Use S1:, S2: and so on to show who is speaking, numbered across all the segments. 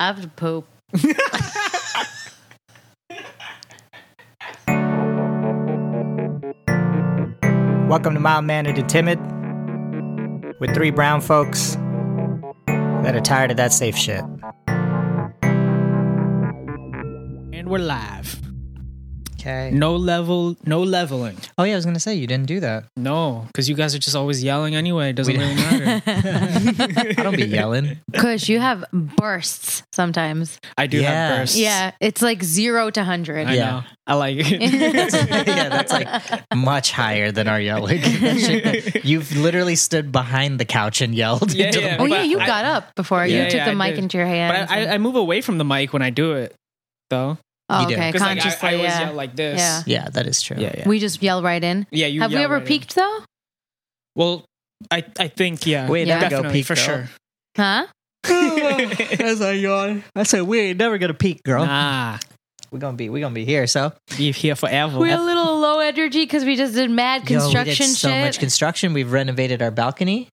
S1: I have to poop.
S2: Welcome to Mild Mannered and Timid with three brown folks that are tired of that safe shit.
S3: And we're live.
S2: Okay.
S3: No level, no leveling.
S2: Oh, yeah, I was going to say, you didn't do that.
S3: No, because you guys are just always yelling anyway. It doesn't
S2: We-
S3: really matter.
S2: I don't be yelling.
S1: Kush, you have bursts sometimes.
S3: I do
S2: Yeah.
S3: have bursts.
S1: Yeah, it's like zero to
S3: I
S1: 100.
S2: Yeah.
S3: know. I like it.
S2: yeah, that's like much higher than our yelling. That shit that- you've literally stood behind the couch and yelled.
S3: Yeah,
S2: into the-
S3: yeah.
S1: Oh, yeah,
S3: But
S1: you
S3: I-
S1: got up before.
S3: Yeah,
S1: you took
S3: yeah,
S1: the
S3: I
S1: mic
S3: did.
S1: into your hand.
S3: but I, I, I move away from the mic when I do it, though.
S1: oh,
S2: You did.
S1: okay,
S3: 'Cause, like,
S1: consciously.
S3: I, I always
S1: yeah.
S3: yell like this.
S1: Yeah.
S2: Yeah, that is true.
S3: yeah, yeah.
S1: We just yell right in.
S3: yeah you
S1: have we
S3: yell
S1: ever
S3: right in.
S1: peaked, though?
S3: Well, I, I think, yeah.
S2: We
S1: ain't never
S2: gonna
S3: Definitely,
S2: peak,
S3: for
S2: girl.
S3: sure.
S1: Huh?
S2: As I yawn, I said, we ain't never going to peak, girl.
S3: Nah,
S2: We're going to be, we're going to be here, so.
S3: be here forever.
S1: We're a little low energy because we just did mad construction
S2: Yo, we did so
S1: shit.
S2: much construction. We've renovated our balcony.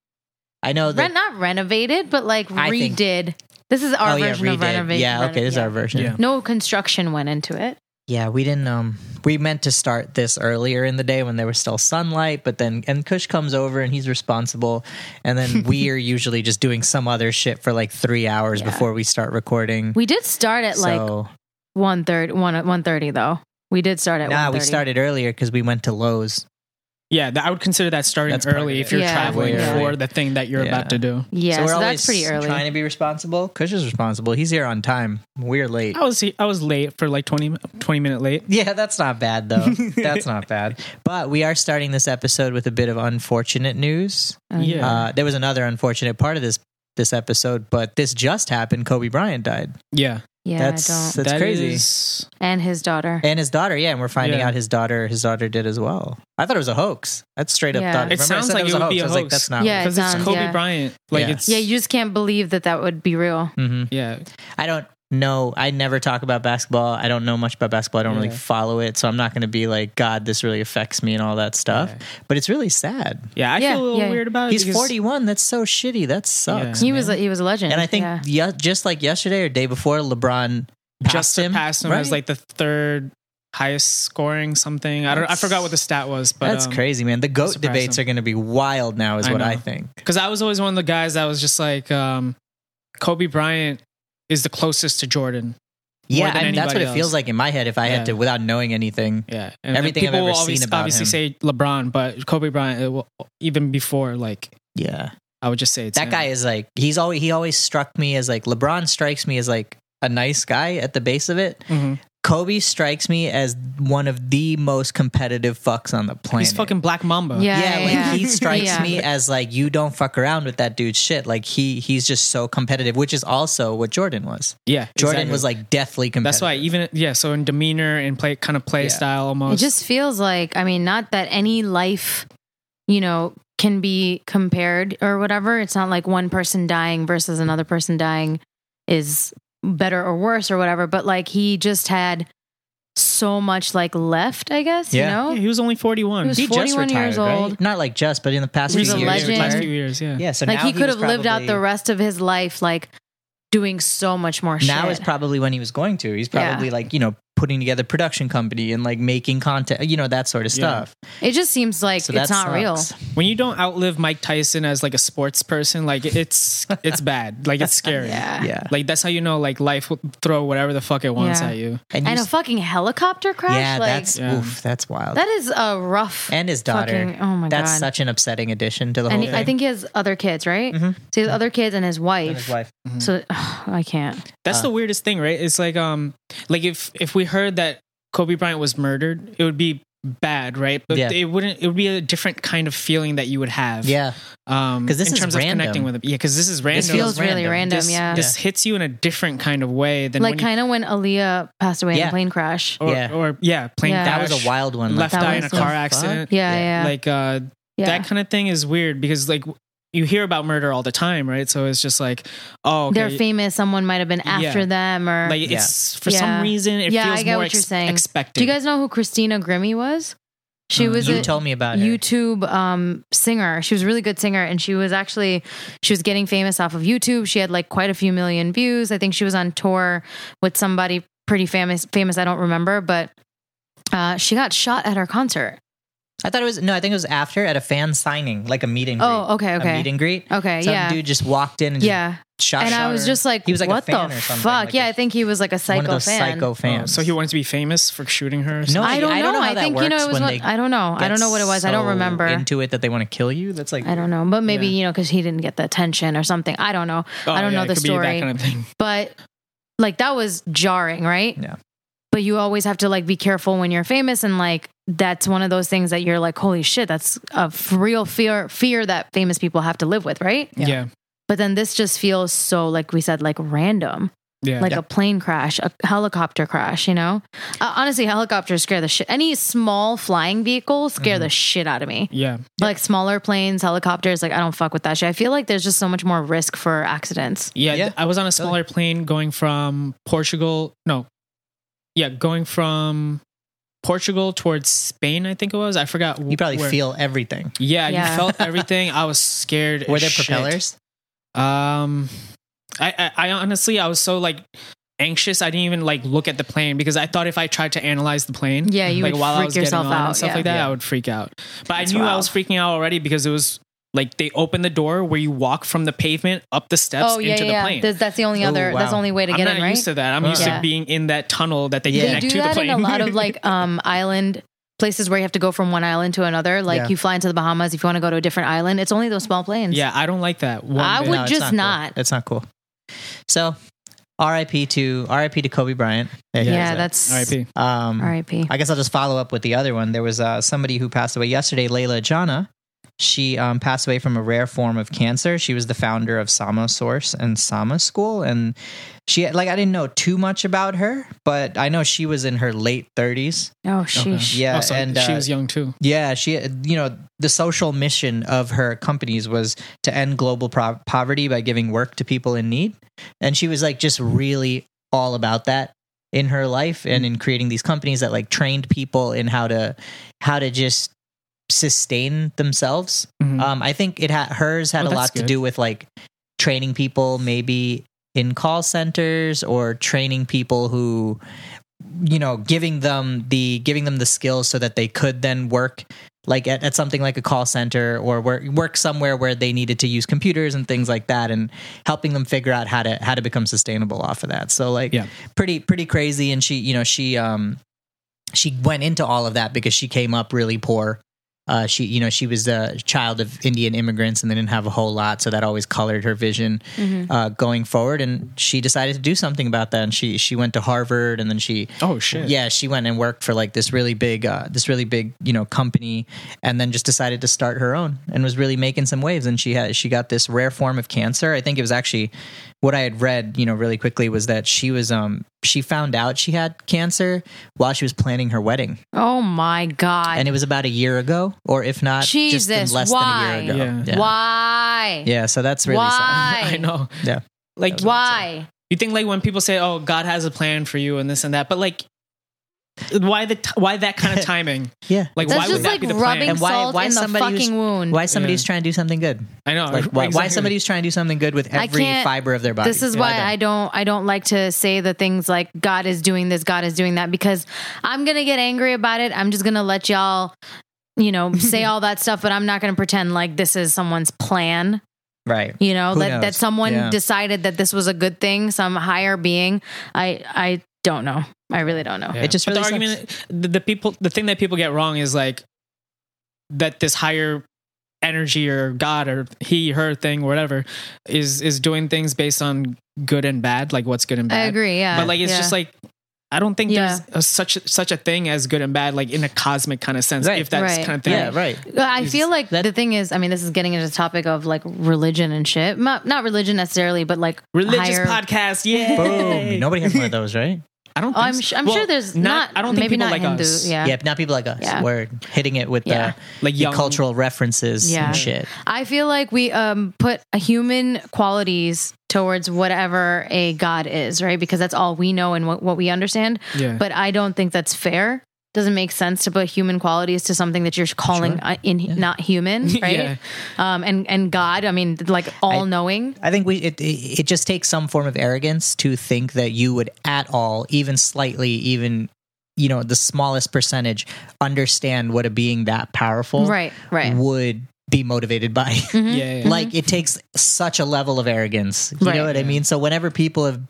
S2: I know that.
S1: Ren- not renovated, but like
S2: I
S1: redid.
S2: think-
S1: this is our
S2: oh yeah,
S1: version
S2: redid.
S1: of renovation.
S2: Yeah, okay, this is our version.
S3: Yeah.
S2: Yeah.
S1: No construction went into it.
S2: we didn't. Um, we meant to start this earlier in the day when there was still sunlight, but then and Kush comes over and he's responsible, and then we are usually just doing some other shit for like three hours
S1: Yeah.
S2: before we start recording.
S1: We did start at like
S2: so
S1: one thirty, one one thirty though. We did start at
S2: nah,
S1: 1:30.
S2: we started earlier because we went to Lowe's.
S3: yeah, that, I would consider that starting
S2: That's part of
S3: early
S2: it.
S3: if you're
S1: Yeah.
S3: traveling
S1: Way
S3: for
S2: early.
S3: the thing that you're
S2: Yeah.
S3: about to do.
S1: Yeah,
S2: so
S1: so,
S2: we're always
S1: that's pretty early.
S2: trying to be responsible. Kush is responsible. He's here on time. We're late.
S3: I
S1: Oh.
S3: was I was late for like 20, 20 minute late.
S2: Yeah, that's not bad though. that's not bad. But we are starting this episode with a bit of unfortunate news.
S1: Oh,
S3: Yeah.
S2: Uh, there was another unfortunate part of this this episode, but this just happened. Kobe Bryant died,
S3: Yeah,
S1: yeah,
S2: that's-
S1: I don't.
S2: that's crazy.
S3: is-
S1: And his daughter.
S2: and his daughter. Yeah, and we're finding
S3: Yeah.
S2: out his daughter his daughter did as well. I thought it was a hoax. That's straight up.
S1: Yeah.
S2: Thought,
S3: It
S2: remember I
S3: sounds
S2: said
S3: like
S2: that was
S3: it would
S2: hoax.
S3: be a
S2: I was like,
S3: hoax.
S2: that's not.
S1: Yeah, it
S3: because it's
S1: sounds,
S3: Kobe
S1: yeah.
S3: Bryant. Like
S2: Yeah.
S3: it's
S1: yeah, you just can't believe that that would be real.
S2: Mhm.
S3: yeah.
S2: I don't know. I never talk about basketball. I don't know much about basketball. I don't really
S3: Yeah.
S2: follow it, so I'm not going to be like, God, this really affects me and all that stuff.
S3: Yeah.
S2: But it's really sad.
S3: Yeah, I
S1: Yeah,
S3: feel a little
S1: yeah.
S3: weird about it.
S2: He's
S3: because-
S2: 41. That's so shitty. That sucks.
S1: He was a, he was a legend.
S2: And I think
S1: yeah.
S2: yeah, just like yesterday or day before, LeBron passed
S3: just
S2: him.
S3: surpassed him as
S2: Right.
S3: like the third highest scoring something. I don't. I
S2: That's-
S3: forgot what the stat was, but um,
S2: That's crazy, man. The goat
S3: surprised
S2: debates
S3: him.
S2: are going to be wild now, is
S3: I
S2: what I
S3: know.
S2: think.
S3: Because I was always one of the guys that was just like, um, Kobe Bryant is the closest to Jordan.
S2: Yeah,
S3: than
S2: I mean, that's what
S3: anybody
S2: it feels
S3: else.
S2: like in my head if I
S3: Yeah.
S2: had to, without knowing anything.
S3: Yeah, and
S2: Everything
S3: people
S2: I've ever
S3: will always
S2: seen about
S3: obviously
S2: him.
S3: say LeBron, but Kobe Bryant it will, even before like
S2: Yeah,
S3: I would just say it's
S2: that
S3: him.
S2: guy is like he's always he always struck me as like LeBron strikes me as like a nice guy at the base of it.
S3: Mhm.
S2: Kobe strikes me as one of the most competitive fucks on the planet.
S3: He's fucking Black Mamba.
S1: Yeah.
S2: yeah, like he strikes
S1: Yeah.
S2: me as like you don't fuck around with that dude's shit. Like he he's just so competitive, which is also what Jordan was.
S3: yeah.
S2: Jordan
S3: exactly.
S2: was like deathly competitive.
S3: That's why even yeah, so in demeanor and play kind of play
S2: Yeah.
S3: style almost.
S1: It just feels like, I mean, not that any life, you know, can be compared or whatever. It's not like one person dying versus another person dying is better or worse or whatever, but like he just had so much like left, I guess,
S2: Yeah.
S3: yeah,
S1: you know?
S3: he was only forty one.
S1: oh. He was
S2: he just
S1: 41
S2: retired,
S1: years
S2: right?
S1: old.
S2: Not like just, but in the past
S1: He was
S2: few
S1: a
S2: years,
S1: legend.
S3: Last
S2: retired.
S3: few years, yeah.
S2: Yeah, so
S1: like
S2: now
S1: he could
S2: was
S1: have lived out the
S2: probably-
S1: rest of his life like doing so much more shit.
S2: Now is probably when he was going to. He's
S1: Yeah.
S2: probably like you know putting together production company and like making content, you know that sort of
S3: Yeah.
S2: stuff.
S1: it just seems like
S2: so
S1: it's
S2: that's
S1: not real.
S3: When you don't outlive Mike Tyson as like a sports person, like it's it's bad. Like it's scary.
S1: Yeah.
S2: Yeah,
S3: Like that's how you know like life will throw whatever the fuck it wants
S1: Yeah.
S3: at you.
S1: And
S2: and, you
S1: a
S2: s-
S1: fucking helicopter crash?
S2: yeah,
S1: like
S2: that's
S3: Yeah.
S2: oof, that's wild.
S1: that is a rough
S2: and his daughter.
S1: fucking- oh my
S2: that's
S1: God.
S2: such an upsetting addition to the whole
S1: and he-
S2: thing.
S1: I think he has other kids, right?
S2: Mhm.
S1: So he has other kids and his wife.
S2: And his wife.
S1: So ugh, I can't.
S3: That's
S2: Uh.
S3: the weirdest thing, right? It's like um like if if we heard that Kobe Bryant was murdered, it would be bad, right? But
S2: Yeah.
S3: it wouldn't it would be a different kind of feeling that you would have.
S2: Yeah,
S3: Um
S2: 'Cause this
S3: in
S2: is
S3: terms
S2: random.
S3: of connecting with it. Yeah, cuz this is random.
S2: This
S1: It feels really random,
S2: random.
S3: this,
S1: yeah.
S3: this hits you in a different kind of way than
S1: like
S3: when you,
S1: kind of when Aaliyah passed away in
S2: Yeah.
S1: a plane crash.
S3: or,
S2: Yeah.
S3: or yeah, plane
S1: Yeah.
S2: that
S3: crash,
S2: was a wild one.
S3: left
S1: That
S3: eye in a
S1: was
S3: car
S2: the fuck?
S3: accident.
S1: Yeah,
S2: Yeah.
S1: yeah,
S3: Like uh
S1: yeah.
S3: that kind of thing is weird because like you hear about murder all the time, right? So it's just like, oh, okay.
S1: They're famous. Someone might have been after
S3: Yeah.
S1: them, or
S3: like
S2: Yeah.
S3: it's for
S1: Yeah.
S3: some reason it
S1: Yeah, I
S3: feels
S1: get
S3: more
S1: what you're
S3: ex-
S1: saying.
S3: expected.
S1: do you guys know who Christina Grimmie was? She
S3: Uh,
S1: was
S2: you
S1: a
S2: tell me about her.
S1: YouTube um, singer. She was a really good singer, and she was actually she was getting famous off of YouTube. She had like quite a few million views. I think she was on tour with somebody pretty famous. Famous, I don't remember, but uh, she got shot at her concert.
S2: I thought it was no. I think it was after at a fan signing, like a meeting.
S1: Oh, okay,
S2: A meet
S1: okay,
S2: and greet.
S1: okay,
S2: Some
S1: yeah,
S2: dude just walked in and just
S1: yeah.
S2: shot.
S1: And
S2: shot
S1: I was
S2: her.
S1: just like,
S2: he was like
S1: what
S2: a fan
S1: the
S2: or something.
S1: fuck?
S2: like
S1: yeah,
S2: a-
S1: I think he was like a psycho
S2: one of those
S1: fan.
S2: psycho fans.
S3: Oh, so he wanted to be famous for shooting her. or
S2: No,
S1: I don't know.
S2: I
S1: I,
S2: don't know how that
S1: think you know
S2: works
S1: it was
S2: when
S1: what
S2: they
S1: I don't know. I
S2: Get
S1: don't know what it was. I don't
S2: so
S1: remember.
S2: Into it that they want to kill you. That's like
S1: I don't know, but maybe
S3: Yeah.
S1: you know because he didn't get the attention or something. I don't know,
S3: Oh,
S1: I don't
S3: yeah,
S1: know
S3: it
S1: the
S3: could be that
S1: story.
S3: kind of thing.
S1: but like that was jarring, right?
S2: Yeah.
S1: But you always have to like be careful when you're famous, and like that's one of those things that you're like, holy shit, that's a f- real fear fear that famous people have to live with, right?
S3: Yeah. yeah.
S1: But then this just feels so like we said, like random, like
S2: Yeah.
S1: a plane crash, a helicopter crash. You know, uh, honestly, helicopters scare the shit. Any small flying vehicle scare
S2: Mm-hmm.
S1: the shit out of me.
S3: yeah.
S1: Like smaller planes, helicopters, like I don't fuck with that shit. I feel like there's just so much more risk for accidents.
S3: Yeah,
S2: Yeah,
S3: th- I was on a smaller plane going from Portugal. No, yeah, going from Portugal towards Spain. I think it was. I forgot.
S2: you probably
S3: where.
S2: feel everything.
S3: Yeah,
S1: Yeah.
S3: you felt everything. I was scared.
S2: Were
S3: as
S2: there
S3: shit.
S2: propellers?
S3: Um, I, I I honestly I was so like anxious. I didn't even like look at the plane because I thought if I tried to analyze the plane,
S1: Yeah, you
S3: like
S1: would
S3: while I
S1: freak
S3: was getting
S1: yourself
S3: on
S1: out,
S3: and stuff
S1: yeah.
S3: like that,
S2: Yeah.
S3: I would freak out. But
S1: That's
S3: I knew I
S1: wild.
S3: was freaking out already because it was like they opened the door where you walk from the pavement up the steps
S1: Oh yeah,
S3: into
S1: yeah.
S3: the
S1: yeah.
S3: plane.
S1: There's- that's the only
S2: Oh,
S1: other. That's the
S2: wow.
S1: only way to
S3: I'm
S1: get
S3: not
S1: in, right?
S3: used to that. I'm
S2: Uh,
S3: used
S1: yeah.
S3: to being in that tunnel that they
S2: They
S1: They
S3: connect
S1: do
S3: to the
S1: that
S3: plane.
S1: in a lot of like um island places where you have to go from one island to another. Like
S2: Yeah.
S1: you fly into the Bahamas if you want to go to a different island. It's only those small planes.
S3: yeah, I don't like that. One
S1: I
S3: bit.
S1: would
S2: it's
S1: just
S2: cool.
S1: not.
S2: It's not cool. So, R.I.P. to R.I.P. to Kobe Bryant. There he
S1: Yeah,
S2: is.
S1: that's
S3: R.I.P.
S2: Um,
S1: R.I.P.
S2: I guess I'll just follow up with the other one. There was uh, somebody who passed away yesterday, Layla Jana. She um, passed away from a rare form of cancer. She was the founder of Sama Source and Sama School, and she like I didn't know too much about her, but I know she was in her late thirties.
S1: Oh sheesh.
S2: Yeah,
S3: Oh, so
S2: and
S3: she
S2: uh,
S3: was young too.
S2: yeah, she, you know, the social mission of her companies was to end global pro- poverty by giving work to people in need. And she was like just really all about that in her life and in creating these companies that like trained people in how to, how to just sustain themselves.
S3: Mhm.
S2: Um, I think it had hers had
S3: Oh,
S2: a
S3: that's
S2: lot to
S3: good.
S2: do with like training people maybe in call centers or training people who you know giving them the giving them the skills so that they could then work like at, at something like a call center or work work somewhere where they needed to use computers and things like that and helping them figure out how to how to become sustainable off of that so like
S3: Yeah.
S2: pretty pretty crazy and she you know she um she went into all of that because she came up really poor uh, she, you know, she was a child of Indian immigrants and they didn't have a whole lot, so that always colored her vision
S1: Mhm.
S2: uh, going forward. And she decided to do something about that. And she she went to Harvard, and then she,
S3: Oh shit.
S2: yeah, she went and worked for like this really big, uh, this really big, you know, company, and then just decided to start her own and was really making some waves. And she had she got this rare form of cancer. I think it was actually what I had read, you know, really quickly was that she was um she found out she had cancer while she was planning her wedding
S1: Oh my god.
S2: and it was about a year ago, or if not, just in
S1: Jesus,
S2: less
S1: why?
S2: than a year ago.
S3: Yeah.
S2: Yeah.
S1: Why?
S2: Yeah, so that's really
S1: Why?
S2: sad.
S3: I know.
S2: Yeah.
S3: Like
S1: Why?
S3: You think like when people say, "Oh, God has a plan for you" and this and that, but like, why the t- why that kind of timing?
S2: Yeah.
S3: Like,
S1: That's
S3: why
S1: just
S3: would that
S1: like
S3: be the
S1: rubbing
S3: plan?
S2: And why-
S1: salt
S2: why
S1: in the
S2: somebody who's-
S1: fucking wound.
S2: Why somebody
S3: Yeah.
S2: who's trying to do something good?
S3: I know.
S2: Like why, why
S3: exactly.
S2: somebody who's trying to do something good with
S1: I
S2: every
S1: can't-
S2: fiber of their body?
S1: This is
S2: Yeah,
S1: why I don't I don't like to say the things like God is doing this, God is doing that because I'm going to get angry about it. I'm just going to let y'all you know say all that stuff but I'm not going to pretend like this is someone's plan,
S2: right.
S1: you know,
S2: Who
S1: that that
S2: knows?
S1: someone
S2: Yeah.
S1: decided that this was a good thing, some higher being. I I don't know. I really don't know.
S3: Yeah.
S2: It just
S3: But the
S2: really
S3: argument, the, the people, the thing that people get wrong is like that this higher energy or God or he, her thing, whatever, is is doing things based on good and bad, like what's good and
S1: I
S3: bad.
S1: agree, yeah.
S3: But like, it's
S1: yeah.
S3: just like. I don't think
S1: Yeah.
S3: there's a, such a, such a thing as good and bad, like in a cosmic kind of sense.
S2: Right.
S3: If that's
S1: Right.
S3: kind of thing,
S2: Yeah, right.
S1: I
S3: is-
S1: feel like the thing is, I mean, this is getting into the topic of like religion and shit. Not, not religion necessarily, but like
S3: religious
S1: higher,
S3: podcast. Yeah,
S2: Boom. Nobody has one of those, right?
S3: I don't.
S1: Oh,
S3: Think
S1: I'm
S3: so.
S1: su- I'm
S3: Well,
S1: sure there's not-
S3: I don't think
S1: maybe
S3: people
S1: not
S3: like
S1: Hindu,
S3: us.
S1: yeah.
S2: Yeah, but not people like us.
S1: Yeah.
S2: We're hitting it with
S1: Yeah.
S2: the,
S3: Like
S2: the
S3: young
S2: cultural references
S1: Yeah.
S2: and shit.
S1: I feel like we um put human qualities towards whatever a god is, right? Because that's all we know and what, what we understand.
S3: Yeah.
S1: But I don't think that's fair doesn't make sense to put human qualities to something that you're calling
S2: Sure.
S1: uh, in not human, right?
S3: Yeah.
S1: Um, and and God, I mean, like all knowing.
S2: I think we it, it it just takes some form of arrogance to think that you would at all, even slightly, even you know the smallest percentage, understand what a being that powerful
S1: Right, right.
S2: would be motivated by.
S1: Mhm.
S3: Yeah, yeah.
S2: Mm-hmm. like it takes such a level of arrogance. You
S1: Right.
S2: know what I mean? So whenever people have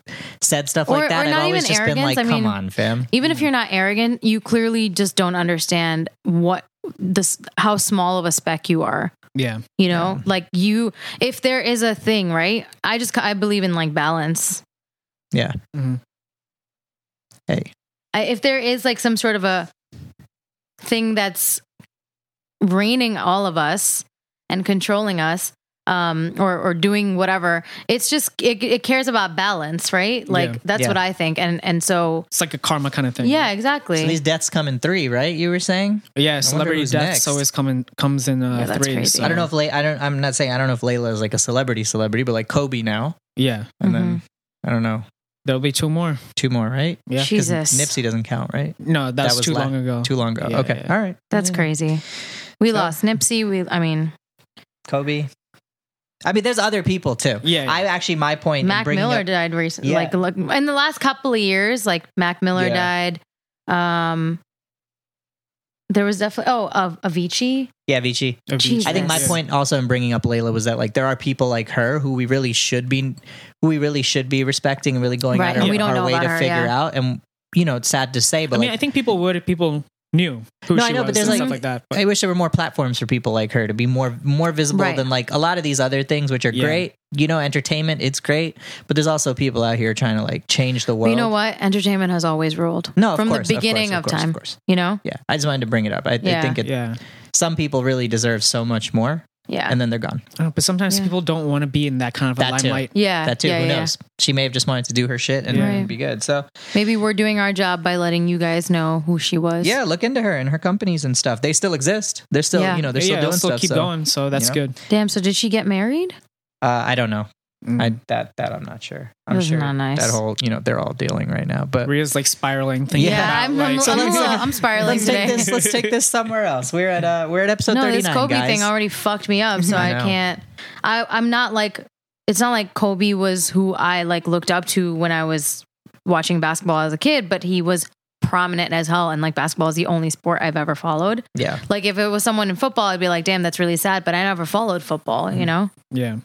S2: said stuff
S1: Or-
S2: like that,
S1: or
S2: I've
S1: not
S2: always
S1: even
S2: just been
S1: arrogance,
S2: like,
S1: I
S2: "Come
S1: mean-
S2: on, fam."
S1: Even if you're not arrogant, you clearly just don't understand what this how small of a speck you are.
S3: yeah.
S1: You know, like you if there is a thing, right? I just I believe in like balance.
S2: Yeah.
S3: Mhm.
S2: Hey.
S1: I, if there is like some sort of a thing that's reigning all of us and controlling us um or or doing whatever it's just it, it cares about balance right like
S3: Yeah.
S1: that's
S2: Yeah.
S1: what i think and and so
S3: It's like a karma kind of thing.
S1: yeah
S2: So
S1: exactly
S2: these deaths come in three, right? You were saying.
S3: Yeah, celebrity
S2: who's
S3: deaths
S2: next.
S3: always come in, comes in uh,
S1: Yeah, that's
S3: threes.
S1: crazy.
S2: I don't know if Lay- I don't. I'm not saying I don't know if Layla is like a celebrity celebrity, but like Kobe now,
S3: Yeah,
S2: and then
S1: Mm-hmm.
S2: I don't know
S3: there'll be two more.
S2: two more, right?
S3: Yeah.
S2: 'Cause
S1: jesus
S2: Nipsey doesn't count, right?
S3: No, that's
S2: That was
S3: too
S2: la-
S3: long ago.
S2: Too long ago.
S3: Yeah,
S2: okay,
S3: yeah.
S2: all right.
S1: that's
S2: Yeah.
S1: crazy we
S2: So-
S1: lost nipsey we i mean
S2: Kobe. I mean, there's other people too.
S3: Yeah, yeah.
S2: I actually my point. in
S1: mac
S2: bringing
S1: miller
S2: up-
S1: died recently
S2: Yeah.
S1: like look in the last couple of years like mac miller died um there was definitely oh of avicii
S2: yeah, Vici.
S3: Of each.
S1: Jesus.
S2: I think my
S1: Yes.
S2: point also in bringing up Layla was that like there are people like her who we really should be, who we really should be respecting and really going
S1: Right,
S2: out
S1: and
S2: our,
S1: we don't
S2: our
S1: know
S2: way
S1: about
S2: to
S1: her,
S2: figure
S1: yeah.
S2: out. And you know, it's sad to say,
S3: I
S2: but
S3: mean, I
S2: like
S3: think people would if people knew who
S2: No,
S3: she
S2: I know, but
S3: was
S2: there's
S3: and
S2: like-
S3: stuff like that. But
S2: I wish there were more platforms for people like her to be more more visible
S1: Right.
S2: than like a lot of these other things, which are
S3: Yeah.
S2: great. You know, entertainment, it's great, but there's also people out here trying to like change the
S1: But
S2: world.
S1: you know what? Entertainment has always ruled.
S2: No, of
S1: from
S2: course,
S1: the beginning of,
S2: of, course, course,
S1: time.
S2: Of course.
S1: You know?
S2: Yeah, I just wanted to bring it up. I, I
S1: Yeah.
S2: think it,
S3: yeah,
S2: some people really deserve so much more,
S1: Yeah.
S2: and then they're gone.
S3: I don't know, but sometimes
S1: Yeah.
S3: people don't want to be in that kind of a
S2: That too.
S3: limelight.
S1: yeah.
S2: That too.
S1: Yeah,
S2: who
S1: yeah,
S2: knows? She may have just wanted to do her shit and
S3: Yeah.
S1: Right.
S2: be good. So
S1: yeah. Maybe we're doing our job by letting you guys know who she was.
S2: yeah, look into her and her companies and stuff. They still exist. They're still,
S1: Yeah.
S2: you know, they're
S3: yeah,
S2: still
S3: yeah,
S2: doing
S3: they'll still
S2: stuff.
S3: keep
S2: so,
S3: going, so that's
S2: know?
S3: good.
S1: Damn. So did she get married?
S2: Uh, I don't know.
S3: Mm.
S2: I that that I'm not sure. I'm
S1: That's
S2: sure
S1: not nice.
S2: that whole you know they're all dealing right now, but.
S3: Rhea's like spiraling, thinking
S2: Yeah,
S3: about
S1: I'm, I'm,
S3: like,
S1: I'm,
S2: So
S1: a
S2: let's- uh,
S1: little- I'm spiraling
S2: Let's
S1: today.
S2: take this. Let's take this somewhere else. We're at uh, we're at episode
S1: no,
S2: thirty
S1: this
S2: nine.
S1: Kobe
S2: guys.
S1: thing already fucked me up, so
S2: I
S1: I,
S2: know.
S1: can't. I I'm not like. It's not like Kobe was who I like looked up to when I was watching basketball as a kid, but he was prominent as hell, and like basketball is the only sport I've ever followed.
S2: yeah,
S1: Like if it was someone in football, I'd be like, damn, that's really sad. But I never followed football,
S2: Mm.
S1: you know?
S3: yeah,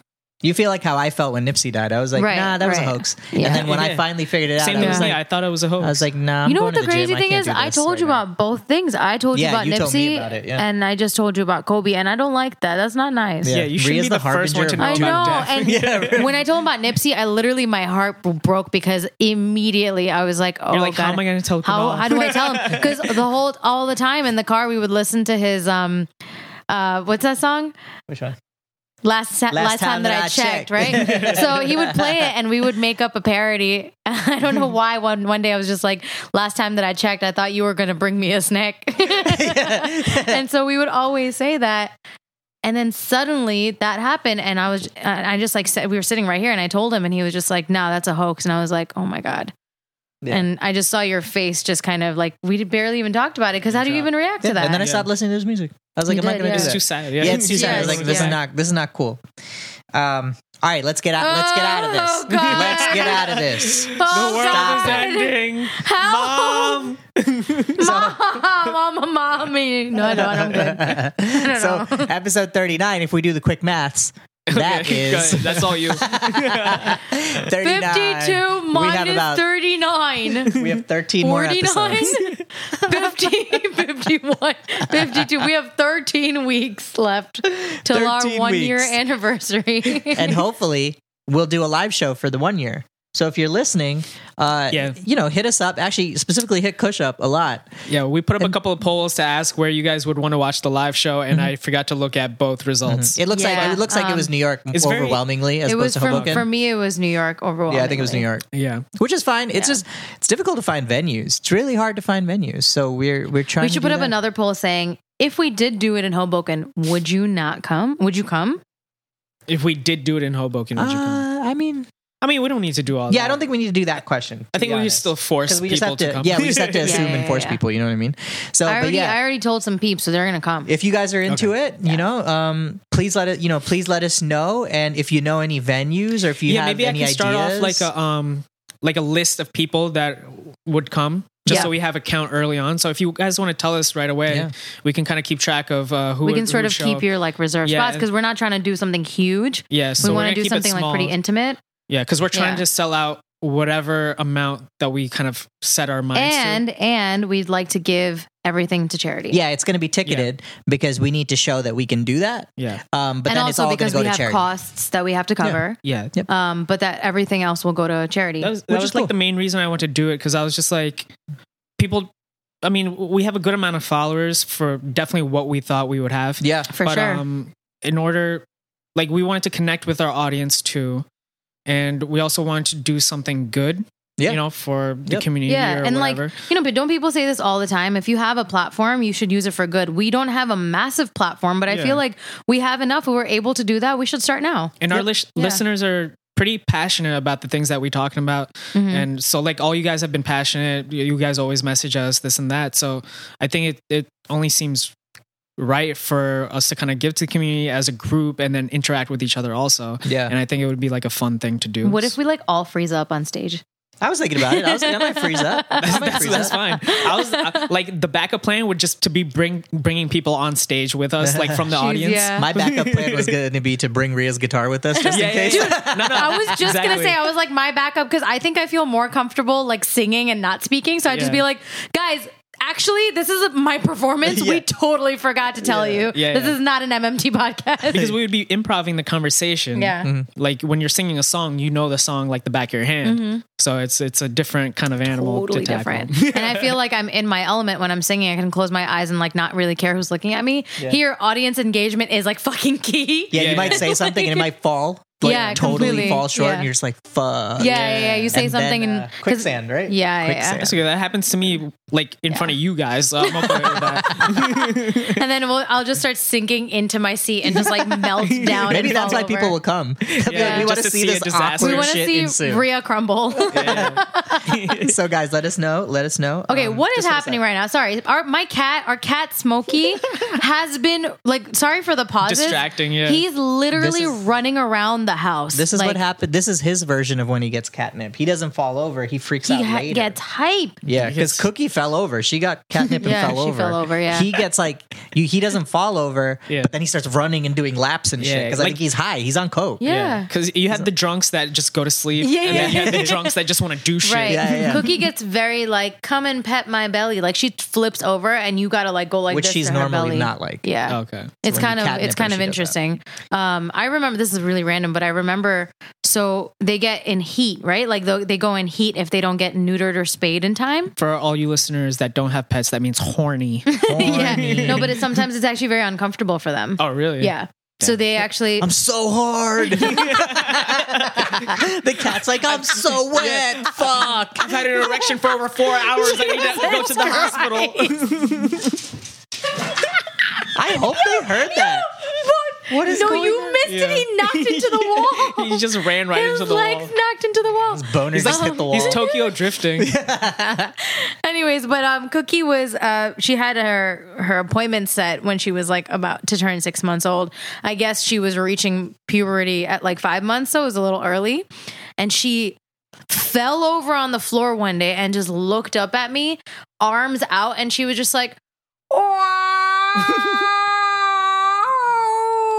S2: you feel like how I felt when Nipsey died. I was like,
S1: Right,
S2: nah, that was a
S1: right.
S2: hoax.
S1: Yeah.
S2: And then when I
S3: Yeah.
S2: finally figured it out,
S3: same
S2: I
S3: thing.
S2: was
S3: with me.
S2: like,
S3: I thought it was a hoax.
S2: I was like, nah. I'm
S1: you know
S2: going
S1: what the
S2: to
S1: crazy
S2: gym.
S1: thing
S2: can't
S1: is?
S2: do
S1: I
S2: this
S1: told
S2: right
S1: you
S2: now.
S1: about both things. I told
S2: Yeah,
S1: you about
S2: you told me
S1: Nipsey,
S2: about it, yeah.
S1: and I just told you about Kobe, and I don't like that. That's not nice.
S3: yeah,
S2: Yeah.
S3: you should
S2: Rhea's
S3: be
S2: the
S3: the, first one to know
S2: harbinger
S1: I
S2: of
S1: know.
S3: about death.
S1: And
S2: Yeah.
S1: when I told him about Nipsey, I literally my heart b- broke because immediately I was like, "Oh
S3: You're like,
S1: God,
S3: how am I going to tell?
S1: how,
S3: Kamal?
S1: how do I tell him?" Because the whole all the time in the car, we would listen to his um, uh, what's that song?
S2: Which one?
S1: Last, ta- last, time, that, I, checked, right? so he would play it and we would make up a parody. I don't know why one one day I was just like, last time that I checked, I thought you were gonna bring me a snack. and so we would always say that. And then suddenly that happened and I was I I just like said we were sitting right here and I told him and he was just like, "No, that's a hoax." And I was like, "Oh my god."
S2: Yeah.
S1: And I just saw your face just kind of like we barely even talked about it cuz how do you even react to
S2: Yeah,
S1: that?
S2: And then I
S3: Yeah.
S2: stopped listening to his music. I was like,
S1: You
S2: I'm not
S1: did,
S2: going
S1: yeah.
S2: to do
S3: It's
S2: that.
S3: too sad. Yeah,
S2: Yeah, it's too sad. I was
S1: Yes,
S2: like, this
S1: yeah.
S2: is not this is not cool. Um. All right, let's get out. Let's get out of
S1: Oh,
S2: this.
S1: God.
S2: Let's get out of this.
S1: Oh,
S3: the world
S1: God.
S3: is ending.
S1: Help!
S3: Mom.
S1: Mom, mom, mommy. No, I don't. I'm good.
S2: so episode 39 if we do the quick maths that
S3: Okay,
S2: is
S3: good. that's all you.
S2: 39
S1: 52
S2: we have
S1: minus
S2: about
S1: 39.
S2: we have 13 more
S1: 49,
S2: episodes
S1: 50, 51, 52. We have 13 weeks left till our
S2: 13
S1: one year
S2: weeks.
S1: anniversary.
S2: and hopefully we'll do a live show for the one year so if you're listening uh
S3: Yeah.
S2: you know hit us up actually specifically hit kush up a lot
S3: Yeah, we put up a couple of polls to ask where you guys would want to watch the live show,
S2: Mm-hmm.
S3: and I forgot to look at both results.
S2: it looks
S1: Yeah,
S2: like it looks like it was
S1: um,
S2: new york
S3: it's very-
S2: overwhelmingly as
S1: it
S2: opposed
S1: was
S2: to
S1: from,
S2: hoboken
S1: for me, it was New York overall.
S2: yeah i think it was new york
S3: Yeah,
S2: which is fine it's just it's difficult to find venues it's really hard to find venues so we're we're trying
S1: We
S2: to
S1: should
S2: do
S1: put up
S2: that.
S1: another poll saying, if we did do it in Hoboken, would
S2: Oh,
S1: you not come? Would you come?
S3: if we did do it in Hoboken, would you come?
S2: uh, i mean
S3: I mean, we don't need to do all.
S2: Yeah,
S3: that.
S2: I don't think we need to do that question.
S3: I think we
S2: can
S3: can still force
S2: because we
S3: people
S2: just have
S3: to,
S2: to,
S3: come.
S2: yeah, we just have to
S1: Yeah,
S2: assume
S1: yeah,
S2: and force
S1: yeah.
S2: people. You know what I mean? So,
S1: I already,
S2: but yeah,
S1: I already told some peeps, so they're gonna come.
S2: if you guys are into
S3: Okay.
S2: it, you know, um, please let it, you know, please let us know. And if you know any venues or if you
S3: yeah,
S2: have
S3: maybe I
S2: any
S3: can start off
S2: ideas,
S3: like a um like a list of people that would come. Just
S1: Yeah.
S3: so we have a count early on. So if you guys want to tell us right away,
S2: Yeah.
S3: we can kind of keep track of uh, who
S1: we can
S3: would-
S1: sort
S3: who
S1: of
S3: show
S1: keep
S3: up.
S1: your like reserved
S3: Yeah,
S1: spots because we're not trying to do something huge.
S3: yeah. So
S1: we
S3: we're
S1: want to
S3: gonna
S1: do
S3: keep it
S1: something like
S3: small.
S1: pretty intimate.
S3: yeah because we're trying
S1: Yeah.
S3: to sell out whatever amount that we kind of set our minds to.
S1: and and we'd like to give everything to charity.
S2: yeah, it's going to be ticketed because we need to show that we can do that.
S3: Yeah,
S2: Um, but
S1: and
S2: then it's
S1: also
S2: all going
S1: because
S2: to go
S1: we
S2: to
S1: have
S2: charity.
S1: costs that we have to cover.
S3: yeah.
S1: Um, but that everything else will go to charity.
S3: That was,
S2: Which
S3: that
S2: is
S3: was
S2: cool.
S3: like the main reason I wanted to do it because I was just like, people. I mean, we have a good amount of followers for definitely what we thought we would have.
S2: Yeah,
S1: for
S3: but,
S1: sure.
S3: Um, in order, like, we wanted to connect with our audience too, and we also wanted to do something good.
S2: Yeah.
S3: you know, for the
S2: Yep.
S3: community
S1: yeah,
S3: or
S1: and
S3: whatever.
S1: like you know, but don't people say this all the time? If you have a platform, you should use it for good. We don't have a massive platform, but I
S3: Yeah.
S1: feel like we have enough. We were able to do that. We should start now.
S3: and our lis-
S1: Yeah.
S3: listeners are pretty passionate about the things that we're talking about
S1: Mhm.
S3: and so like all you guys have been passionate you you guys always message us this and that so i think it, it only seems right for us to kind of give to the community as a group and then interact with each other also
S2: Yeah.
S3: and i think it would be like a fun thing to do
S1: What if we like all freeze up on stage?
S2: I was thinking about it. I was like, I might freeze up. I might
S3: that's,
S2: freeze
S3: that's
S2: up.
S3: fine. I was I- like the backup plan would just to be bring bringing people on stage with us, like from the
S1: Jeez,
S3: audience.
S1: yeah.
S2: My backup plan was going to be to bring Ria's guitar with us just
S3: Yeah,
S2: in
S3: yeah,
S2: case.
S3: yeah. No, no,
S1: I was just gonna
S3: exactly.
S1: say I was like my backup because I think I feel more comfortable like singing and not speaking. So I'd just
S3: Yeah.
S1: be like, guys, actually, this is my performance. We
S2: Yeah.
S1: totally forgot to tell you.
S3: Yeah,
S1: this
S3: yeah.
S1: is not an MMT podcast.
S3: because we would be improving the conversation.
S1: yeah.
S3: like when you're singing a song, you know the song like the back of your hand. So it's it's a different kind of animal.
S1: Mm-hmm. Totally
S3: to tackle.
S1: different. and I feel like I'm in my element when I'm singing. I can close my eyes and like not really care who's looking at me. Here, audience engagement is like fucking key.
S2: Yeah,
S3: Yeah,
S2: you might
S3: yeah.
S2: say something and it might fall. Like,
S1: Yeah,
S2: totally
S1: completely.
S2: fall short,
S1: Yeah.
S2: and you're just like,
S1: yeah,
S2: "Fuck."
S1: yeah, yeah.
S3: Yeah.
S1: You say
S2: And then,
S1: something
S2: uh,
S1: and 'cause-
S2: quicksand, right?
S1: Yeah, yeah, yeah.
S2: Quicksand.
S3: So that happens to me like in front of you guys. So I'm okay with that.
S1: and then we'll, I'll just start sinking into my seat and just like melt down.
S2: Maybe
S1: and
S2: that's
S1: fall
S2: why people
S1: over.
S2: will come. They'll be like,
S3: Yeah,
S2: we want to
S3: just to
S2: see
S3: see a
S2: this
S3: disaster.
S2: awkward
S1: We want to
S2: shit
S1: see
S2: ensue.
S1: Rhea crumble.
S2: so, guys, let us know. Let us know.
S1: Okay,
S2: Um,
S1: what is
S2: just let us
S1: happening
S2: know.
S1: right now? Sorry, our my cat, our cat Smokey, has been like. Sorry for the pauses.
S3: Distracting, yeah.
S1: He's literally
S2: This is-
S1: running around the house.
S2: This is
S1: Like,
S2: what happened. This is his version of when he gets catnip. He doesn't fall over. He freaks
S1: He
S2: out
S1: ha-
S2: later.
S1: gets hype.
S2: yeah, because Cookie fell over. She got catnip and
S1: Yeah,
S2: fell
S1: she
S2: over.
S1: fell over, yeah.
S2: he gets like you, he doesn't fall over,
S3: Yeah.
S2: but then he starts running and doing laps and shit
S3: Yeah,
S2: because I
S3: like-
S2: think he's high. He's on coke.
S1: Yeah.
S3: Because you have the drunks that just go to sleep.
S1: Yeah,
S3: And
S1: yeah.
S3: then you have the drunks that just want to do shit.
S1: Right.
S2: Yeah, yeah, yeah.
S1: Cookie gets very like, come and pet my belly. Like she flips over and you gotta like go like
S2: Which
S1: this
S2: she's
S1: to her
S2: normally
S1: belly.
S2: not like.
S1: Yeah.
S3: Oh, Okay.
S1: it's
S2: when you
S1: kind of
S2: catnip
S1: it's kind
S2: her,
S1: of
S2: she does that.
S1: interesting. Um, I remember this is really random, but I remember so they get in heat, right? Like tho- they go in heat if they don't get neutered or spayed in time.
S3: For all you listeners that don't have pets, that means horny.
S1: Oh, Yeah, no, but it's sometimes it's actually very uncomfortable for them.
S3: oh, really?
S1: yeah. So they actually
S2: I'm so hard. the cat's like, I'm so wet. Fuck.
S3: I've had an erection for over four hours. I need to go to the hospital.
S2: I hope they heard that. What is
S1: no,
S2: going
S1: you
S2: on?
S1: missed it. He knocked into the wall.
S3: he just ran right
S1: His
S3: into the
S1: legs
S3: wall.
S1: knocked into the wall.
S2: Boner just hit the wall.
S3: He's Tokyo drifting.
S1: Anyways, but um, Cookie was uh, she had her her appointment set when she was like about to turn six months old. I guess she was reaching puberty at like five months, so it was a little early, and she fell over on the floor one day and just looked up at me, arms out, and she was just like,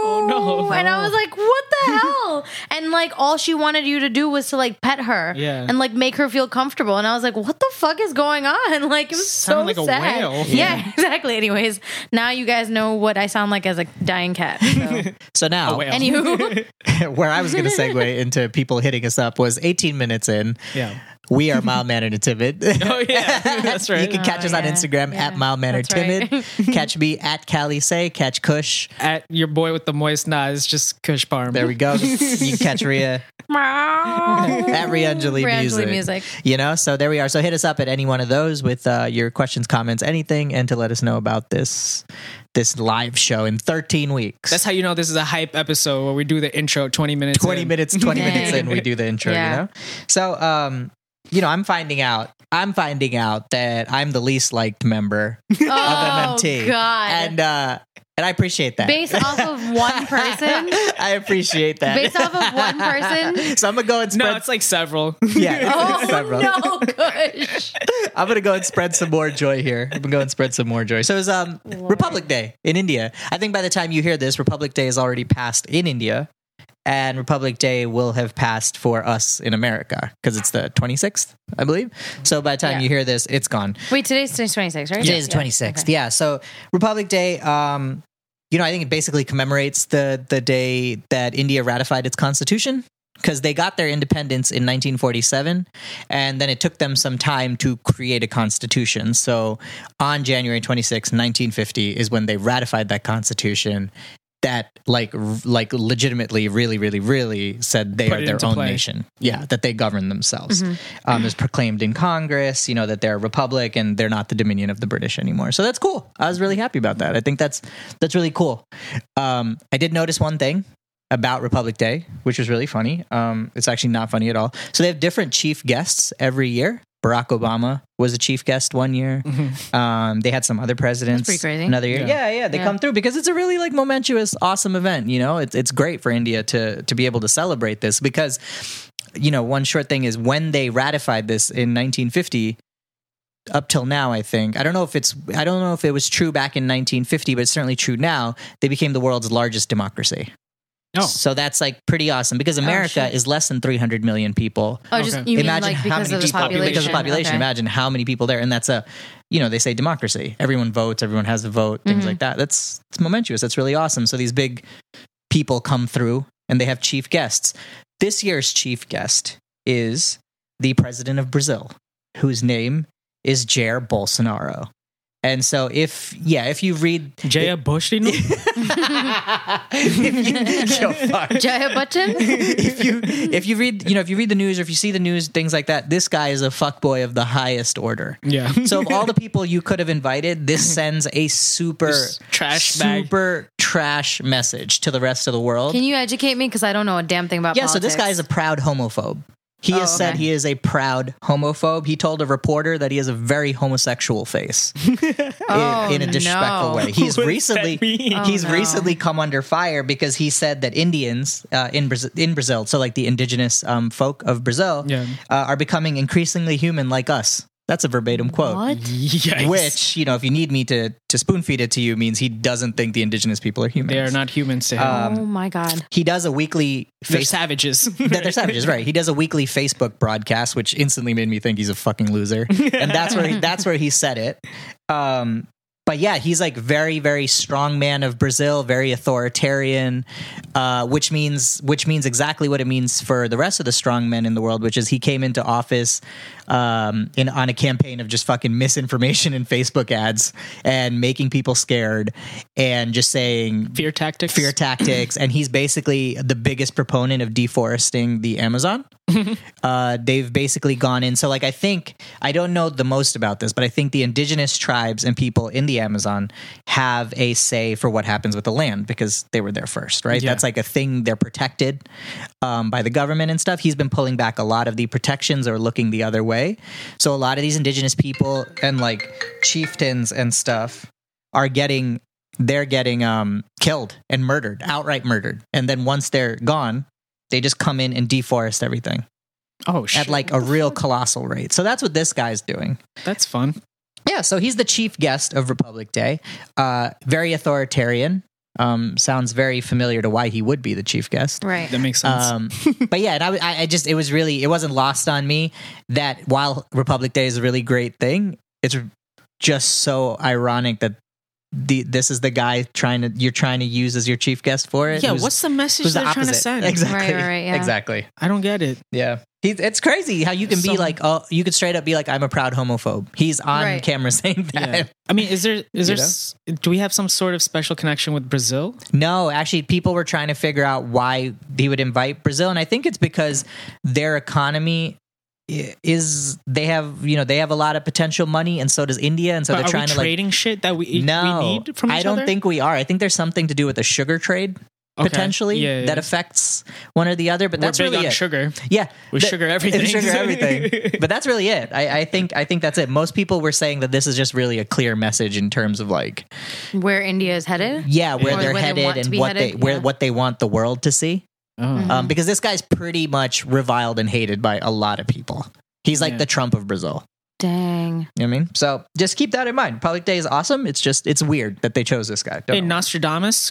S1: "Oh
S3: no.
S1: And I was like, "What the hell?" and like, all she wanted you to do was to like pet her,
S3: Yeah.
S1: and like make her feel comfortable. And I was like, "What the fuck is going on?" Like, it was so
S3: Sounded like a
S1: sad.
S3: whale.
S1: Yeah. exactly. Anyways, now you guys know what I sound like as a dying cat. So.
S2: So now,
S3: whale.
S1: Anywho,
S2: where I was going to segue into people hitting us up was 18 minutes in.
S3: Yeah.
S2: We are mild mannered and timid.
S3: Oh, yeah. That's right.
S2: You can catch us on
S1: yeah.
S2: Instagram
S1: Yeah.
S2: at mild mannered timid.
S1: That's right.
S2: catch me at Cali Say. Catch Kush.
S3: at your boy with the moist nah, it's just Kush Parm.
S2: There we go. you can catch Rhea At Rianjali Music.
S1: Rianjali music.
S2: You know, so there we are. So hit us up at any one of those with uh, your questions, comments, anything, and to let us know about this this live show in 13 weeks.
S3: That's how you know this is a hype episode where we do the intro 20 minutes.
S2: 20
S3: in.
S2: minutes 20 minutes
S1: Yeah.
S2: in we do the intro
S1: Yeah.
S2: you know so um you know i'm finding out i'm finding out that i'm the least liked member
S1: Oh,
S2: MMT.
S1: God.
S2: and uh and i appreciate that
S1: Based off of one person?
S2: i appreciate that
S1: Based off of one person?
S2: so i'm gonna go and
S3: No,
S2: spread
S3: it's like several.
S2: yeah
S1: oh,
S2: several.
S1: no, gosh.
S2: i'm gonna go and spread some more joy here i'm gonna go and spread some more joy so it was um
S1: Lord.
S2: republic day in india i think by the time you hear this republic day is already passed in india and Republic Day will have passed for us in America because it's the 26th, I believe. So by the time
S1: Yeah.
S2: you hear this, it's gone.
S1: Wait, today's 26, right?
S2: Today is 26th. Yeah. So Republic Day, um, you know, I think it basically commemorates the the day that India ratified its constitution because they got their independence in 1947 and then it took them some time to create a constitution. So on January 26, 1950 is when they ratified that constitution that like r- like legitimately really really really said they
S3: Put
S2: are
S3: it
S2: their
S3: into
S2: own
S3: play. Mm-hmm.
S2: nation. Yeah, that they govern themselves um, is proclaimed in Congress, you know, that they're a republic and they're not the dominion of the British anymore. So that's cool. I was really happy about that. I think that's that's really cool. Um, I did notice one thing about Republic Day, which was really funny. Um, it's actually not funny at all. So they have different chief guests every year. Barack Obama was a chief guest one year. Um, they had some other presidents
S1: pretty crazy.
S2: another year. Yeah,
S3: Yeah.
S2: yeah, they
S1: Yeah.
S2: come through because it's a really like momentous, awesome event. You know, it's it's great for India to to be able to celebrate this because you know, one short thing is when they ratified this in 1950, up till now, I think, I don't know if it's, I don't know if it was true back in 1950, but it's certainly true now. They became the world's largest democracy.
S3: Oh.
S2: So that's like pretty awesome because America
S1: shit.
S2: is less than 300 million people.
S1: Oh, just,
S3: Okay.
S1: you mean
S2: Imagine
S1: like
S2: how
S1: because
S2: many
S1: of the
S2: people,
S1: population?
S2: because of population.
S1: Okay.
S2: Imagine how many people there, and that's a, you know, they say democracy. Everyone votes, everyone has a vote, things
S1: Mhm.
S2: like that. That's it's momentous. That's really awesome. So these big people come through, and they have chief guests. This year's chief guest is the president of Brazil, whose name is Jair Bolsonaro. And so, if yeah, if you read,
S3: Jaya Bush, you know?
S2: if you, yo, fuck
S1: Jaya Button?
S2: if you if you read you know if you read the news or if you see the news things like that this guy is a fuckboy of the highest order
S3: Yeah.
S2: so of all the people you could have invited this sends a super
S3: This trash bag.
S2: super trash message to the rest of the world
S1: Can you educate me? Because I don't know a damn thing about
S2: yeah so
S1: politics.
S2: this guy is a proud homophobe he
S1: Oh,
S2: has said
S1: okay.
S2: he is a proud homophobe. He told a reporter that he has a very homosexual face in,
S1: Oh,
S2: in a disrespectful
S1: no.
S2: way. He's
S3: What does
S2: recently
S3: that mean?
S1: Oh,
S2: he's
S1: no.
S2: recently come under fire because he said that Indians uh, in Braz- in Brazil, so like the indigenous um, folk of Brazil,
S3: Yeah.
S2: uh, are becoming increasingly human like us. That's a verbatim quote.
S1: What?
S3: Yikes.
S2: Which you know, if you need me to to spoon feed it to you, means he doesn't think the indigenous people are human.
S3: They are not humans to him.
S2: Um,
S1: oh my God.
S2: He does a weekly
S3: They're
S2: face.
S3: savages.
S2: that they're savages, right? He does a weekly Facebook broadcast, which instantly made me think he's a fucking loser, and that's where he, that's where he said it. Um, but yeah, he's like very, very strong man of Brazil, very authoritarian, uh, which means which means exactly what it means for the rest of the strong men in the world, which is he came into office um, in on a campaign of just fucking misinformation and Facebook ads and making people scared and just saying
S3: Fear tactics.
S2: fear tactics, and he's basically the biggest proponent of deforesting the Amazon. uh, they've basically gone in. So, like, I think I don't know the most about this, but I think the indigenous tribes and people in the Amazon have a say for what happens with the land because they were there first, right?
S3: Yeah.
S2: That's like a thing they're protected um, by the government and stuff. He's been pulling back a lot of the protections or looking the other way. So, a lot of these indigenous people and like chieftains and stuff are getting they're getting um, killed and murdered, outright murdered. And then once they're gone, they just come in and deforest everything
S3: Oh, shit.
S2: at like a real colossal rate. So that's what this guy's doing.
S3: That's fun.
S2: Yeah, so he's the chief guest of Republic Day. Uh, very authoritarian. Um, sounds very familiar to why he would be the chief guest.
S1: Right.
S3: That makes sense.
S2: Um, but yeah, and I, I- I just it was really it wasn't lost on me that while Republic Day is a really great thing, it's just so ironic that the this is the guy trying to you're trying to use as your chief guest for it.
S3: yeah,
S2: who's-
S3: what's the message
S2: who's the
S3: they're trying to
S2: opposite.
S3: send?
S2: Exactly.
S1: Right, right, yeah.
S2: Exactly.
S3: I don't get it.
S2: Yeah. He's, it's crazy how you can
S3: Some-
S2: be like, oh, you could straight up be like, I'm a proud homophobe. He's on
S1: Right.
S2: camera saying that.
S3: Yeah. I mean, is there is there
S2: know?
S3: s do we have some sort of special connection with Brazil?
S2: No, actually, people were trying to figure out why he would invite Brazil, and I think it's because their economy i- is they have you know they have a lot of potential money, and so does India, and so
S3: But
S2: they're
S3: are
S2: trying
S3: we
S2: to like.
S3: trading shit that we,
S2: No,
S3: we need from each
S2: I don't
S3: other?
S2: think we are. I think there's something to do with the sugar trade
S3: Okay.
S2: potentially
S3: Yeah, yeah.
S2: that affects one or the other. But
S3: We're
S2: that's
S3: big
S2: really
S3: on
S2: it.
S3: sugar.
S2: Yeah,
S3: We
S2: That-
S3: sugar everything.
S2: we sugar everything. but that's really it. I, I think I think that's it. Most people were saying that this is just really a clear message in terms of like
S1: Where India is headed?
S2: yeah where
S3: Or
S2: they're
S1: where they
S2: headed
S1: want to
S2: and
S1: be
S2: what
S1: headed,
S2: they where
S1: yeah.
S2: what they want the world to see
S3: Oh.
S1: Mm-hmm.
S2: um, because this guy's pretty much reviled and hated by a lot of people he's like
S3: Yeah.
S2: the trump of brazil
S1: Dang.
S2: you know what i mean so just keep that in mind public day is awesome it's just it's weird that they chose this guy Don't
S3: Hey,
S2: know.
S3: Nostradamus,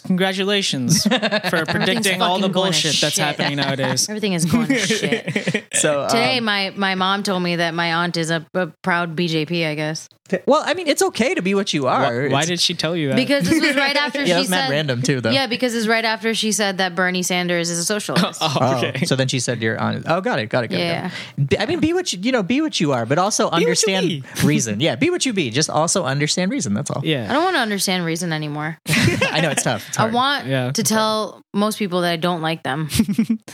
S3: congratulations for predicting all the
S1: fucking going to
S3: bullshit that's
S1: shit.
S3: happening nowadays.
S1: Everything is going to shit.
S2: so um,
S1: Today, my, my mom told me that my aunt is a, a proud BJP, I guess.
S2: well i mean it's okay to be what you are
S3: Why, why
S2: It's-
S3: did she tell you that?
S1: Because this was right after
S2: yeah, that
S1: she
S2: was mad
S1: said.
S2: random too though
S1: Yeah, because it's right after she said that Bernie Sanders is a socialist.
S3: oh,
S2: Oh,
S3: okay.
S2: so then she said you're honest. Oh, got it, got it, got
S1: Yeah.
S2: it. Got it. Be- I mean, be what you, you know, be what you are, but also
S3: you
S2: understand
S3: be.
S2: reason. Yeah, be what you be. Just also understand reason. That's all.
S1: I
S3: yeah.
S1: don't want to understand reason anymore.
S2: I know it's tough. It's,
S1: I
S2: hard.
S1: want
S3: Yeah.
S1: to tell most people that I don't like them.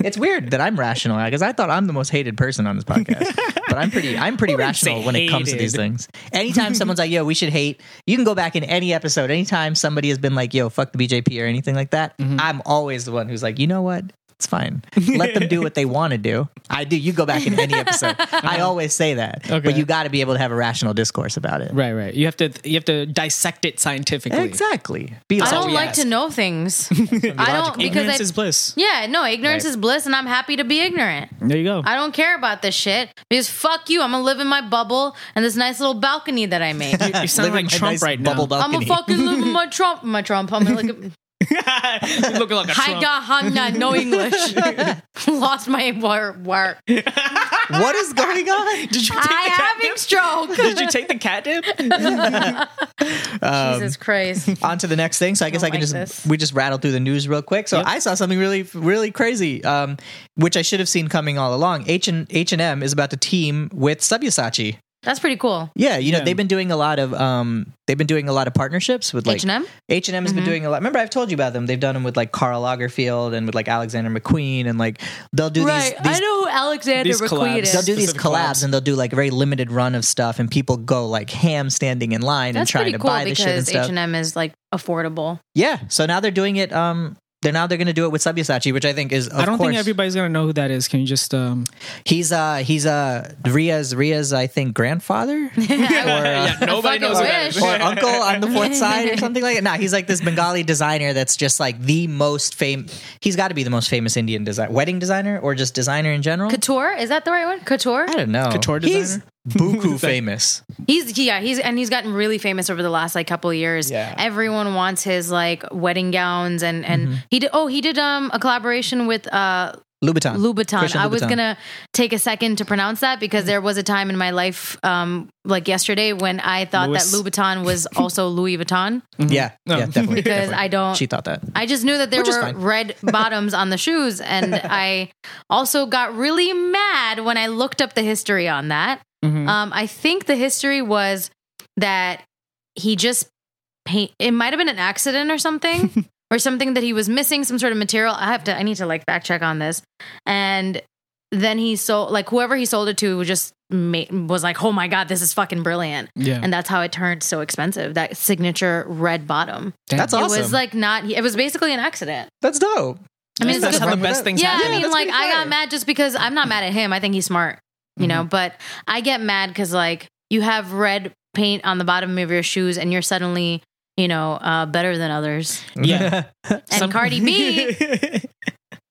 S2: it's weird that I'm rational because I thought I'm the most hated person on this podcast, but I'm pretty, I'm pretty
S3: wouldn't say
S2: rational when it comes to these
S3: hated.
S2: things. Anytime someone's like, "Yo, we should hate," you can go back in any episode. Anytime somebody has been like, "Yo, fuck the BJP" or anything like that,
S3: Mm-hmm.
S2: I'm always the one who's like, "You know what?" It's fine. Let them do what they want to do. I do. You go back in any episode. I always say that.
S3: Okay.
S2: But you got to be able to have a rational discourse about it.
S3: Right, right. You have to you have to dissect it scientifically.
S2: Exactly. Be
S1: I
S2: "Oh, logical.
S1: don't
S3: we
S1: like
S3: ask.
S1: to know things. I don't because
S3: Ignorance
S1: I,
S3: is bliss.
S1: yeah, no, ignorance
S2: Right.
S1: is bliss, and I'm happy to be ignorant.
S3: There you go.
S1: I don't care about this shit because fuck you. I'm gonna live in my bubble and this nice little balcony that I made.
S3: you sound
S2: Living
S3: like
S2: a
S3: Trump
S2: nice
S3: right
S2: bubble
S3: now.
S1: I'm
S2: balcony.
S1: gonna fucking live in my Trump, my Trump. I'm like,
S3: you look like a
S1: hi,
S3: Trump.
S1: ga, hang na, no English. Lost my work. work.
S2: what is going on?
S3: Did you take the
S1: I
S3: cat
S1: having
S3: dip?
S1: stroke.
S3: Did you take the cat dip?
S2: Um,
S1: Jesus Christ.
S2: on to the next thing. So I guess I,
S1: don't
S2: can
S1: like
S2: just
S1: this.
S2: we just rattle through the news real quick. So I saw something really really crazy, um, which I should have seen coming all along. H and H and M is about to team with Subisachi.
S1: That's pretty cool.
S2: Yeah, you know
S3: Yeah.
S2: they've been doing a lot of um, they've been doing a lot of partnerships with like
S1: H&M?
S2: H and M has been doing a lot. Remember I've told you about them. They've done them with like Karl Lagerfeld and with like Alexander McQueen and like they'll do these. these
S1: I know who Alexander
S3: these collabs.
S1: McQueen is.
S2: They'll do these
S3: specific
S2: collabs
S3: collabs.
S2: and they'll do like a very limited run of stuff, and people go like ham standing in line and
S1: That's
S2: trying
S1: pretty
S2: to
S1: cool
S2: buy the shit and
S1: because
S2: stuff.
S1: H and M is like affordable.
S2: Yeah. So now they're doing it. Um, they're now they're going to do it with Sabyasachi, which I think is. Of
S3: I don't
S2: course,
S3: think everybody's gonna know who that is. Can you just um
S2: He's uh he's uh Ria's Ria's I think grandfather
S3: yeah, nobody
S1: fucking
S3: knows who that
S1: wish.
S3: is.
S2: or uncle on the fourth side or something like that. Nah, he's like this Bengali designer that's just like the most famous. He's got to be the most famous Indian design wedding designer or just designer in general.
S1: Couture is that the right one? Couture.
S2: I don't know.
S3: Couture
S2: He's
S3: designer?
S2: buku famous.
S1: He's yeah. He's and he's gotten really famous over the last like couple of years.
S2: Yeah. Mm-hmm.
S1: Everyone wants his like wedding gowns and and he did. Oh, he did um a collaboration with uh
S2: Louboutin.
S1: Louboutin.
S2: Christian Mm-hmm.
S1: I was
S2: Louboutin.
S1: gonna take a second to pronounce that because there was a time in my life, um, like yesterday, when I thought
S3: Louis.
S1: that Louboutin was also Louis Vuitton
S2: Yeah,
S3: No.
S2: yeah, definitely.
S1: because
S2: definitely.
S1: I don't.
S2: She thought that.
S1: I just knew that there
S2: Which is
S1: were
S2: fine.
S1: red bottoms on the shoes. And I also got really mad when I looked up the history on that.
S2: Mm-hmm.
S3: Mhm.
S1: Um, I think the history was that he just paint, it might have been an accident or something, or something that he was missing, some sort of material. I have to, I need to like fact check on this. And then he sold, like, whoever he sold it to just made, was like, oh my God, this is fucking brilliant.
S3: Yeah.
S1: And that's how it turned so expensive that signature red bottom.
S3: Damn.
S2: That's awesome.
S1: It was like not. It was basically an accident.
S2: That's dope.
S1: I mean,
S3: that's
S1: it's
S3: how
S1: good
S3: the
S1: for-
S3: best things
S1: yeah,
S3: happen.
S1: I mean,
S2: that's
S1: like
S2: pretty
S1: I
S2: fair.
S1: got mad just because I'm not mad at him. I think he's smart, you know.
S2: Mm-hmm.
S1: But I get mad because like you have red paint on the bottom of your shoes, and you're suddenly, you know, uh, better than others.
S3: Yeah.
S1: And
S3: Some-
S1: Cardi B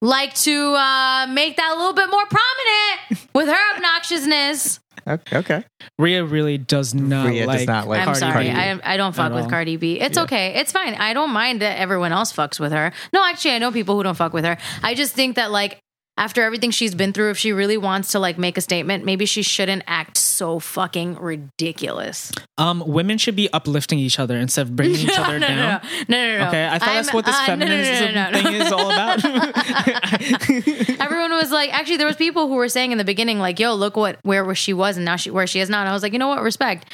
S1: like to uh, make that a little bit more prominent with her obnoxiousness.
S2: okay. okay.
S3: Rhea really does not
S2: Rhea does
S3: like.
S2: not like
S1: I'm
S3: Cardi
S1: sorry,
S3: B.
S1: I, I don't fuck
S3: At
S1: with
S3: all.
S1: Cardi B. It's
S3: Yeah.
S1: okay, it's fine. I don't mind that everyone else fucks with her. No, actually, I know people who don't fuck with her. I just think that like after everything she's been through, if she really wants to like make a statement, maybe she shouldn't act so fucking ridiculous.
S3: Um, women should be uplifting each other instead of bringing each other
S1: no,
S3: down.
S1: no, no, no, no, no.
S3: Okay, I thought that's
S1: I'm-
S3: what this
S1: uh, no, no, no,
S3: feminism
S1: no, no, no.
S3: thing is all about.
S1: everyone was like, actually, there was people who were saying in the beginning, like, "Yo, look what where she was and now she where she is now." And I was like, you know what, respect.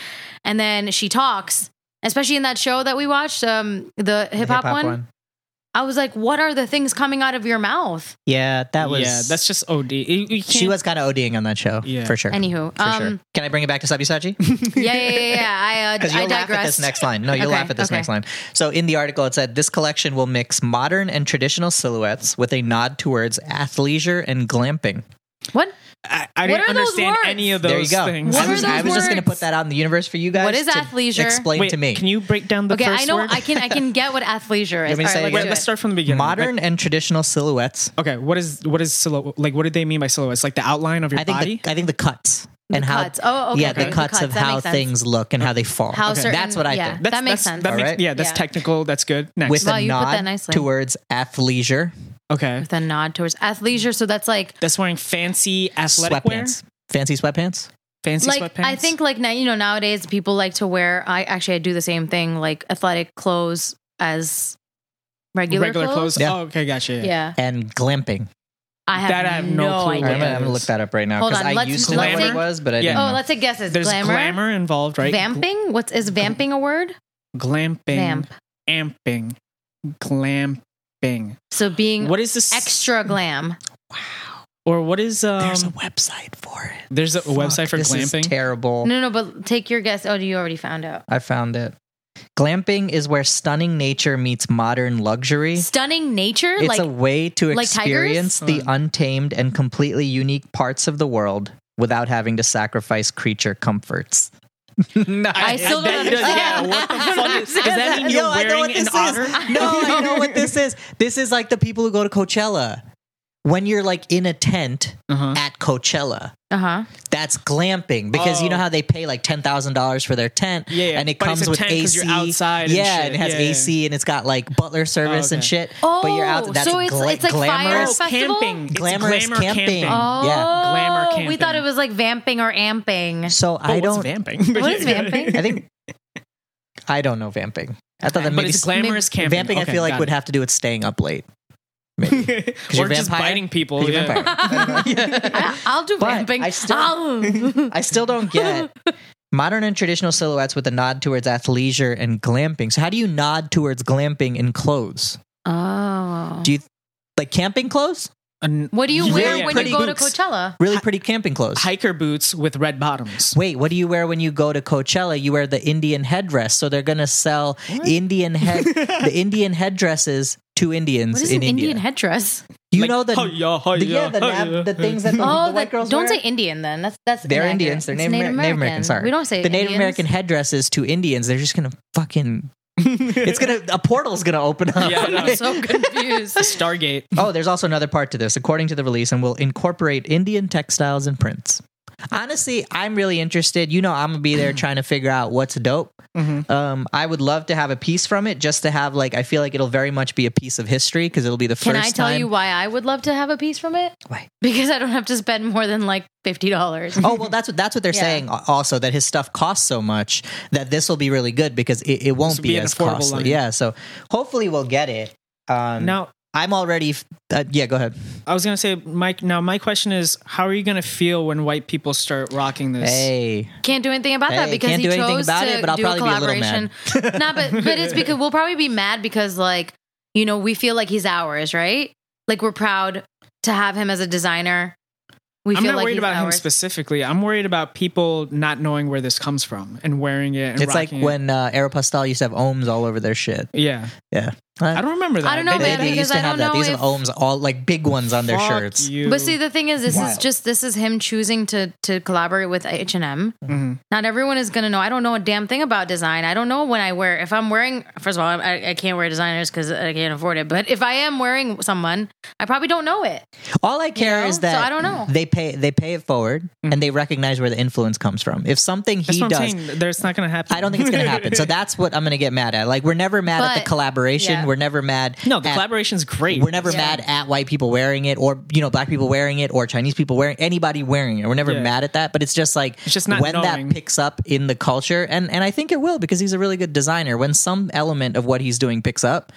S1: And then she talks, especially in that show that we watched, um, the hip hop one. I was like, what are the things coming out of your mouth?
S2: Yeah, that was.
S3: yeah, that's just OD. You- you
S2: She
S3: can't-
S2: was kind of ODing on that show,
S3: Yeah.
S2: for sure.
S1: Anywho,
S2: for sure.
S1: um,
S2: Can I bring it back to Sabisachi?
S1: yeah, yeah, yeah, yeah. I uh,
S2: Because you'll
S1: I
S2: laugh at
S1: digress.
S2: this next line. No, you'll
S1: Okay,
S2: laugh at this
S1: okay.
S2: next line. So in the article, it said this collection will mix modern and traditional silhouettes with a nod towards athleisure and glamping.
S1: What?
S3: I, I
S1: What
S3: didn't
S1: are those
S3: understand
S1: words?
S3: any of
S2: there you
S3: those
S2: go.
S3: things.
S1: What
S2: I was,
S1: are
S2: I
S1: those
S2: was just going to
S1: words?
S2: put that out in the universe for you guys.
S1: What is
S2: to
S1: athleisure?
S2: Explain
S3: Wait,
S2: to me.
S3: Can you break down the
S1: Okay,
S3: first
S1: I know
S3: word?
S1: I can I can get what athleisure
S2: You want
S1: is.
S2: me to
S1: All
S2: say
S1: right, let's
S2: it
S3: Wait,
S1: do
S3: let's
S1: it.
S3: start from the beginning.
S2: modern and traditional silhouettes.
S3: Like, okay, what is what is silhouette? Like, what did they mean by silhouettes? Like the outline of your
S2: I think
S3: body.
S2: the, I think the cuts and how
S1: cuts. Oh, okay,
S2: yeah
S1: okay.
S2: the
S1: The
S2: cuts
S1: cuts,
S2: of
S1: that
S2: how
S1: makes sense.
S2: things look and how they fall.
S1: How certain-
S2: That's what I
S1: yeah.
S2: think.
S1: That makes sense.
S3: That
S2: All
S3: makes,
S2: right.
S3: Yeah, that's
S1: Yeah.
S3: technical. That's good. Next.
S2: With
S1: Wow,
S2: a
S1: you put that
S2: nod
S1: nicely.
S2: towards athleisure,
S3: okay.
S1: with a nod towards athleisure. So that's like
S3: That's wearing fancy athletic wear.
S2: sweatpants, fancy sweatpants.
S3: Fancy
S1: like
S3: sweatpants.
S1: I think like now you know nowadays people like to wear. I actually I do the same thing like athletic clothes as regular,
S3: regular clothes.
S2: Yeah.
S3: Oh, okay, gotcha.
S1: Yeah.
S3: Yeah.
S2: and glamping.
S1: I have
S3: That I have no clue
S2: I'm
S1: idea.
S3: what
S2: gonna,
S3: that
S2: I'm gonna
S3: is.
S2: look that up right now
S1: Hold
S2: because
S1: on,
S2: I
S1: let's-
S2: used to know
S3: let's
S2: what it
S3: take-
S2: was, but I
S3: Yeah.
S2: didn't.
S1: Oh,
S2: know.
S1: let's take guesses.
S3: There's glamour,
S1: glamour,
S3: involved, right?
S1: vamping. What's is vamping a word?
S3: Glamping.
S1: Vamp.
S3: Amping. Glamping.
S1: So being
S3: What is this?
S1: extra glam.
S3: or what is um?
S2: There's a website for it.
S3: There's a,
S2: Fuck,
S3: website for
S2: this is
S3: glamping.
S2: terrible.
S1: No, no, but take your guess. Oh, you already found out.
S2: I found it. Glamping is where stunning nature meets modern luxury.
S1: Stunning nature,
S2: It's
S1: like
S2: a way to
S1: like tigers?
S2: experience the
S3: Hold
S2: untamed and completely unique parts of the world without having to sacrifice creature comfors. no,
S1: I still
S3: bet
S1: don't
S3: you does-
S1: understand.
S3: Yeah, what the fuck is, does that mean
S2: Yo,
S3: you're
S2: I know what
S3: wearing an
S2: this
S3: otter?
S2: is. No, I know what this is. This is like the people who go to Coachella. When you're like in a tent
S3: Uh-huh.
S2: at Coachella,
S1: uh huh.
S2: that's glamping because you
S3: Oh.
S2: know how they pay like ten thousand dollars for their tent,
S3: Yeah, yeah.
S2: and it
S3: But it's
S2: comes
S3: a
S2: with
S3: tent 'cause
S2: AC.
S3: you're outside and
S2: yeah,
S3: shit.
S2: and it has
S3: Yeah, yeah.
S2: AC and it's got like butler service
S3: Oh,
S2: and
S3: okay.
S2: shit.
S1: Oh,
S2: but you're out. That's
S1: so it's
S2: gla-
S1: it's like fire
S2: glamorous,
S1: festival.
S3: Oh, Camping. It's
S2: glamorous
S3: glamour
S2: camping.
S3: camping.
S1: Oh,
S2: Yeah.
S3: Glamour
S1: we
S3: camping.
S1: thought it was like vamping or amping.
S2: So
S3: Oh. But
S2: I
S3: what's
S2: don't.
S3: vamping.
S1: What is vamping?
S2: I think I don't know vamping. I thought that
S3: but
S2: maybe
S3: it's glamorous camping.
S2: vamping. I
S3: Okay,
S2: feel like
S3: got
S2: would
S3: it.
S2: have to do with staying up late. Maybe.
S3: or
S2: you're
S3: just
S2: vampire?
S3: biting people.
S2: You're
S3: yeah.
S2: vampire.
S1: I, I'll do
S2: But
S1: vamping.
S2: I still-
S1: I'll-
S2: I still don't get modern and traditional silhouettes with a nod towards athleisure and glamping. So how do you nod towards glamping in clothes?
S1: oh.
S2: Do you like camping clothes?
S3: An-
S1: what do you
S3: Yeah,
S1: wear
S3: yeah,
S1: when
S2: pretty
S1: you go to
S2: boots.
S1: Coachella?
S2: Really pretty camping clothes.
S3: hiker boots with red bottoms.
S2: Wait, what do you wear when you go to Coachella? You wear the Indian headdress. So they're gonna sell Indian head the Indian headdresses to Indians
S1: What is an
S2: in India.
S1: Indian oh, headdress?
S2: you
S3: Like,
S2: know the,
S3: "Hiya,
S2: the-
S3: hiya,
S2: yeah, the, nab-
S3: hiya."
S2: the things that the,
S1: Oh,
S2: the white
S1: that,
S2: girls
S1: don't
S2: wear?
S1: say Indian then. That's that's
S2: They're
S1: inaccurate.
S2: Indians. They're
S1: It's
S2: Native, Amer- Native American. Sorry,
S1: We don't say
S2: the Native
S1: Indians.
S2: American headdresses to Indians. They're just gonna fucking. it's gonna a portal's gonna open up.
S3: Yeah, I know.
S1: I'm so confused.
S3: Stargate.
S2: oh, there's also another part to this. According to the release, and will incorporate Indian textiles and prints. Honestly, I'm really interested. You know, I'm gonna be there trying to figure out what's dope.
S1: Mm-hmm.
S2: Um, I would love to have a piece from it, just to have like. I feel like it'll very much be a piece of history because it'll be the
S1: Can
S2: first
S1: I tell
S2: time.
S1: you why I would love to have a piece from it?
S2: Why?
S1: Because I don't have to spend more than like fifty dollars.
S2: oh well, that's what that's what they're
S1: Yeah.
S2: saying. al- Also, that his stuff costs so much that this will be really good because it, it won't
S3: will
S2: be,
S3: be an
S2: as
S3: affordable
S2: costly.
S3: line.
S2: Yeah, so hopefully we'll get it. Um,
S3: Now,
S2: I'm already. f- Uh, yeah, go ahead.
S3: I was gonna say, Mike. Now, my question is, how are you gonna feel when white people start rocking this?
S2: Hey,
S1: Can't do anything about that
S2: Hey,
S1: because
S2: can't
S1: he
S2: do anything
S1: chose
S2: about
S1: to
S2: it, but I'll
S1: do
S2: probably be
S1: a
S2: a little
S1: collaboration. nah, but but it's because we'll probably be mad because like you know we feel like he's ours, right? Like we're proud to have him as a designer. We
S3: I'm
S1: feel
S3: not
S1: like
S3: worried
S1: he's
S3: about him
S1: ours.
S3: specifically. I'm worried about people not knowing where this comes from and wearing it. And
S2: it's like
S3: rocking it.
S2: when uh, Aeropostale used to have ohms all over their shit.
S3: Yeah.
S2: Yeah.
S3: I don't remember that.
S1: I don't know,
S3: They
S2: They,
S1: man,
S3: did
S2: they
S1: because
S2: used to
S1: I
S2: have
S1: don't
S2: that. These
S1: know
S2: are ohms, all like big ones on their
S3: Fuck
S2: shirts.
S3: you.
S1: But see, the thing is, this is
S2: Wild.
S1: just this is him choosing to to collaborate with H and M.
S2: Mm-hmm.
S3: Mhm.
S1: Not everyone is gonna know. I don't know a damn thing about design. I don't know when I wear. If I'm wearing, first of all, I, I can't wear designers because I can't afford it. But if I am wearing someone, I probably don't know it.
S2: All I care
S1: know?
S2: is that
S1: So I don't know.
S2: they pay they pay it forward and they recognize where the influence comes from. If something
S3: Mm. That's
S2: he
S3: what I'm
S2: does
S3: saying. There's not going to happen.
S2: I don't think it's going to happen. So that's what I'm going to get mad at. Like we're never mad at the
S1: But-
S2: collaboration.
S1: Yeah.
S2: We're never mad.
S3: No, the
S2: at-
S3: collaboration's great.
S2: We're never
S1: Yeah.
S2: mad at white people wearing it, or you know, black people wearing it, or Chinese people wearing anybody wearing it. We're never
S3: Yeah.
S2: mad at that, but it's just like
S3: It's just not
S2: when
S3: knowing.
S2: that picks up in the culture, and and I think it will because he's a really good designer. When some element of what he's doing picks up,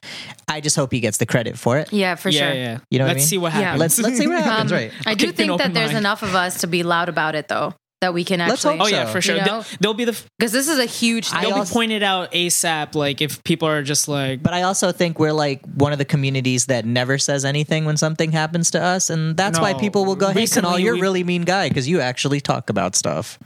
S2: I just hope he gets the credit for it.
S1: Yeah, for
S3: yeah,
S1: sure.
S3: yeah.
S2: You know what I
S3: let's
S2: mean?
S3: see what
S1: Yeah.
S3: happens.
S2: Let's let's see what happens.
S1: Um,
S2: right?
S1: I do
S3: Keep an
S1: think
S3: open
S1: that there's
S3: mind.
S1: enough of us to be loud about it, though, that we can
S2: Let's
S1: actually.
S2: hope
S3: Oh yeah,
S2: So,
S3: for sure.
S1: you know-
S3: They'll, they'll be the f-
S1: Because this is a huge
S2: I
S1: thing.
S3: they'll
S2: also-
S3: be pointed out ASAP. Like if people are just like,
S2: But I also think we're like one of the communities that never says anything when something happens to us, and that's why
S3: No.
S2: people will go, "Hey, Kunal,
S3: Recently
S2: you're a
S3: we-
S2: really mean guy because you actually talk about stuff."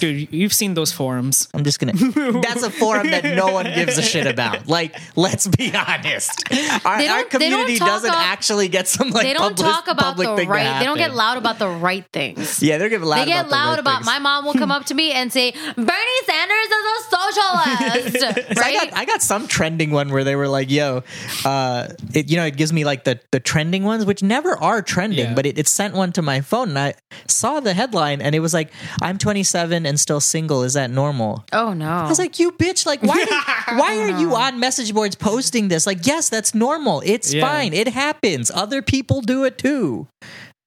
S3: dude, you've seen those forums.
S2: I'm just gonna. that's a forum that no one gives a shit about. Like, let's be honest, our,
S1: They don't-
S2: our
S1: they don't
S2: community
S1: talk
S2: doesn't
S1: up-
S2: actually get some like.
S1: they don't
S2: public-
S1: talk about
S2: public
S1: the
S2: thing to
S1: right. They don't get
S2: happen.
S1: loud about the right things.
S2: Yeah, they're getting loud.
S1: They get
S2: about the
S1: loud
S2: right
S1: about.
S2: things.
S1: My mom will come up to me and say, "Bernie Sanders is a socialist,"
S2: So
S1: right?
S2: I got I got some trending one where they were like, "Yo, uh, it, you know, it gives me like the the trending ones, which never are trending,
S3: Yeah.
S2: but it, it sent one to my phone, and I saw the headline, and it was like, "I'm 27 and still single. Is that normal?"
S1: oh no!
S2: I was like, "You bitch! Like, why do- why are you on message boards posting this? Like, yes, that's normal. It's
S3: Yeah.
S2: fine. It happens. Other people do it too.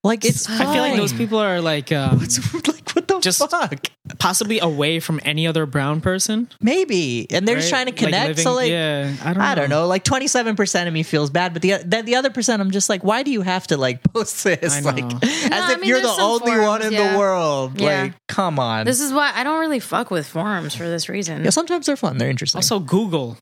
S2: Like, it's.
S3: I feel like those
S2: fine.
S3: people are like um,
S2: like what the
S3: Just-
S2: fuck?
S3: possibly away from any other brown person.
S2: Maybe, and they're just
S3: right?
S2: trying to connect.
S3: living-
S2: so like.
S3: yeah, I don't,
S2: I don't know. Like twenty seven percent of me feels bad, but the then the other percent, I'm just like, why do you have to like post
S3: I
S2: this?
S3: know.
S2: Like,
S3: No,
S2: as
S1: I
S2: if
S1: mean,
S2: you're the
S1: there's some
S2: only
S1: forums,
S2: one in
S1: yeah.
S2: the world.
S1: Yeah.
S2: Like, come on.
S1: this is why I don't really fuck with forums for this reason.
S2: yeah, sometimes they're fun. They're interesting.
S3: Also, Google.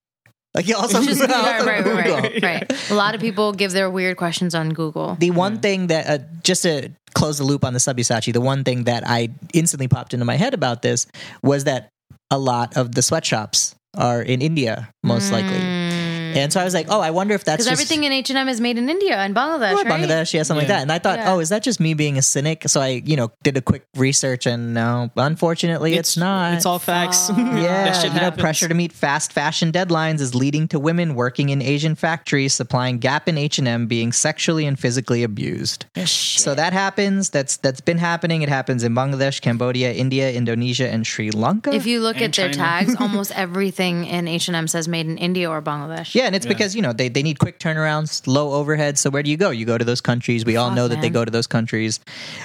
S2: like, yeah, also,
S1: It's just- right, right,
S2: also
S1: right,
S2: Google.
S1: right, right. A lot of people give their weird questions on Google.
S2: The one thing that uh, just to close the loop on the Subisachi, the one thing that I instantly popped into my head about this was that a lot of the sweatshops are in India, most likely. And so I was like, oh, I wonder if that's
S1: Because
S2: just
S1: Mm. everything in H and M is made in India and Bangladesh,
S2: Or
S1: right?
S2: Oh, Bangladesh, yeah, something like
S3: Yeah.
S2: that. And I thought,
S1: Yeah.
S2: oh, is that just me being a cynic? So I, you know, did a quick research, and no, unfortunately, it's, not.
S3: It's all facts.
S1: Fuck.
S2: yeah,
S3: that shit
S2: you know,
S3: happens.
S2: pressure to meet fast fashion deadlines is leading to women working in Asian factories supplying Gap and H and M being sexually and physically abused. So that happens. That's that's been happening. It happens in Bangladesh, Cambodia, India, Indonesia, and Sri Lanka.
S1: If you look
S3: And
S1: at their
S3: China.
S1: tags, almost everything in H and M says made in India or Bangladesh.
S2: Yeah, and it's because you know they, they need quick turnarounds, low overhead. So where do you go? You go to those countries. We all
S1: Fuck,
S2: know that they
S1: man.
S2: go to those countries.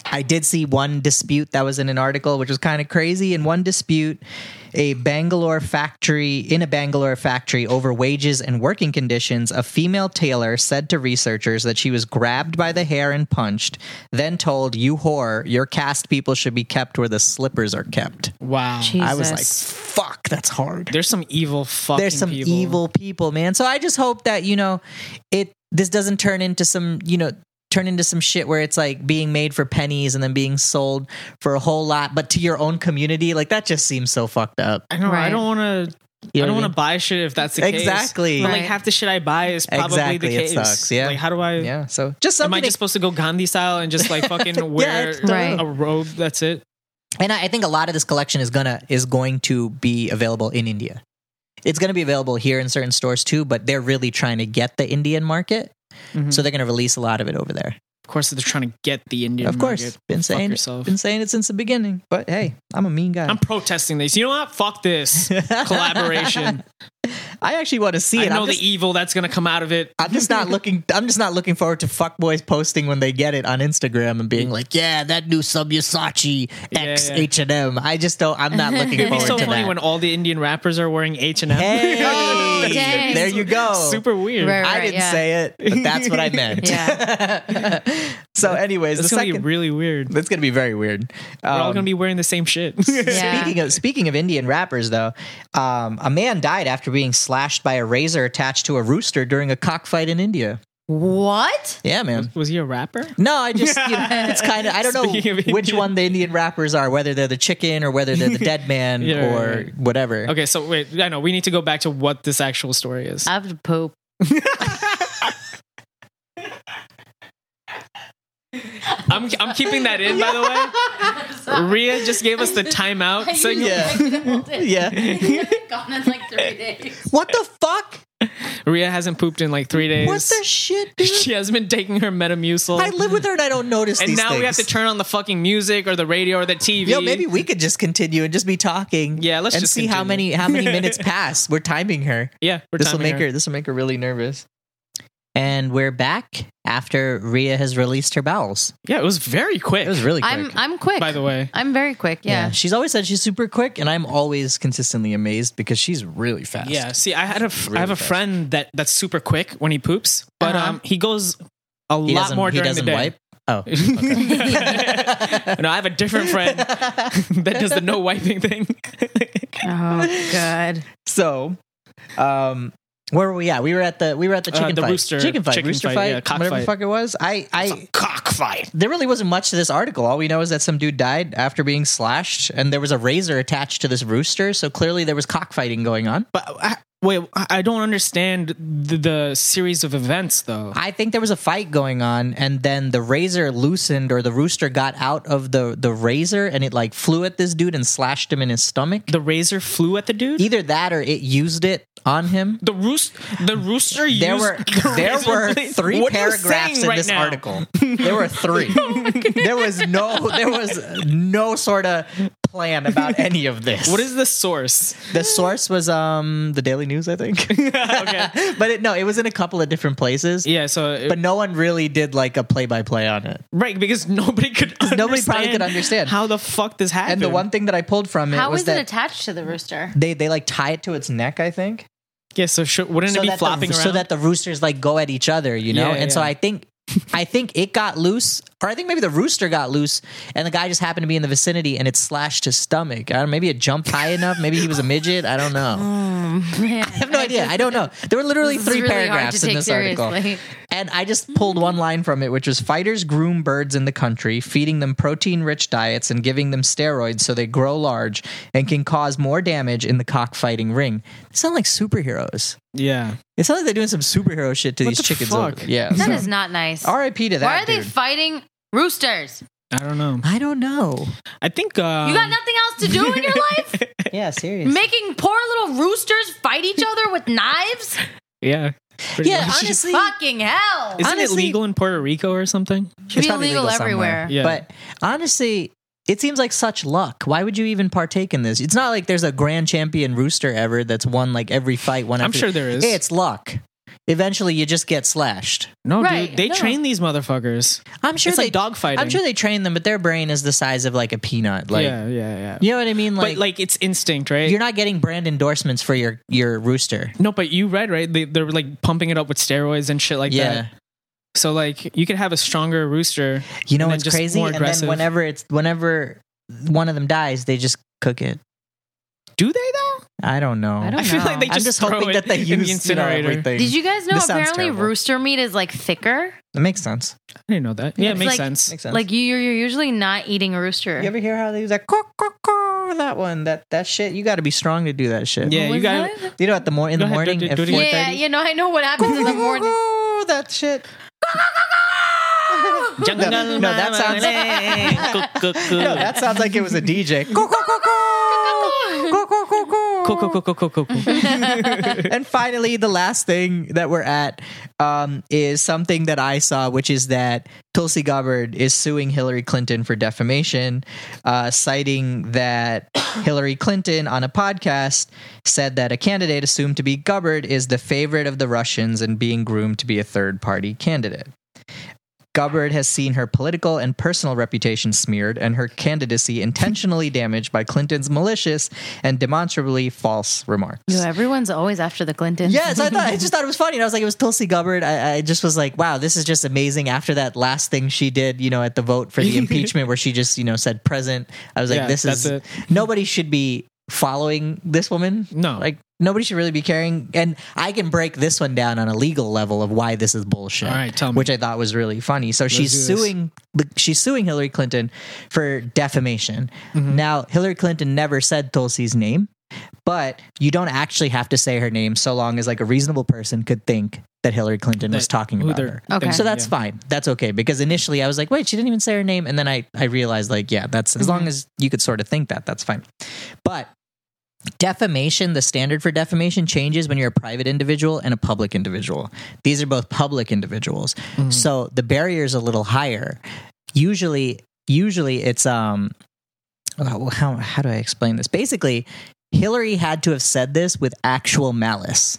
S2: I did see one dispute that was in an article, which was kind of crazy. In one dispute, a Bangalore factory in a Bangalore factory over wages and working conditions, a female tailor said to researchers that she was grabbed by the hair and punched, then told, "You whore! Your caste people should be kept where the slippers are kept."
S3: Wow.
S1: Jesus.
S2: I was like, "Fuck, that's hard."
S3: There's some evil fucking
S2: there's some
S3: people.
S2: evil people, man. So I just hope that you know it. This doesn't turn into some you know turn into some shit where it's like being made for pennies and then being sold for a whole lot, but to your own community. Like that just seems so fucked up.
S3: I know.
S1: Right.
S3: I don't want to.
S2: You know
S3: I don't
S2: what I
S3: want to buy shit if that's the case.
S2: Exactly.
S3: But,
S1: Right.
S3: Like half the shit I buy is probably
S2: Exactly,
S3: the
S2: it
S3: case.
S2: sucks, yeah.
S3: Like how do I?
S2: mean? Yeah. So just
S3: Am I
S2: something.
S3: just supposed to go Gandhi style and just like fucking wear
S2: it's-
S1: Right.
S3: a robe? That's it.
S2: and I, I think a lot of this collection is gonna is going to be available in India. It's going to be available here in certain stores too, but they're really trying to get the Indian market,
S3: Mm-hmm.
S2: so they're going to release a lot of it over there.
S3: Of course, they're trying to get the Indian.
S2: of course,
S3: market.
S2: been
S3: Fuck
S2: saying
S3: yourself.
S2: been saying it since the beginning. But hey, I'm a mean guy.
S3: I'm protesting this. You know what? Fuck this collaboration.
S2: I actually want to see
S3: I
S2: it.
S3: know
S2: I'm just,
S3: the evil that's gonna come out of it.
S2: I'm just not looking. I'm just not looking forward to fuckboys posting when they get it on Instagram and being like, "Yeah, that new Subusachi X
S3: Yeah, yeah.
S2: H and M." I just don't. I'm not looking
S3: It'd be
S2: forward
S3: so
S2: to
S3: funny
S2: that.
S3: when all the Indian rappers are wearing H and M.
S2: hey,
S1: Oh, dang.
S2: there you go.
S3: Super weird.
S1: Right,
S2: I didn't
S1: yeah.
S2: say it, but that's what I meant. so, anyways,
S3: It's
S2: the
S3: gonna
S2: second.
S3: be really weird.
S2: that's gonna be very weird.
S3: We're all
S2: Um,
S3: gonna be wearing the same shit.
S1: Yeah.
S2: Speaking of speaking of Indian rappers, though, um, a man died after being slashed by a razor attached to a rooster during a cockfight in India.
S1: What?
S2: Yeah, man.
S3: Was he a rapper?
S2: No, I just you know, it's kind of I don't know
S3: Speaking of
S2: which
S3: Indian-
S2: one the Indian rappers are, whether they're the chicken or whether they're the dead man
S3: Yeah,
S2: or
S3: right, right.
S2: whatever.
S3: Okay, so wait, I know we need to go back to what this actual story is.
S1: I have to poop.
S3: I'm I'm keeping that in by the way. Ria just gave us the timeout signal.
S2: Yeah. Yeah.
S1: Gone in like three days.
S2: What the fuck?
S3: Rhea hasn't pooped in like three days.
S2: What the shit, dude?
S3: she hasn't been taking her Metamucil.
S2: I live with her and I don't notice
S3: and
S2: these
S3: now we have to
S2: things.
S3: turn on the fucking music or the radio or the TV.
S2: Yo, maybe we could just continue and just be talking.
S3: Yeah, let's
S2: and
S3: just
S2: see how
S3: continue.
S2: many how many minutes pass. We're timing her.
S3: yeah, we're
S2: This will
S3: timing
S2: make her. This will make her really nervous. And we're back after Rhea has released her bowels.
S3: Yeah, it was very quick.
S2: It was really quick.
S1: I'm I'm quick.
S3: by the way.
S1: I'm very quick. Yeah.
S2: she's always said she's super quick, and I'm always consistently amazed because she's really fast.
S3: Yeah, see, I had a f- I
S2: Really
S3: have a
S2: fast.
S3: friend that that's super quick when he poops, but
S1: Uh-huh.
S3: um, he goes a
S2: he
S3: lot
S2: doesn't,
S3: more
S2: he
S3: during
S2: doesn't
S3: the day.
S2: wipe. Oh,
S3: no, I have a different friend that does the no wiping thing.
S1: Oh god.
S2: so, um, where were we at? We were at the we were at the
S3: Uh,
S2: chicken
S3: the
S2: fight,
S3: rooster-
S2: chicken fight,
S3: chicken
S2: rooster
S3: fight,
S2: fight,
S3: yeah, cock
S2: whatever the
S3: fight.
S2: fuck it was. I I
S3: cockfight.
S2: there really wasn't much to this article. All we know is that some dude died after being slashed, and there was a razor attached to this rooster. So clearly there was cockfighting going on.
S3: But I, wait, I I don't understand the, the series of events though.
S2: I think there was a fight going on, and then the razor loosened, or the rooster got out of the the razor, and it like flew at this dude and slashed him in his stomach.
S3: The razor flew at the dude.
S2: Either that, or it used it on him.
S3: the roost, the rooster.
S2: There
S3: used
S2: were
S3: the
S2: there
S3: razor
S2: were
S3: blade.
S2: three
S3: What are you
S2: paragraphs
S3: saying
S2: in
S3: right
S2: this
S3: now? Oh
S2: article. There were three. there was no there was no sort of plan about any of this.
S3: What is the source?
S2: the source was um the Daily News, I think.
S3: okay.
S2: but it, no, it was in a couple of different places.
S3: Yeah. So, it-
S2: But no one really did like a play by play on it.
S3: right, because nobody could. Understand
S2: nobody probably could understand.
S3: how the fuck this happened.
S2: And the one thing that I pulled from it
S1: How
S2: was
S1: is it
S2: that
S1: attached to the rooster?
S2: they they like tie it to its neck, I think,
S3: yeah. So sh- wouldn't it be
S2: that
S3: flopping
S2: the,
S3: around?
S2: so that the roosters like go at each other, you know.
S3: Yeah,
S2: and so
S3: yeah.
S2: I think. I think it got loose, or I think maybe the rooster got loose, and the guy just happened to be in the vicinity, and it slashed his stomach. I don't, maybe it jumped high enough. Maybe he was a midget. I don't know.
S1: I
S2: I have no idea. I don't know. There were literally three paragraphs in this article. And I just pulled one line from it, which was fighters groom birds in the country, feeding them protein rich diets and giving them steroids so they grow large and can cause more damage in the cockfighting ring. They sound like superheroes.
S3: yeah.
S2: It sounds like they're doing some superhero shit to
S3: What
S2: these
S3: the
S2: chickens.
S3: fuck?
S2: over- Yeah.
S1: That
S2: so-
S1: is not nice.
S2: R.I.P. to that.
S1: Why are they
S2: dude.
S1: fighting roosters?
S3: I don't know.
S2: I don't know.
S3: I think um,
S1: You got nothing else to do in your life?
S2: Yeah, serious.
S1: Making poor little roosters fight each other with knives?
S3: Yeah. Pretty
S2: Yeah,
S3: much.
S2: honestly,
S1: Fucking hell. Uh,
S3: Isn't
S2: honestly-
S3: it legal in Puerto Rico or something?
S1: should
S2: it's
S1: be
S2: probably
S1: illegal
S2: legal somewhere.
S1: everywhere.
S3: Yeah.
S2: But honestly, it seems like such luck. Why would you even partake in this? It's not like there's a grand champion rooster ever that's won like every fight. One,
S3: I'm
S2: after-
S3: sure there is.
S2: It's luck. Eventually, you just get slashed.
S3: no,
S1: Right,
S3: dude. They
S1: no.
S3: train these motherfuckers.
S2: I'm sure
S3: it's
S2: they.
S3: like dog fighting.
S2: I'm sure they train them, but their brain is the size of like a peanut. Like,
S3: yeah, yeah, yeah.
S2: you know what I mean? Like,
S3: but like it's instinct, right?
S2: you're not getting brand endorsements for your your rooster.
S3: no, but you read right. They, they're like pumping it up with steroids and shit like
S2: yeah.
S3: that. So like you could have a stronger rooster.
S2: You know
S3: And then
S2: what's
S3: just
S2: crazy?
S3: more
S2: And then
S3: aggressive.
S2: whenever it's whenever one of them dies, they just cook it.
S3: Do they though?
S2: I don't know.
S1: I don't
S3: I feel
S1: know.
S3: like they
S2: I'm
S3: just,
S2: just,
S3: throw
S2: hoping
S3: it
S2: that they
S3: in the
S2: use you know,
S3: incinerator.
S2: everything.
S1: Did you guys know
S2: This sounds
S1: apparently
S2: terrible.
S1: rooster meat is like thicker?
S2: That makes sense.
S3: I didn't know that. Yeah, it
S1: It's
S3: makes
S1: like-
S3: sense.
S2: Makes sense.
S1: Like you, you're usually not eating a rooster.
S2: You ever hear how they use that caw, caw, caw, that one that that shit? You got to be strong to do that shit.
S1: What
S3: Yeah, you
S1: was
S3: got.
S1: that?
S2: You know, at the mor- in the
S3: Go ahead,
S2: morning
S3: do- do-
S2: at
S3: do it again.
S2: four
S1: Yeah,
S2: thirty.
S1: you know, I know what happens in the morning.
S2: that shit.
S3: Jungle
S2: No, no, that sounds-
S3: Cook, cook, cook.
S2: No, that sounds like it was a DJ.
S3: Cook, cook, cook, cook, cook, cook.
S2: and finally, the last thing that we're at um, is something that I saw, which is that Tulsi Gabbard is suing Hillary Clinton for defamation, uh, citing that Hillary Clinton on a podcast said that a candidate assumed to be Gabbard is the favorite of the Russians and being groomed to be a third party candidate. Gabbard has seen her political and personal reputation smeared and her candidacy intentionally damaged by Clinton's malicious and demonstrably false remarks.
S1: Yo, everyone's always after the Clintons.
S2: Yes, I thought I just thought it was funny. And I was like, it was Tulsi Gabbard. I, I just was like, wow, this is just amazing. After that last thing she did, you know, at the vote for the impeachment, where she just you know said present. I was like,
S3: Yeah,
S2: this is
S3: that's it.
S2: nobody should be following this woman.
S3: No.
S2: like nobody should really be caring. And I can break this one down on a legal level of why this is bullshit.
S3: All right, tell me.
S2: which I thought was really funny. So she's
S3: do this.
S2: suing the, she's suing Hillary Clinton for defamation.
S3: Mm-hmm.
S2: Now Hillary Clinton never said Tulsi's name but you don't actually have to say her name so long as like a reasonable person could think that Hillary Clinton was
S3: That-
S2: talking
S3: who
S2: about
S3: they're
S2: her.
S1: Okay.
S2: So that's
S3: yeah.
S2: fine. That's okay because initially I was like, wait, she didn't even say her name, and then I I realized like, yeah, that's as long as you could sort of think that, that's fine. But defamation the standard for defamation changes when you're a private individual and a public individual these are both public individuals so the barrier is a little higher usually usually it's um oh, how how do i explain this basically hillary had to have said this with actual malice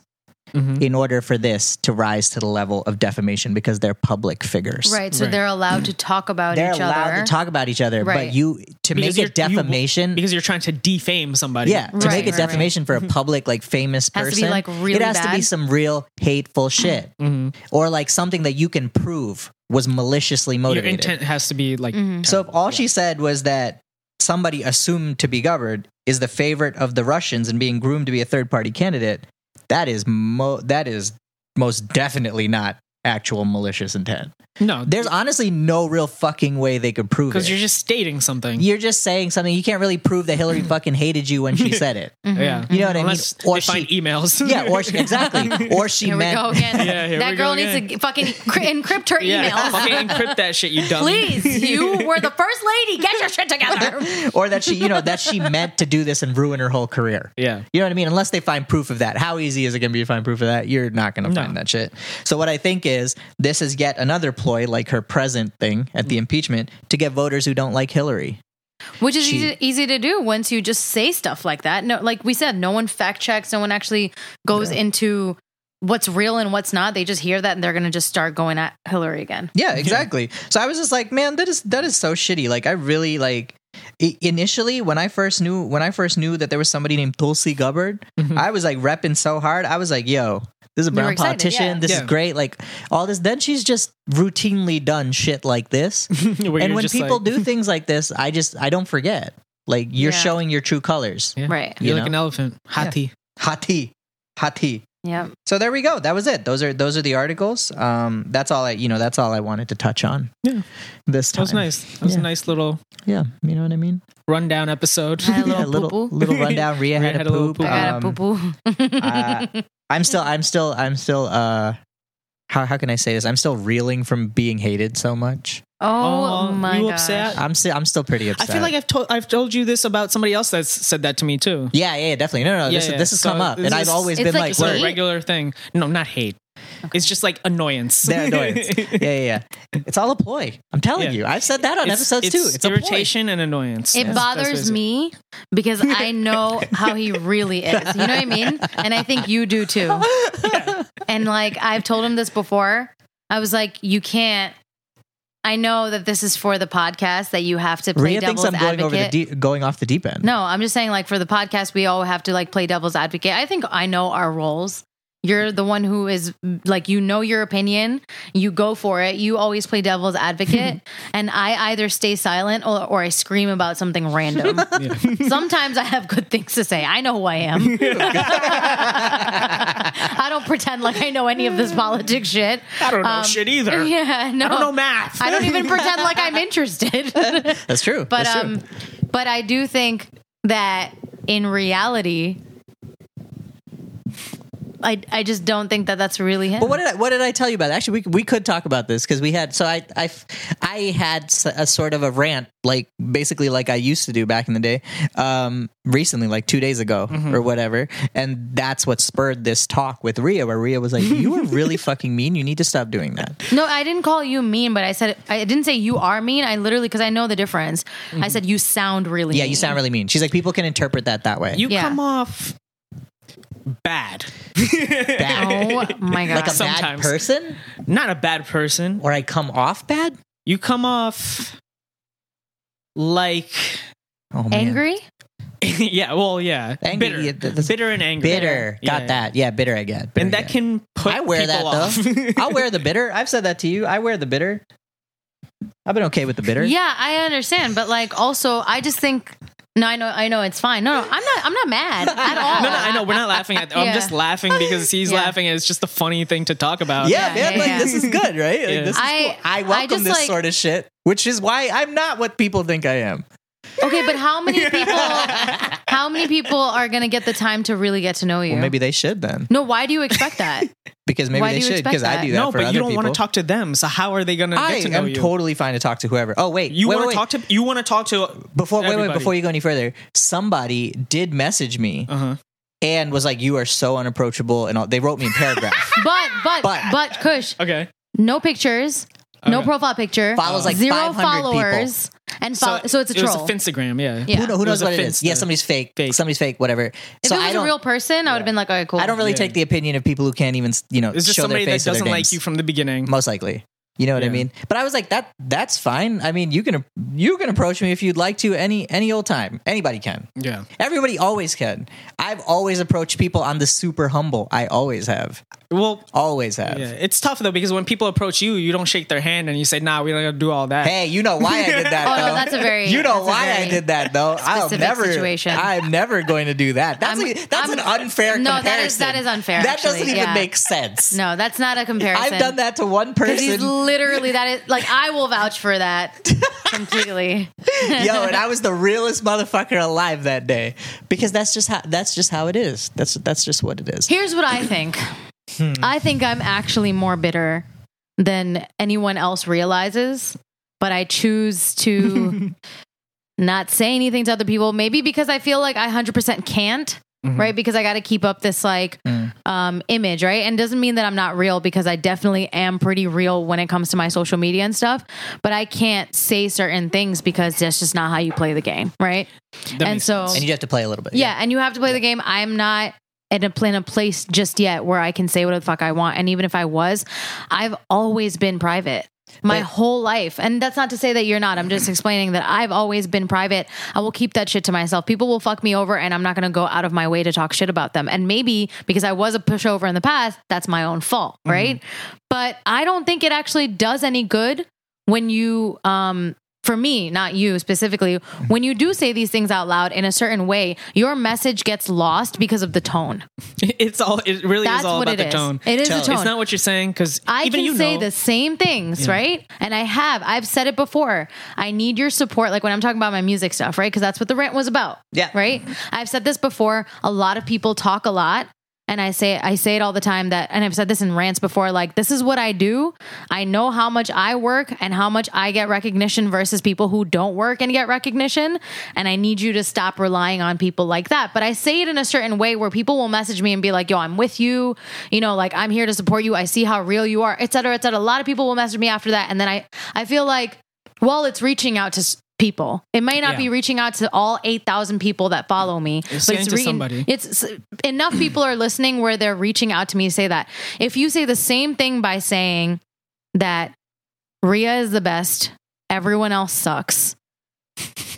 S3: Mhm.
S2: in order for this to rise to the level of defamation because they're public figures
S1: Right. So
S3: Right.
S1: they're allowed to talk about
S2: they're
S1: each
S2: allowed
S1: other.
S2: to talk about each other
S1: Right.
S2: but you to
S3: Because
S2: make it
S3: you're- you-
S2: defamation
S3: because you're trying to defame somebody.
S2: yeah, to
S1: Right,
S2: make a
S1: right,
S2: defamation for a public, like famous
S1: Has to be,
S2: person,
S1: like, really
S2: it has to be
S1: bad.
S2: some real hateful shit,
S3: Mhm.
S2: or like something that you can prove was maliciously
S3: Your
S2: motivated.
S3: intent has to be like.
S1: Mhm.
S2: So if all she said was that somebody assumed to be Hubbard is the favorite of the Russians and being groomed to be a third party candidate, that is mo- that is most definitely not actual malicious intent.
S3: No,
S2: There's honestly no real fucking way they could prove it.
S3: because you're just stating something.
S2: You're just saying something. You can't really prove that Hillary fucking hated you when she said it.
S1: Mhm.
S3: Yeah.
S2: Mm-hmm. You know what I mean?
S3: Unless
S2: Or
S3: they
S2: she-
S3: find emails.
S2: Yeah, or she, exactly, or she
S1: Here we
S2: meant
S1: go again.
S3: Yeah, here
S1: that
S3: we
S1: girl
S3: go
S1: needs to
S3: again.
S1: g- fucking cr- encrypt her
S3: yeah.
S1: emails.
S3: Fucking um, encrypt that shit, you dumb.
S1: Please, you were the first lady. Get your shit together.
S2: or that she, you know, that she meant to do this and ruin her whole career.
S3: Yeah.
S2: You know what I mean? Unless they find proof of that. How easy is it going to be to find proof of that? You're not going to
S3: No.
S2: find that shit. So what I think is this is yet another ploy like her present thing at the
S3: Mm.
S2: impeachment to get voters who don't like Hillary.
S1: Which is
S2: She-
S1: easy, easy to do once you just say stuff like that. No, like we said, no one fact checks. No one actually goes into what's real and what's not. They just hear that and they're going to just start going at Hillary again.
S2: Yeah, exactly. So I was just like, man, that is that is so shitty. Like I really like i- initially when I first knew when I first knew that there was somebody named Tulsi Gubbard,
S3: Mm-hmm.
S2: I was like repping so hard. I was like, yo, this is a
S1: You were
S2: brown
S1: excited,
S2: politician.
S1: yeah.
S2: This
S3: Yeah.
S2: is great. Like all this. Then she's just routinely done shit like this.
S3: Where
S2: and
S3: you're
S2: when
S3: just
S2: people
S3: like-
S2: do things like this, I just I don't forget. Like you're
S1: Yeah.
S2: showing your true colors.
S3: Yeah.
S1: Right.
S2: you
S3: You're like
S2: know?
S3: an elephant. Hati.
S2: Hati. Hati.
S1: Yeah.
S2: So there we go. That was it. Those are those are the articles. Um that's all I you know, that's all I wanted to touch on.
S3: Yeah.
S2: This
S3: That
S2: time.
S3: was nice. That was
S2: Yeah.
S3: a nice little
S2: Yeah. You know what I mean?
S3: rundown episode.
S1: Had a little
S2: yeah, little
S1: poo-poo.
S2: little rundown. Rhea,
S3: Rhea
S2: had, a poop.
S1: I got
S2: Um,
S1: a poo poo.
S2: uh, I'm still I'm still I'm still uh how how can I say this? I'm still reeling from being hated so much.
S1: oh
S3: Oh,
S1: my
S3: you
S1: gosh.
S3: upset?
S2: I'm still I'm still pretty
S3: I
S2: upset.
S3: feel like I've told I've told you this about somebody else that's said that to me too.
S2: yeah, yeah, definitely. No, no, no.
S3: Yeah,
S2: this
S3: yeah.
S2: this has
S3: So
S2: come up,
S3: this
S2: and I've
S3: is-
S2: always
S1: It's
S2: been
S1: like
S2: like,
S3: It's
S2: word.
S3: a
S1: Hate?
S3: regular thing. No, not hate. It's just like annoyance.
S2: They're annoyance. yeah, yeah, yeah. It's all a ploy. I'm telling
S3: Yeah.
S2: you. I've said that on episodes too. It's a
S3: irritation and annoyance.
S1: It
S3: That's- that's what
S1: bothers
S3: is.
S1: me because I know how he really is. You know what I mean? And I think you do too. And like I've told him this before. I was like, you can't. I know that this is for the podcast that you have to
S2: ploy.
S1: play
S2: Rhea thinks
S1: devil's
S2: I'm going
S1: advocate.
S2: over the deep, going off the deep end.
S1: no, I'm just saying like for the podcast we all have to like play devil's advocate. I think I know our roles. You're the one who is like you know your opinion, you go for it. You always play devil's advocate, and I either stay silent or, or I scream about something random. Sometimes I have good things to say. I know who I am. I don't pretend like I know any of this politics shit.
S3: I don't know
S1: Um,
S3: shit either.
S1: Yeah, no.
S3: I don't know math.
S1: I don't even pretend like I'm interested.
S2: that's true.
S1: but
S2: that's true.
S1: um but I do think that in reality I I just don't think that that's really him.
S2: But what did I, what did I tell you about? it? Actually, we we could talk about this because we had so I I f- I had s- a sort of a rant like basically like I used to do back in the day, um, recently like two days ago
S3: Mm-hmm.
S2: or whatever, and that's what spurred this talk with Ria, where Ria was like, "You were really fucking mean. You need to stop doing that."
S1: no, I didn't call you mean, but I said I didn't say you are mean. I literally because I know the difference. I said you sound really
S2: Mm-hmm. Yeah,
S1: mean.
S2: you sound really mean. She's like, people can interpret that that way.
S3: You
S1: Yeah.
S3: come off bad.
S2: bad.
S1: Oh my god.
S2: like a bad
S3: Sometimes.
S2: person,
S3: Not a bad person.
S2: or I come off bad.
S3: You come off like
S2: Oh, man.
S1: angry?
S3: yeah, well, yeah.
S2: Angry, yeah,
S3: bitter.
S2: th- that's-
S3: bitter and angry.
S2: bitter.
S3: Yeah,
S2: Got
S3: yeah.
S2: that? Yeah, bitter. I get. Bitter
S3: And
S2: I
S3: that
S2: get.
S3: can put
S2: I wear that
S3: people off.
S2: though. I'll wear the bitter. I've said that to you. I wear the bitter. I've been okay with the bitter.
S1: Yeah, I understand, but like also, I just think no, I know, I know, it's fine. No, no, I'm not, I'm not mad at all.
S3: No, no, I know. We're not laughing at.
S1: Yeah.
S3: I'm just laughing because he's
S1: Yeah.
S3: laughing, and it's just a funny thing to talk about.
S1: Yeah,
S2: Yeah, man.
S1: yeah,
S2: like
S1: yeah.
S2: this is good, right? Like,
S3: Yeah.
S2: this is
S1: I-
S2: cool. I
S1: I
S2: welcome
S1: just,
S2: this
S1: like-
S2: sort of shit, which is why I'm not what people think I am.
S1: Okay, but how many people? How many people are going to get the time to really get to know you?
S2: Well, maybe they should then,
S1: No, why do you expect that?
S2: because maybe
S1: Why
S2: they
S1: do you
S2: should.
S1: expect
S2: Because I
S1: that?
S2: do that
S3: no,
S2: for
S3: but
S2: other
S3: you don't
S2: people.
S3: want to talk to them. So how are they going to
S2: I
S3: get to know
S2: am
S3: you?
S2: totally fine to talk to whoever. Oh wait,
S3: you
S2: wait,
S3: want to
S2: wait,
S3: talk to you want to talk to
S2: before wait, wait
S3: everybody.
S2: before you go any further. Somebody did message me
S3: uh-huh.
S2: and was like, "You are so unapproachable," and all. they wrote me in paragraph.
S1: But but but,
S2: But-
S1: Kush,
S3: Okay.
S1: no pictures, no
S3: Okay.
S1: profile picture,
S2: Follows like
S1: zero
S2: 500
S1: followers, and fo- so, it's a
S3: it was
S1: troll.
S3: Finstagram, yeah.
S1: yeah.
S2: Who, know, who
S3: It
S2: knows
S3: was a
S2: what it is?
S3: finster.
S2: Yeah, somebody's fake.
S3: Fake.
S2: Somebody's fake. Whatever.
S1: if
S2: so
S1: it was
S2: I don't.
S1: a real person, I would have been like, all right, cool.
S2: I don't really
S3: Yeah.
S2: take the opinion of people who can't even you know
S3: It's just
S2: show
S3: somebody
S2: their
S3: that
S2: face or
S3: doesn't
S2: their
S3: like
S2: names.
S3: you from the beginning.
S2: most likely. You know what I
S3: Yeah.
S2: mean? But I was like, that that's fine. I mean, you can you can approach me if you'd like to any any old time. Anybody can.
S3: Yeah.
S2: Everybody always can. I've always approached people. I'm the super humble. I always have.
S3: Well,
S2: Always have.
S3: yeah. It's tough though because when people approach you, you don't shake their hand and you say, "Nah, we don't gotta do all that."
S2: Hey, you know why I did that
S1: Oh,
S2: though.
S1: no, that's a very-
S2: You
S1: that's
S2: know
S1: a
S2: why I
S1: very
S2: did that though. I'll
S1: specific
S2: never
S1: situation.
S2: I'm never going to do that. That's
S1: I'm-
S2: a, that's an
S1: I'm-
S2: unfair
S1: No,
S2: comparison.
S1: that is- that is unfair,
S2: That
S1: actually.
S2: doesn't even
S1: Yeah.
S2: make sense.
S1: No, that's not a comparison.
S2: I've done that to one
S1: Because he's
S2: person.
S1: literally that is like I will vouch for that completely.
S2: Yo, and I was the realest motherfucker alive that day because that's just how that's just how it is. That's that's just what it is.
S1: Here's what I think.
S3: Hmm.
S1: I think I'm actually more bitter than anyone else realizes, but I choose to not say anything to other people. Maybe because I feel like I 100% can't,
S3: Mm-hmm.
S1: right? Because I got to keep up this like
S3: Hmm.
S1: um, image, right? And it doesn't mean that I'm not real because I definitely am pretty real when it comes to my social media and stuff, but I can't say certain things because that's just not how you play the game, right?
S3: That
S1: and
S3: makes
S1: so-
S3: sense.
S2: And you have to play a little bit.
S1: Yeah, and you have to play the game. I'm not in a, in a place just yet where I can say what the fuck I want. And even if I was, I've always been private my
S2: But-
S1: whole life. And that's not to say that you're not. I'm just explaining that I've always been private. I will keep that shit to myself. People will fuck me over and I'm not going to go out of my way to talk shit about them. And maybe because I was a pushover in the past, that's my own fault, right? But I don't think it actually does any good when you um for me, not you specifically, when you do say these things out loud in a certain way, your message gets lost because of the tone.
S3: it's all it really
S1: That's
S3: is all
S1: what
S3: about
S1: it
S3: the
S1: is.
S3: tone.
S1: It is the
S2: Tell-
S1: tone.
S2: it's
S3: It's not what you're saying because
S1: I
S3: even
S1: can
S3: you
S1: say
S3: know,
S1: the same things, right? And I have. I've said it before. I need your support, like when I'm talking about my music stuff, right? Because that's what the rant was about.
S2: Yeah.
S1: Right. I've said this before. A lot of people talk a lot. And I say I say it all the time that and I've said this in rants before, like this is what I do. I know how much I work and how much I get recognition versus people who don't work and get recognition. And I need you to stop relying on people like that. But I say it in a certain way where people will message me and be like, yo, I'm with you. You know, like I'm here to support you. I see how real you are, et cetera, et cetera. A lot of people will message me after that. And then I I feel like well, it's reaching out to s- people. It might not
S3: Yeah.
S1: be reaching out to all 8,000 people that follow me,
S3: It's
S1: but
S3: getting
S1: it's
S3: to
S1: reaching
S3: somebody.
S1: It's s- enough people are listening where they're reaching out to me to say that. If you say the same thing by saying that Rhea is the best, everyone else sucks,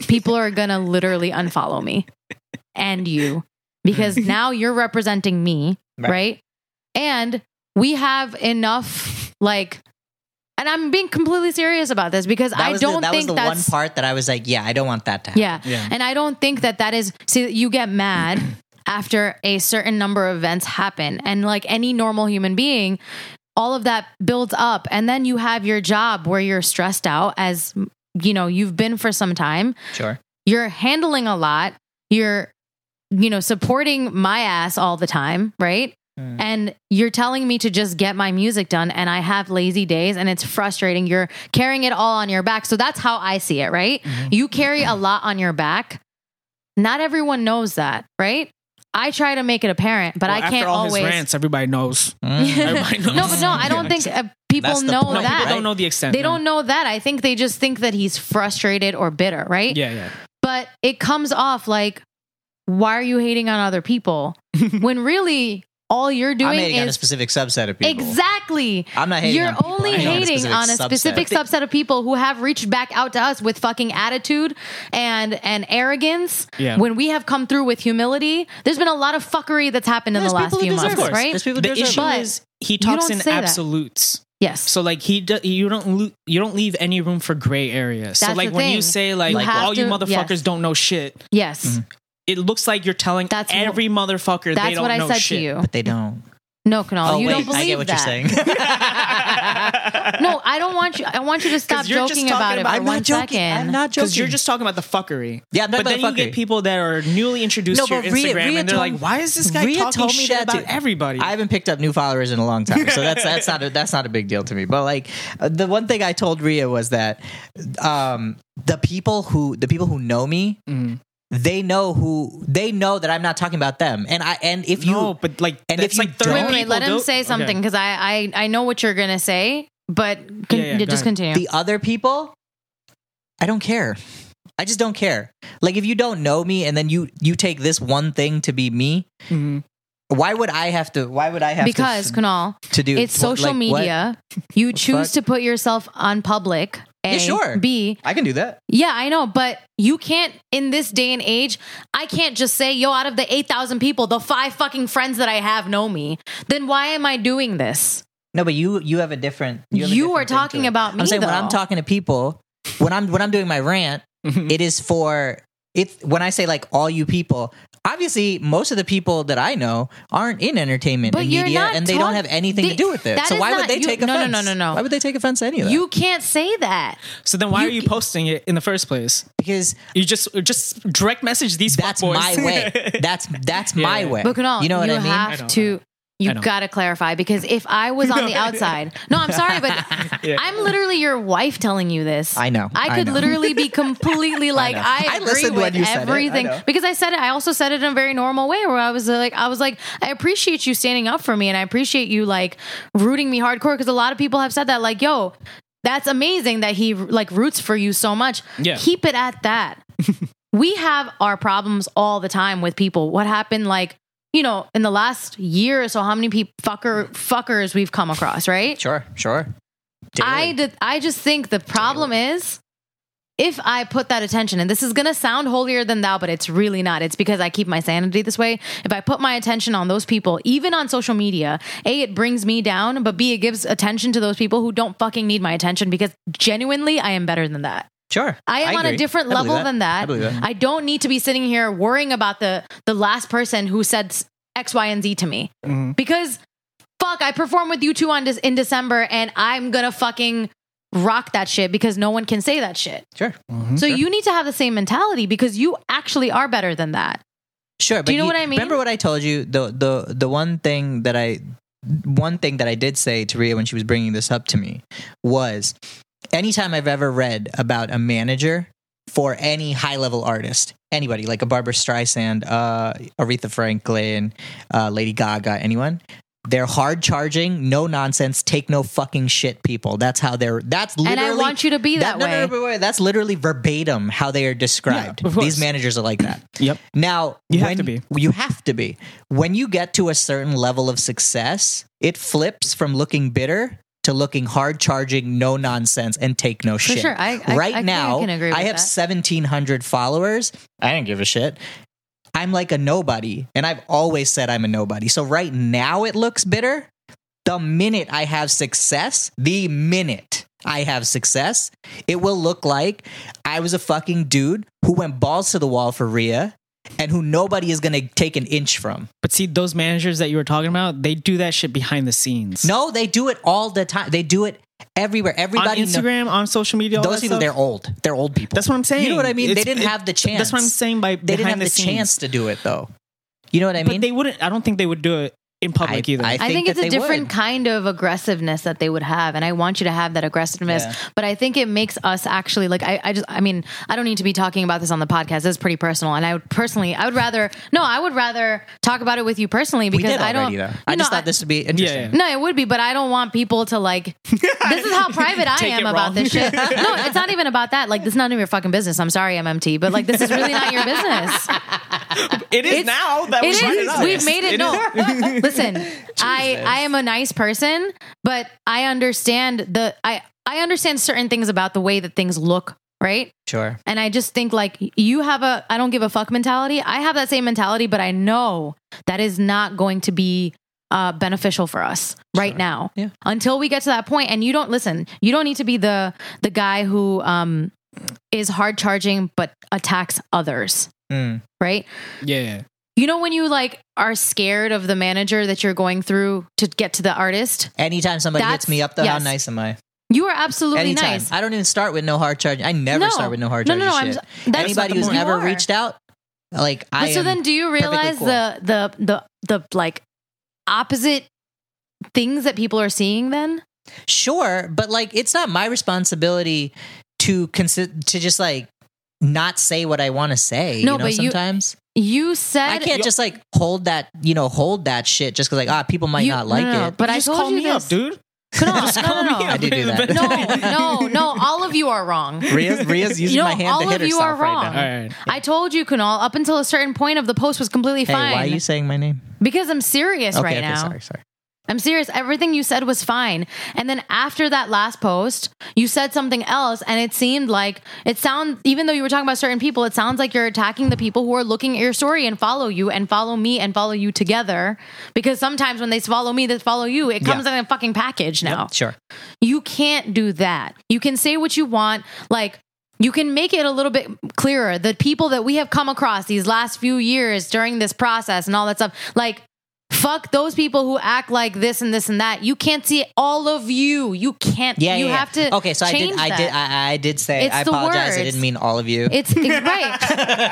S1: people are going to literally unfollow me and you because now you're representing me,
S2: Right.
S1: right? And we have enough like and I'm being completely serious about this because
S2: That
S1: I
S2: was the-
S1: don't
S2: that
S1: think
S2: was the one
S1: that's
S2: part that I was like, yeah, I don't want that to happen.
S1: yeah.
S3: Yeah.
S1: And I don't think that that is see you get mad after a certain number of events happen and like any normal human being all of that builds up and then you have your job where you're stressed out as you know you've been for some time
S2: Sure.
S1: you're handling a lot you're you know supporting my ass all the time right
S2: Mm.
S1: and you're telling me to just get my music done and i have lazy days and it's frustrating you're carrying it all on your back so that's how i see it right you carry a lot on your back not everyone knows that right i try to make it apparent but
S3: Well,
S1: i
S3: after
S1: can't
S3: all
S1: always
S3: his rants, everybody knows.
S2: Mm.
S3: Everybody knows.
S1: no but no i don't think uh, people
S2: That's the
S1: know
S2: point,
S3: No,
S1: that
S3: people don't know the extent.
S1: they
S3: no.
S1: don't know that i think they just think that he's frustrated or bitter right
S3: Yeah, yeah.
S1: but it comes off like why are you hating on other people when really all you're
S2: I'm
S1: doing
S2: hating on a
S1: is
S2: specific subset of people.
S1: exactly
S2: I'm not hating.
S1: you're
S2: on people.
S1: only
S2: I'm hating
S1: hating on a specific
S2: subset.
S1: subset of people who have reached back out to us with fucking attitude and and arrogance
S3: Yeah.
S1: when we have come through with humility there's been a lot of fuckery that's happened in
S2: There's
S1: the last
S2: people who
S1: few
S2: deserve
S1: months
S2: it.
S1: right
S2: There's people who
S3: The
S2: deserve it.
S3: issue
S1: But
S3: is he
S1: don't
S3: talks in
S1: say that.
S3: absolutes.
S1: yes
S3: So like he do, you don't lo- you don't leave any room for gray areas. so
S1: That's
S3: like
S1: the
S3: when
S1: thing.
S3: you say like,
S1: You have
S3: all you
S1: to-
S3: motherfuckers
S1: yes.
S3: don't know shit,
S1: yes
S2: Mhm.
S3: it looks like you're telling
S1: That's wh-
S3: every motherfucker they
S1: that's
S3: don't
S1: what i
S3: know
S1: said
S3: shit.
S1: to you
S2: But they don't.
S1: No, Kunal,
S2: oh
S1: you
S2: wait,
S1: don't believe
S2: I get what
S1: that.
S2: you're saying.
S1: No, I don't want you. I want you to stop
S3: you're just
S1: joking
S3: talking
S1: about it
S3: about-
S1: for
S2: I'm
S1: one
S2: not joking.
S1: second.
S2: I'm not joking.
S3: Because you're just talking about the fuckery.
S2: Yeah, I'm
S3: but
S2: talking
S3: then
S2: about the
S3: you get
S2: fuckery.
S3: people that are newly introduced
S2: No,
S3: to your
S2: but Rhea-
S3: Instagram
S2: Rhea
S3: and they're
S2: told-
S3: like, "Why is this guy
S2: Rhea
S3: talking
S2: told me
S3: shit
S2: that
S3: about
S2: too.
S3: everybody?"
S2: I haven't picked up new followers in a long time, so that's that's not a, that's not a big deal to me. But like uh, the one thing I told Ria was that um, the people who the people who know me,
S3: Mhm.
S2: they know who they know that I'm not talking about them. And I and if you
S3: no, but like,
S2: and
S3: that's
S2: if you
S3: like thirty
S2: don't-
S1: wait, wait,
S3: people
S1: let him
S3: don't-
S1: say
S3: Okay.
S1: something because I, I I know what you're gonna say, but con-
S3: Yeah, yeah, go
S1: just
S3: ahead.
S1: continue.
S2: the other people, I don't care. I just don't care. Like if you don't know me and then you you take this one thing to be me,
S3: Mhm.
S2: why would I have to? Why would I have
S1: because
S2: to,
S1: Kunal,
S2: to do?
S1: it's social
S2: like, what?
S1: media. You choose
S2: fuck?
S1: to put yourself on public. A,
S2: Yeah, sure.
S1: B,
S2: I can do that.
S1: yeah, I know, but you can't in this day and age. I can't just say, "Yo, out of the eight thousand people, the five fucking friends that I have know me." Then why am I doing this?
S2: No, but you you have a different. You, have a
S1: You
S2: different
S1: are
S2: thing to
S1: talking
S2: it.
S1: about me,
S2: I'm saying when I'm
S1: though.
S2: talking to people, when I'm when I'm doing my rant,
S3: Mhm.
S2: it is for it. When I say like all you people, obviously most of the people that I know aren't in entertainment
S1: But
S2: and
S1: you're
S2: media,
S1: not
S2: and they
S1: talk-
S2: don't have anything
S1: they-
S2: to do with it.
S1: that
S2: So
S1: is
S2: why
S1: not-
S2: would they
S1: you-
S2: take
S1: no, no,
S2: offense?
S1: no, no, no.
S2: Why would they take offense to any of that?
S1: You can't say that.
S3: So then, why
S1: You
S3: are you
S1: ca-
S3: posting it in the first place?
S2: because
S3: You just just direct message these
S2: that's
S3: fuckboys.
S2: my way. That's that's
S3: Yeah.
S2: my way.
S1: But Kunal,
S2: you know what I mean?
S3: I
S1: have
S3: know, I
S1: to. You
S3: know.
S1: gotta clarify because if I was on the outside, no, I'm sorry, but
S3: Yeah.
S1: I'm literally your wife telling you this.
S2: I know,
S1: I
S2: I
S1: could
S2: know.
S1: literally be completely like
S2: know.
S1: I,
S2: I
S1: agree
S2: listened when
S1: with
S2: you said it. I
S1: everything
S2: know.
S1: because I said it. I also said it in a very normal way where I was uh, like, I was like, I appreciate you standing up for me and I appreciate you like rooting me hardcore because a lot of people have said that like, yo, that's amazing that he like roots for you so much.
S3: Yeah.
S1: keep it at that we have our problems all the time with people. What happened, like, you know, in the last year or so, how many people fucker fuckers we've come across, right?
S2: Sure, sure.
S1: I
S2: Daily.
S1: did, I just think the problem is if I put that attention, and this is gonna sound holier than thou, but it's really not. It's because I keep my sanity this way. If I put my attention on those people, even on social media, A, it brings me down, but B, it gives attention to those people who don't fucking need my attention because genuinely I am better than that.
S2: sure.
S1: I am on a
S2: agree.
S1: different
S2: I believe
S1: level than that.
S2: I believe that.
S1: I don't need to be sitting here worrying about the the last person who said s- X, Y, and Z to me
S3: Mhm.
S1: because fuck, I perform with you two on this in December, and I'm gonna fucking rock that shit because no one can say that shit.
S2: Sure,
S1: So you need to have the same mentality because you actually are better than that.
S2: sure. But
S1: you know what I mean?
S2: Remember what I told you? The the the one thing that I one thing that I did say to Ria when she was bringing this up to me was anytime I've ever read about a manager for any high level artist, anybody like a Barbara Streisand, uh, Aretha Franklin, uh, Lady Gaga, anyone. They're hard charging, no nonsense, take no fucking shit, people. That's how they're. That's literally.
S1: And I want you to be that,
S2: no, no,
S1: way.
S2: no, but wait, that's literally verbatim how they are described.
S3: Yeah, of course.
S2: These managers are like that.
S3: Yep.
S2: Now
S3: You have
S2: when-
S3: to be.
S2: You have to be. When you get to a certain level of success, it flips from looking bitter to looking hard charging, no nonsense, and take no shit.
S1: sure. I- I- I
S2: right
S1: think
S2: now,
S1: I can agree with
S2: have
S1: that.
S2: seventeen hundred followers. I don't give a shit. I'm like a nobody, and I've always said I'm a nobody. So right now, it looks bitter. The minute I have success, the minute I have success, it will look like I was a fucking dude who went balls to the wall for Rhea and who nobody is going to take an inch from.
S3: But see, those managers that you were talking about, they do that shit behind the scenes.
S2: No, they do it all the time. They do it everywhere.
S3: on
S2: Everybody kno-
S3: Instagram, on social media, all
S2: those
S3: that
S2: people,
S3: stuff.
S2: they're old. They're old people.
S3: That's what I'm saying.
S2: You know what I mean?
S3: It's-
S2: they didn't
S3: it-
S2: have the chance.
S3: That's what I'm saying by
S2: They didn't have
S3: behind
S2: the,
S3: scenes.
S2: chance to do it, though. You know what I
S3: but
S2: mean?
S3: they wouldn't. I don't think they would do it in public either.
S2: I
S1: I think,
S2: think
S1: it's
S2: that
S1: a
S2: they
S1: different
S2: would.
S1: kind of aggressiveness that they would have. And I want you to have that aggressiveness.
S2: Yeah.
S1: But I think it makes us actually like I, I just I mean, I don't need to be talking about this on the podcast. This is pretty personal. And I would personally I would rather no, I would rather talk about it with you personally
S2: we
S1: because
S2: did
S1: I don't
S2: already, though. I
S1: No,
S2: just thought this would be interesting.
S3: yeah.
S1: no, it would be, but I don't want people to like. This is how private I
S3: Take
S1: am
S3: it
S1: about this
S3: wrong.
S1: shit. No, it's not even about that. Like, this is not even your fucking business. I'm sorry, MMT, but like, this is really not your business.
S3: it is
S1: It's-
S3: now that
S1: It
S3: we brought
S1: is.
S3: it up.
S1: We've made it. no,
S3: is.
S1: listen. I I am a nice person, but I understand the I I understand certain things about the way that things look, right?
S2: Sure.
S1: And I just think like you have a I don't give a fuck mentality. I have that same mentality, but I know that is not going to be uh, beneficial for us right now.
S2: Yeah.
S1: Until we get to that point, and you don't listen. You don't need to be the the guy who um, is hard charging but attacks others.
S2: Mm.
S1: Right?
S3: Yeah.
S1: You know when you like are scared of the manager that you're going through to get to the artist?
S2: Anytime somebody
S1: That's-
S2: hits me up, though, how
S1: yes.
S2: nice am I?
S1: You are absolutely
S2: Anytime.
S1: nice.
S2: I don't even start with no hard charge. I never
S1: No.
S2: start with no hard
S1: No,
S2: charge.
S1: no, no, I'm
S2: shit.
S1: s- that's not
S2: Anybody
S1: the
S2: who's
S1: point.
S2: ever
S1: You are.
S2: reached out, like
S1: But
S2: I
S1: so
S2: am,
S1: then do you
S2: perfectly
S1: realize
S2: cool.
S1: the the the the like opposite things that people are seeing then?
S2: sure, but like it's not my responsibility to consider to just like not say what I want to say.
S1: No,
S2: you know,
S1: but you-
S2: sometimes
S1: You said
S2: I can't just like hold that. You know, hold that shit just because like ah people might
S1: you-
S2: not like
S1: no, no, no,
S2: it.
S1: But
S3: You
S1: I
S3: just
S1: told
S3: call
S1: you
S3: me
S1: this.
S3: up, dude.
S1: No,
S2: Just
S1: no,
S3: call
S1: no,
S3: me
S1: no.
S2: I do do that.
S1: No, no, no. All of you are wrong.
S2: Rhea's, Rhea's using
S1: You
S2: my
S1: know,
S2: hand to
S1: all
S2: hit
S1: of you
S2: herself
S1: are
S2: right
S1: wrong.
S2: now.
S3: All right.
S1: I told you, Kunal, up until a certain point of the post was completely
S2: Hey,
S1: fine.
S2: why are you saying my name?
S1: Because I'm serious
S2: okay,
S1: right
S2: okay,
S1: now.
S2: sorry, sorry.
S1: I'm serious. Everything you said was fine. And then after that last post, you said something else and it seemed like it sounds even though you were talking about certain people, it sounds like you're attacking the people who are looking at your story and follow you and follow me and follow you together. Because sometimes when they follow me, they follow you. It comes in a fucking package now.
S2: Sure.
S1: You can't do that. You can say what you want. Like, you can make it a little bit clearer. The people that we have come across these last few years during this process and all that stuff, like, fuck those people who act like this and this and that. You can't see all of you. You can't.
S2: Yeah,
S1: you
S2: yeah, yeah.
S1: have to.
S2: Okay, so I did,
S1: change
S2: I did,
S1: that.
S2: I, I did say.
S1: It's
S2: I
S1: the
S2: apologize. I
S1: words.
S2: didn't mean all of you.
S1: it's, it's right.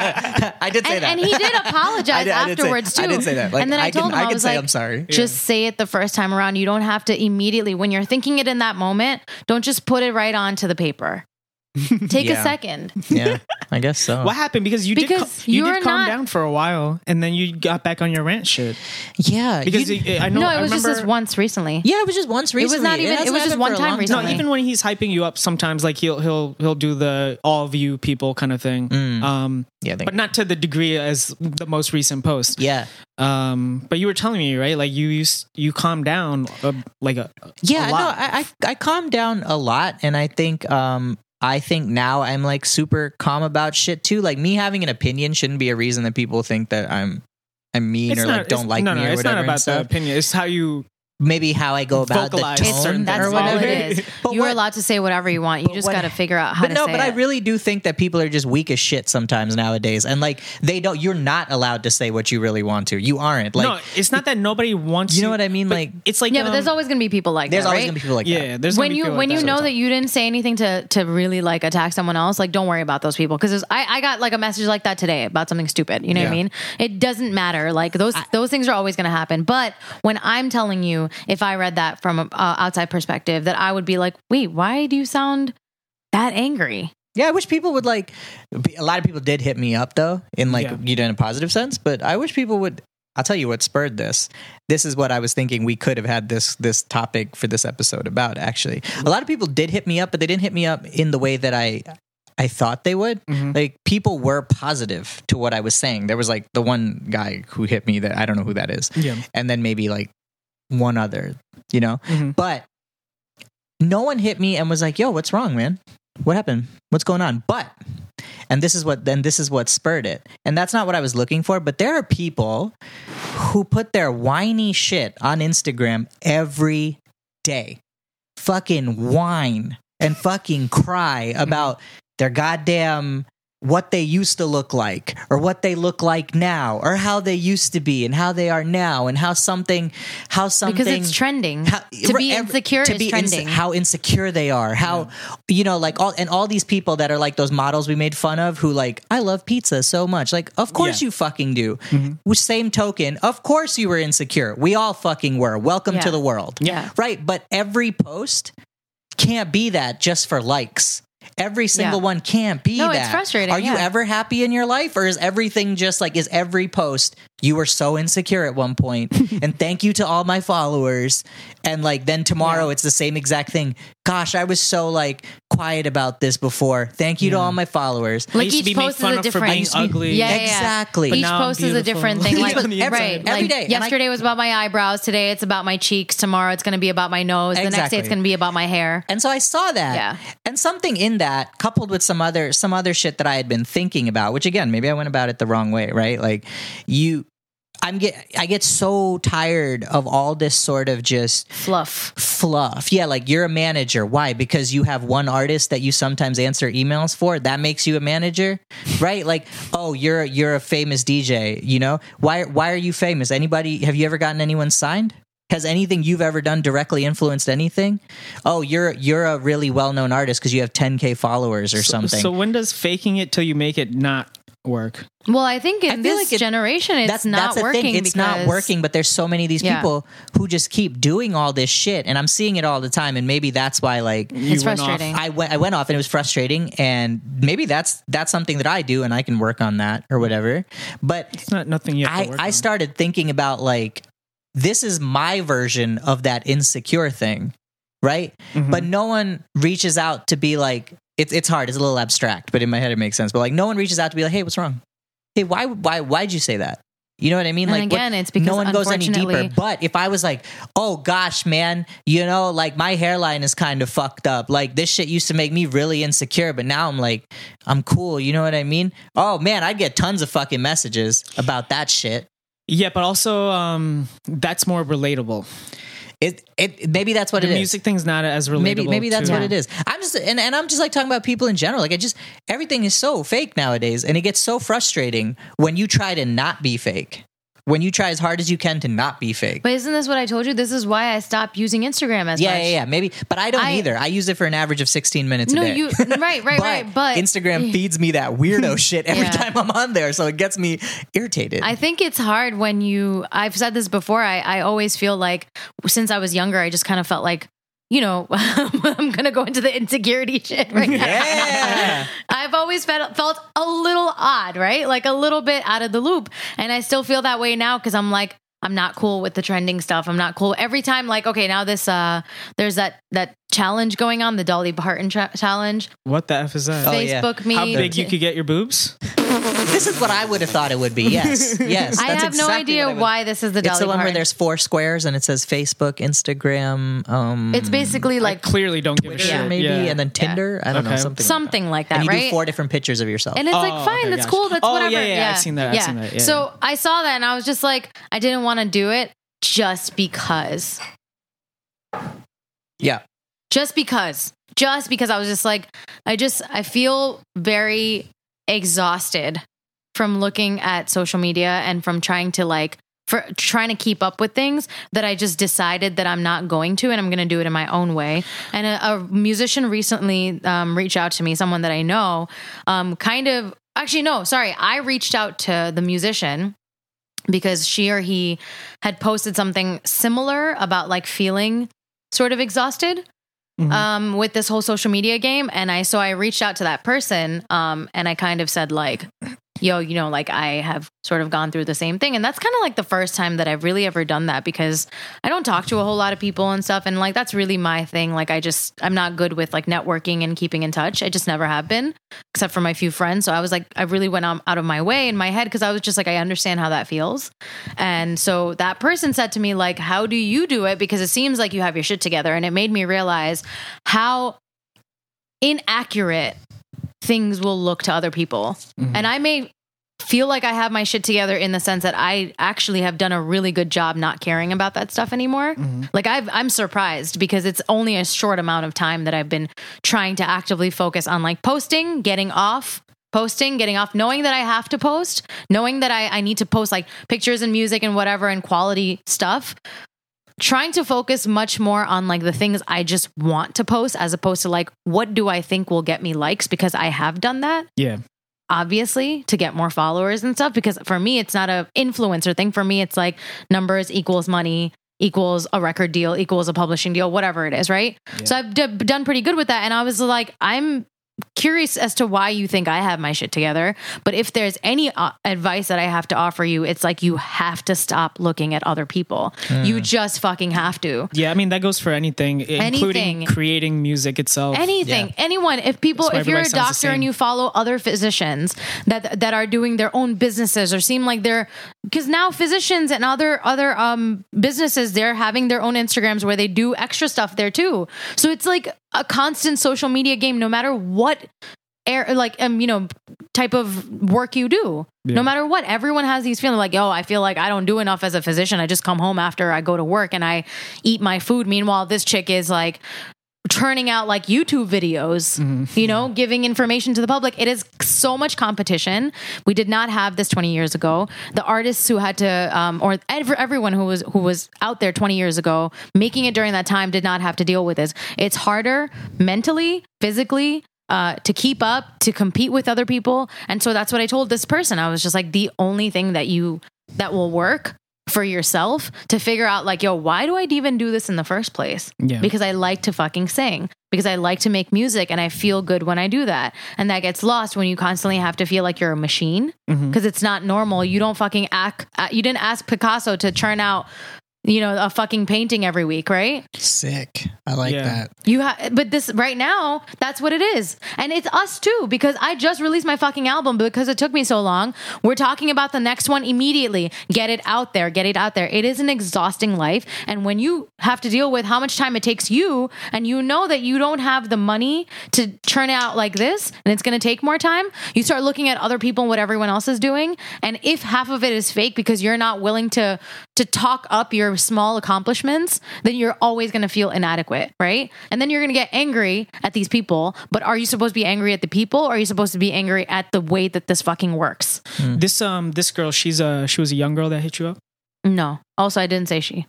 S2: I did say
S1: And-
S2: that,
S1: and he did apologize
S2: I did- I did say-
S1: afterwards,
S2: I did
S1: too.
S2: say that. Like,
S1: And then I told
S2: can,
S1: him, I
S2: I can
S1: was
S2: say
S1: like,
S2: I'm sorry.
S1: Just say it the first time around. You don't have to immediately, when you're thinking it in that moment, don't just put it right onto the paper. Take
S2: Yeah.
S1: a second.
S2: yeah, I guess so.
S3: What happened? Because you did
S1: Because
S3: ca- you
S1: you're
S3: did calm
S1: not-
S3: down for a while, and then you got back on your rant shit.
S2: Yeah,
S3: Because
S2: you-
S3: I I know
S1: No,
S3: I
S1: it was just
S3: remember-
S1: this once recently.
S2: yeah, it was just once
S1: was
S2: recently.
S1: not even- it
S2: hasn't
S1: was just
S2: happened
S1: one
S2: for a
S1: time
S2: long
S1: recently.
S3: No, even when he's hyping you up, sometimes like he'll he'll he'll do the all of you people kind of thing.
S2: Mm.
S3: Um,
S2: yeah, I think-
S3: but not to the degree as the most recent post.
S2: yeah,
S3: Um, but you were telling me right, like you used you calm down, uh, like a
S2: yeah.
S3: A
S2: No,
S3: lot.
S2: I, I I calmed down a lot, and I think um I think now I'm like super calm about shit too. Like me having an opinion shouldn't be a reason that people think that I'm. I'm mean or like don't
S3: it's-
S2: like
S3: no,
S2: me
S3: no,
S2: or
S3: it's
S2: whatever.
S3: not
S2: and
S3: about the
S2: stuff.
S3: opinion. It's how you
S2: Maybe how I go about
S3: Vocalize
S2: the
S3: It's
S2: tone
S3: certain-
S1: That's
S2: or
S1: all
S2: whatever.
S1: it is.
S2: But
S1: You're
S2: what-
S1: allowed to say whatever you want. You
S2: but
S1: just
S2: what-
S1: got to figure out how
S2: but
S1: to
S2: no,
S1: say
S2: but I
S1: it.
S2: really do think that people are just weak as shit sometimes nowadays, and like they don't. You're not allowed to say what you really want to. You aren't. Like
S3: no. It's not that nobody wants.
S2: you know what I mean?
S3: but
S2: Like
S3: it's like
S1: yeah, but there's
S3: um,
S1: always going to be people like
S2: there's
S1: that,
S2: always
S1: right?
S2: gonna be people like
S3: yeah.
S2: that.
S3: there's gonna
S1: when
S3: be
S1: you
S3: people like
S1: when you
S3: that.
S1: know that you didn't say anything to to really like attack someone else, like don't worry about those people because I I got like a message like that today about something stupid. You know what I
S2: Yeah.
S1: mean? It doesn't matter. Like those those things are always going to happen. But when I'm telling you, if I read that from a uh, outside perspective, that I would be like, wait, why do you sound that angry?
S2: Yeah, I wish people would like. be- A lot of people did hit me up though, in like
S3: Yeah.
S2: you know, in a positive sense. But I wish people would. I'll tell you what spurred this. This is what I was thinking we could have had this this topic for this episode about. Actually, a lot of people did hit me up, but they didn't hit me up in the way that I I thought they would.
S3: Mhm.
S2: Like people were positive to what I was saying. There was like the one guy who hit me that I don't know who that is,
S3: yeah.
S2: and then maybe like one other, you know.
S3: Mhm.
S2: But no one hit me and was like, "Yo, what's wrong, man? What happened? What's going on?" But and this is what then this is what spurred it. And that's not what I was looking for, but there are people who put their whiny shit on Instagram every day. Fucking whine and fucking cry
S1: Mm-hmm.
S2: about their goddamn what they used to look like or what they look like now or how they used to be and how they are now and how something how something
S1: Because it's trending
S2: how-
S1: to be
S2: right, every-
S1: insecure
S2: to
S1: is
S2: be inse-
S1: trending.
S2: how insecure they are how you know like all and all these people that are like those models we made fun of who like i love pizza so much like of course
S3: Yeah.
S2: you fucking do
S1: Mm-hmm.
S2: With same token of course you were insecure we all fucking were welcome
S1: Yeah.
S2: to the world
S1: Yeah.
S2: right but every post can't be that just for likes every single
S1: Yeah.
S2: one can't be
S1: No,
S2: that
S1: it's frustrating,
S2: are you
S1: yeah.
S2: ever happy in your life or is everything just like is every post you were so insecure at one point and thank you to all my followers and like then tomorrow it's the same exact thing gosh i was so like quiet about this before thank you to all my followers
S3: I
S1: Like
S3: used to
S1: each
S3: be made
S1: post is
S3: fun
S1: a
S3: of for
S1: different.
S3: being ugly.
S1: Yeah, yeah, yeah.
S2: Exactly. But
S1: Each
S3: now I'm
S1: post is a
S3: beautiful.
S1: different thing. Like
S2: Every-
S1: right,
S2: every
S1: like,
S2: day. And I-
S1: Yesterday was about my eyebrows. Today it's about my cheeks. Tomorrow it's going to be about my nose. The next day
S2: Exactly.
S1: it's going to be about my hair.
S2: And so I saw that.
S1: Yeah.
S2: And something in that, coupled with some other some other shit that I had been thinking about, which again, maybe I went about it the wrong way, right? Like you I'm get I get so tired of all this sort of just
S1: Fluff.
S2: fluff. Yeah, like you're a manager. Why? Because you have one artist that you sometimes answer emails for. That makes you a manager, right? Like, oh, you're you're a famous DJ. You know why? Why are you famous? Anybody? Have you ever gotten anyone signed? Has anything you've ever done directly influenced anything? Oh, you're you're a really well known artist because you have 10k followers or something.
S3: So when does faking it till you make it not work?
S1: Well, I think in
S2: I feel
S1: this
S2: like it-
S1: generation, it's
S2: that's
S1: not
S2: that's the
S1: working.
S2: thing. It's not
S1: because-
S2: working, but there's so many of these
S1: Yeah.
S2: people who just keep doing all this shit, and I'm seeing it all the time. And maybe that's why, like,
S3: You
S1: It's
S3: went off.
S1: frustrating.
S2: I went I went off and it was frustrating and maybe that's that's something that I do and I can work on that or whatever. But
S3: It's not nothing you have
S2: I
S3: to work
S2: I
S3: on.
S2: started thinking about like this is my version of that insecure thing, right?
S3: Mhm.
S2: But no one reaches out to be like it's it's hard, it's a little abstract, but in my head it makes sense. But like no one reaches out to be like, "Hey, what's wrong? Hey, why why why'd you say that?" You know what I mean?
S1: And
S2: like what-
S1: again, it's because
S2: no one goes any deeper.
S1: unfortunately-
S2: But if I was like, oh gosh, man, you know, like my hairline is kind of fucked up. Like this shit used to make me really insecure, but now I'm like, I'm cool. You know what I mean? Oh man, I'd get tons of fucking messages about that shit.
S3: yeah, but also um, that's more relatable.
S2: It it maybe that's what
S3: the
S2: it is.
S3: music thing's not as relatable.
S2: Maybe maybe that's
S3: to-
S2: what it is. I'm just and, and I'm just like talking about people in general. Like I just everything is so fake nowadays, and it gets so frustrating when you try to not be fake. When you try as hard as you can to not be fake.
S1: But isn't this what I told you? This is why I stopped using Instagram as
S2: yeah,
S1: much.
S2: yeah, yeah, maybe. But I don't
S1: I-
S2: either. I use it for an average of 16 minutes
S1: No,
S2: a day.
S1: you right, right, right. But
S2: Instagram feeds me that weirdo shit every
S1: Yeah.
S2: time I'm on there, so it gets me irritated.
S1: I think it's hard when you. I've said this before. I I always feel like since I was younger, I just kind of felt like. You know, I'm gonna go into the insecurity shit right now.
S2: Yeah.
S1: I've always felt felt a little odd, right? Like a little bit out of the loop, and I still feel that way now because I'm like, I'm not cool with the trending stuff. I'm not cool every time. Like, okay, now this uh, there's that that challenge going on, the Dolly Parton tra- challenge.
S3: What the f is that?
S2: Oh, yeah.
S1: Facebook me.
S3: How big you could get your boobs?
S2: this is what I would have thought it would be. Yes, yes.
S1: I
S2: that's
S1: have no
S2: exactly
S1: idea
S2: what I would-
S1: why this is the Dolly
S2: It's the one
S1: Parton.
S2: where there's four squares and it says Facebook, Instagram, um,
S1: it's basically
S3: I
S1: like
S3: clearly don't give a
S2: Twitter
S3: shit.
S2: maybe,
S3: Yeah.
S2: and then Tinder. I don't know
S3: Okay.
S2: something. like
S1: something like
S2: that.
S1: that,
S2: and you
S1: right?
S2: do four different pictures of yourself.
S1: And it's
S3: Oh,
S1: like, fine,
S3: okay,
S1: that's
S3: gotcha.
S1: cool, that's
S3: Oh, yeah,
S1: whatever.
S3: yeah, I've seen that, I've seen that, yeah.
S1: So I saw that and I was just like, I didn't want to do it just because.
S2: yeah,
S1: Just because. Just because I was just like, I just, I feel very exhausted from looking at social media and from trying to like, for trying to keep up with things that I just decided that I'm not going to, and I'm going to do it in my own way. And a, a musician recently um, reached out to me, someone that I know, um, kind of actually no, sorry, I reached out to the musician because she or he had posted something similar about like feeling sort of exhausted
S3: Mhm.
S1: um, with this whole social media game, and I so I reached out to that person um, and I kind of said like yo, you know, like I have sort of gone through the same thing. And that's kind of like the first time that I've really ever done that because I don't talk to a whole lot of people and stuff. And like that's really my thing. Like I just, I'm not good with like networking and keeping in touch. I just never have been, except for my few friends. So I was like, I really went um, out of my way in my head because I was just like, I understand how that feels. And so that person said to me, like, how do you do it? Because it seems like you have your shit together. And it made me realize how inaccurate things will look to other people. And I may feel like I have my shit together in the sense that I actually have done a really good job not caring about that stuff anymore. Like I've I'm surprised because it's only a short amount of time that I've been trying to actively focus on like posting, getting off, posting, getting off, knowing that I have to post, knowing that I, I need to post like pictures and music and whatever and quality stuff. Trying to focus much more on like the things I just want to post as opposed to like what do I think will get me likes because I have done that
S3: yeah.
S1: obviously to get more followers and stuff because for me it's not a influencer thing for me it's like numbers equals money equals a record deal equals a publishing deal whatever it is right so i've d- done pretty good with that and i was like i'm curious as to why you think i have my shit together but if there's any uh, advice that i have to offer you it's like you have to stop looking at other people you just fucking have to
S3: Yeah, I mean that goes for anything,
S1: Anything.
S3: including creating music itself.
S1: anything anyone if people
S3: That's why
S1: if you're a
S3: everybody sounds the
S1: doctor and
S3: same.
S1: you follow other physicians that that are doing their own businesses or seem like they're because now physicians and other other um businesses they're having their own instagrams where they do extra stuff there too so it's like a constant social media game no matter what air like um you know type of work you do. No matter what, everyone has these feelings like, yo, I feel like I don't do enough as a physician. I just come home after I go to work and I eat my food. Meanwhile, this chick is like turning out like YouTube videos, you know, giving information to the public. It is so much competition. We did not have this 20 years ago. The artists who had to, um, or ev- everyone who was who was out there 20 years ago, making it during that time did not have to deal with this. It's harder mentally, physically, uh, to keep up, to compete with other people. And so that's what I told this person. I was just like, the only thing that you that will work for yourself to figure out like, yo, why do I even do this in the first place?
S3: Yeah.
S1: Because I like to fucking sing. Because I like to make music and I feel good when I do that. And that gets lost when you constantly have to feel like you're a machine because it's not normal. You don't fucking act, uh, you didn't ask Picasso to churn out, you know, a fucking painting every week, right?
S2: Sick. I like
S3: Yeah.
S2: that.
S1: You have, but this right now, that's what it is, and it's us too because I just released my fucking album because it took me so long. We're talking about the next one immediately. Get it out there. Get it out there. It is an exhausting life, and when you have to deal with how much time it takes you, and you know that you don't have the money to churn out like this, and it's going to take more time, you start looking at other people and what everyone else is doing, and if half of it is fake because you're not willing to to talk up your small accomplishments, then you're always going to feel inadequate, right? And then you're going to get angry at these people. But are you supposed to be angry at the people? Or are you supposed to be angry at the way that this fucking works?
S3: This um this girl, she's a she was a young girl that hit you up.
S1: No. Also, I didn't say she.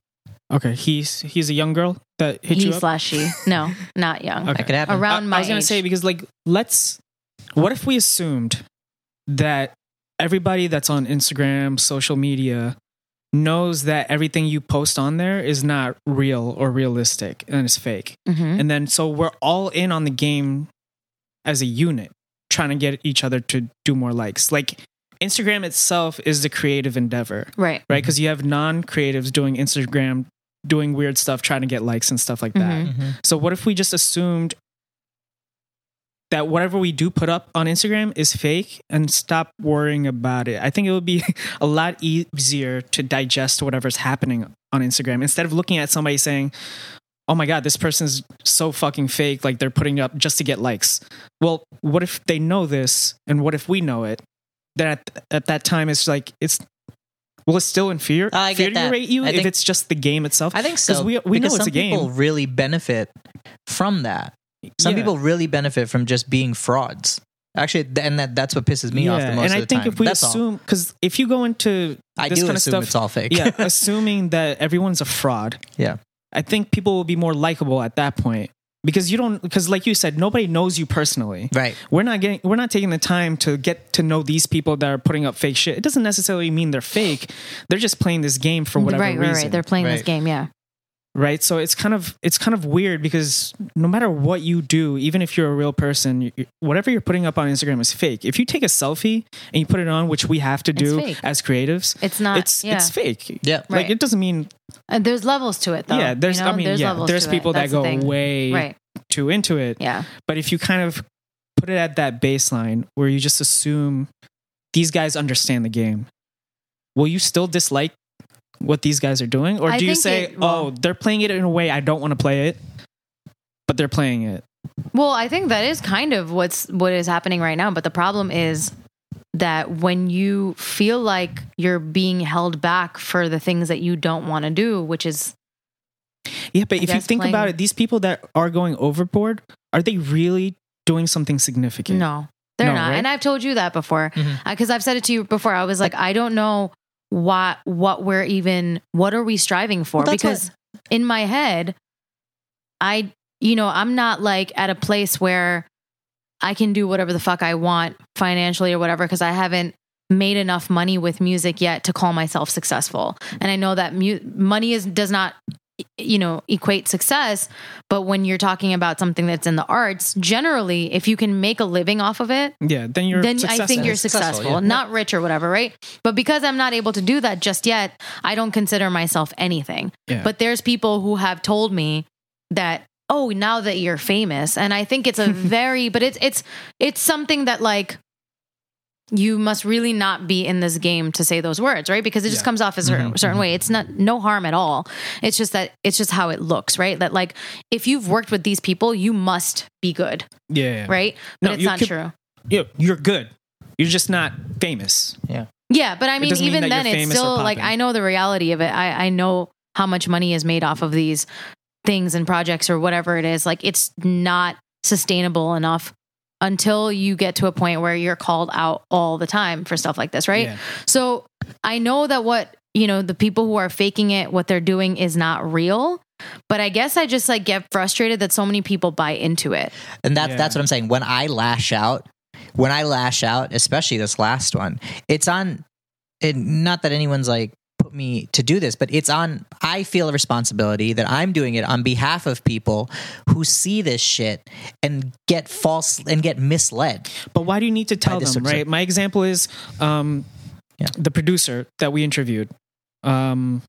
S3: Okay, he's he's a young girl that hit
S1: He
S3: you up.
S1: slash she. No, not young.
S3: Okay.
S2: That could happen.
S1: Around
S3: I,
S1: my
S3: I was gonna
S1: age.
S3: say because like let's what if we assumed that everybody that's on Instagram, social media knows that everything you post on there is not real or realistic and it's fake.
S1: Mhm.
S3: And then so we're all in on the game as a unit, trying to get each other to do more likes. Like Instagram itself is the creative endeavor
S1: Right.
S3: right? Because you have non creatives doing Instagram, doing weird stuff, trying to get likes and stuff like that.
S2: Mhm.
S3: So, what if we just assumed that whatever we do put up on Instagram is fake and stop worrying about it? I think it would be a lot easier to digest whatever's happening on Instagram instead of looking at somebody saying, Oh my God, this person's so fucking fake. Like they're putting it up just to get likes. Well, what if they know this and what if we know it? Then at, at that time, it's like, it's, will it still inferior,
S2: I get that.
S3: infuriate you
S2: I
S3: if
S2: think-
S3: it's just the game itself?
S2: I think so.
S3: we, we know
S2: because
S3: it's
S2: some
S3: a game.
S2: people really benefit from that. Some
S3: Yeah.
S2: people really benefit from just being frauds. Actually, th- and that, that's what pisses me off the most
S3: and
S2: of
S3: I
S2: the
S3: think
S2: time.
S3: if we
S2: that's all.
S3: assume, because if you go into
S2: I
S3: this
S2: do
S3: kind of
S2: assume
S3: stuff-
S2: it's all fake.
S3: yeah, assuming that everyone's a fraud,
S2: Yeah.
S3: I think people will be more likable at that point because you don't because like you said, nobody knows you personally.
S2: Right.
S3: We're not getting we're not taking the time to get to know these people that are putting up fake shit. It doesn't necessarily mean they're fake. They're just playing this game for whatever
S1: right,
S3: reason.
S1: right, right. They're playing this
S2: Right.
S1: game. Yeah.
S3: right? So it's kind of it's kind of weird because no matter what you do, even if you're a real person, you, you- whatever you're putting up on Instagram is fake. If you take a selfie and you put it on, which we have to
S1: It's
S3: do
S1: fake.
S3: as creatives,
S1: It's not.
S3: it's
S1: yeah.
S3: it's fake.
S2: Yeah.
S3: Like
S1: Right.
S3: it doesn't mean
S1: And Uh, there's levels to it, though.
S3: yeah. There's
S1: you know?
S3: I mean yeah. There's
S1: to it.
S3: people that
S1: That's the
S3: go
S1: thing.
S3: way
S1: Right.
S3: too into it.
S1: Yeah.
S3: But if you kind of put it at that baseline where you just assume these guys understand the game, will you still dislike what these guys are doing? Or
S1: I
S3: do you
S1: think
S3: say,
S1: it- well-
S3: oh, they're playing it in a way I don't want to play it, but they're playing it?
S1: Well, I think that is kind of what's what is happening right now, but the problem is that when you feel like you're being held back for the things that you don't want to do, which is
S3: Yeah, but
S1: I
S3: if you
S1: guess
S3: think
S1: playing-
S3: about it, these people that are going overboard, are they really doing something significant?
S1: no, they're
S3: Mm. No,
S1: not.
S3: right? Mm-hmm.
S1: And I've told you that before because
S2: Mhm.
S1: I've said it to you before. I was like, I don't know what what we're even what are we striving for
S2: Well, that's
S1: because in my head, I, you know, I'm not like at a place where I can do whatever the fuck I want financially or whatever because I haven't made enough money with music yet to call myself successful. And I know that mu- money is does not e, you know equate success, but when you're talking about something that's in the arts, generally if you can make a living off of it,
S3: Yeah, then you're
S1: then I
S3: successful.
S1: think you're
S2: Successful,
S1: successful,
S2: yeah.
S1: not rich or whatever, right? But because I'm not able to do that just yet, I don't consider myself anything.
S3: Yeah.
S1: But there's people who have told me that, oh, now that you're famous, and I think it's a very, but it's it's it's something that like you must really not be in this game to say those words, right? Because it just
S3: Yeah. Mm-hmm.
S1: comes off as a certain,
S2: Mhm,
S1: certain way. It's not no harm at all. It's just that it's just how it looks, right? That like if you've worked with these people, you must be good,
S3: yeah.
S1: right? But
S3: No,
S1: it's
S3: you
S1: not
S3: could-
S1: true.
S3: you you're good. You're just not famous.
S1: Yeah, but I mean,
S3: doesn't mean
S1: even
S3: that you're
S1: then, it's
S3: famous or
S1: still like
S3: popping.
S1: I know the reality of it. I, I know how much money is made off of these things and projects or whatever it is. Like, it's not sustainable enough until you get to a point where you're called out all the time for stuff like this, right?
S3: Yeah.
S1: So I know that what, you know, the people who are faking it, what they're doing is not real. But I guess I just like get frustrated that so many people buy into it.
S2: And that's
S3: Yeah.
S2: that's what I'm saying. When I lash out, when I lash out, especially this last one, it's on. It, not that anyone's like put me to do this, but it's on. I feel a responsibility that I'm doing it on behalf of people who see this shit and get false and get misled.
S3: But why do you need to tell
S2: By this
S3: them,
S2: sort of-
S3: right? My example is um,
S2: Yeah.
S3: the producer that we interviewed, um,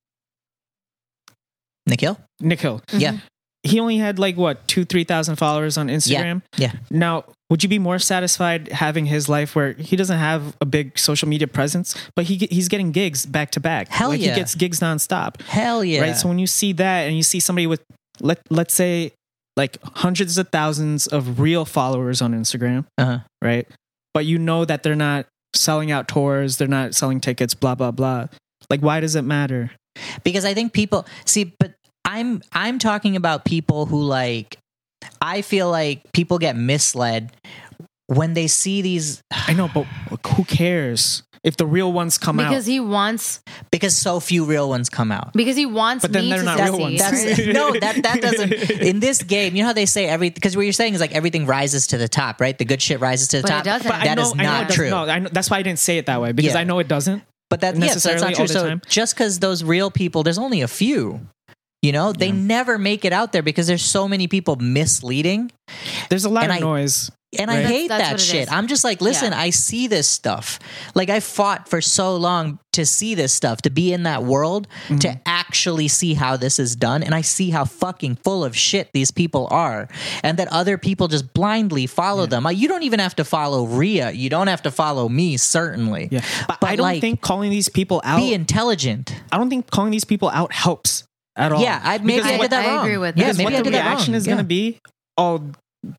S2: Nikhil,
S3: Nick Hill.
S2: Yeah.
S3: He only had like what two, three thousand followers on Instagram.
S2: yeah.
S3: Now, would you be more satisfied having his life where he doesn't have a big social media presence, but he he's getting gigs back to back?
S2: Hell
S3: like,
S2: yeah.
S3: He gets gigs nonstop.
S2: Hell yeah!
S3: right? So when you see that and you see somebody with let let's say like hundreds of thousands of real followers on Instagram,
S2: Uh-huh.
S3: right? But you know that they're not selling out tours, they're not selling tickets, blah blah blah. Like why does it matter?
S2: because I think people see, but I'm I'm talking about people who like. I feel like people get misled when they see these
S3: I know, but who cares if the real ones come
S1: Because
S3: out?
S1: he wants, because
S2: because so few real ones come out.
S1: he wants
S3: But then
S1: me
S3: they're
S1: to
S3: not
S1: succeed.
S3: real ones.
S1: right?
S2: That's no, that that doesn't. In this game, you know how they say every because what you're saying is like everything rises to the top, right? The good shit rises to the
S1: But it
S2: top.
S1: doesn't. But
S3: I
S2: That
S3: know-
S2: is
S3: I know it
S2: not
S3: doesn't-
S2: true.
S3: No, I know, that's why I didn't say it that way because
S2: Yeah.
S3: I know it doesn't.
S2: but that yes, that's
S3: necessarily
S2: not
S3: all
S2: true.
S3: the
S2: So
S3: time.
S2: just because those real people, there's only a few. You know, they
S3: Yeah.
S2: never make it out there because there's so many people misleading,
S3: There's a lot
S2: And
S3: of
S2: I-
S3: noise.
S2: and I
S3: Right.
S2: hate
S1: That's- that's
S2: that
S1: what it
S2: shit.
S1: is.
S2: I'm just like, listen, I see this stuff. Like I fought for so long to see this stuff, to be in that world, to
S3: Mm-hmm.
S2: actually see how this is done, and I see how fucking full of shit these people are, and that other people just blindly follow them. Like, You don't even have to follow Ria. You don't have to follow me. Certainly,
S3: Yeah. But, I
S2: But,
S3: don't
S2: like,
S3: think calling these people out
S2: be intelligent.
S3: I don't think calling these people out helps at all.
S2: Yeah, I, maybe
S3: Because
S2: I
S3: what-
S2: did that
S1: I
S2: wrong.
S1: agree with
S2: yeah,
S1: that.
S3: Because
S2: maybe
S3: what
S2: I
S3: the
S2: did that wrong.
S3: reaction is
S2: Yeah.
S3: going to be, oh,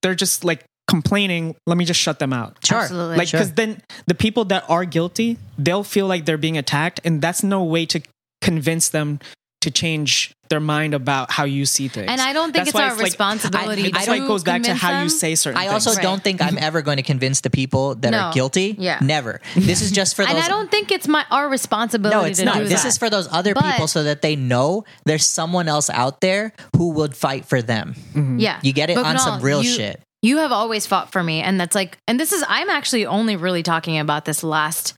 S3: they're just like complaining. Let me just shut them out.
S2: Sure.
S1: Absolutely.
S3: Like,
S2: sure.
S3: because then the people that are guilty, they'll feel like they're being attacked, and that's no way to convince them to change their mind about how you see things.
S1: And I don't think
S3: That's
S1: it's
S3: why
S1: our
S3: like-
S1: responsibility
S3: that's
S1: to
S3: why it goes back to
S1: convince
S3: how you
S1: them.
S3: say certain.
S2: I
S3: things.
S2: also
S1: Right.
S2: don't think I'm ever going to convince the people that
S1: No.
S2: are guilty.
S1: Yeah.
S2: Never. This is just for those.
S1: and I don't think it's my our responsibility.
S2: no, it's
S1: to
S2: not.
S1: Do
S2: This
S1: that.
S2: is for those other
S1: But-
S2: people so that they know there's someone else out there who would fight for them.
S1: yeah.
S2: You get it
S1: But
S2: on
S1: Kunal,
S2: some real
S1: you-
S2: shit.
S1: You have always fought for me, and that's like, and this is I'm actually only really talking about this last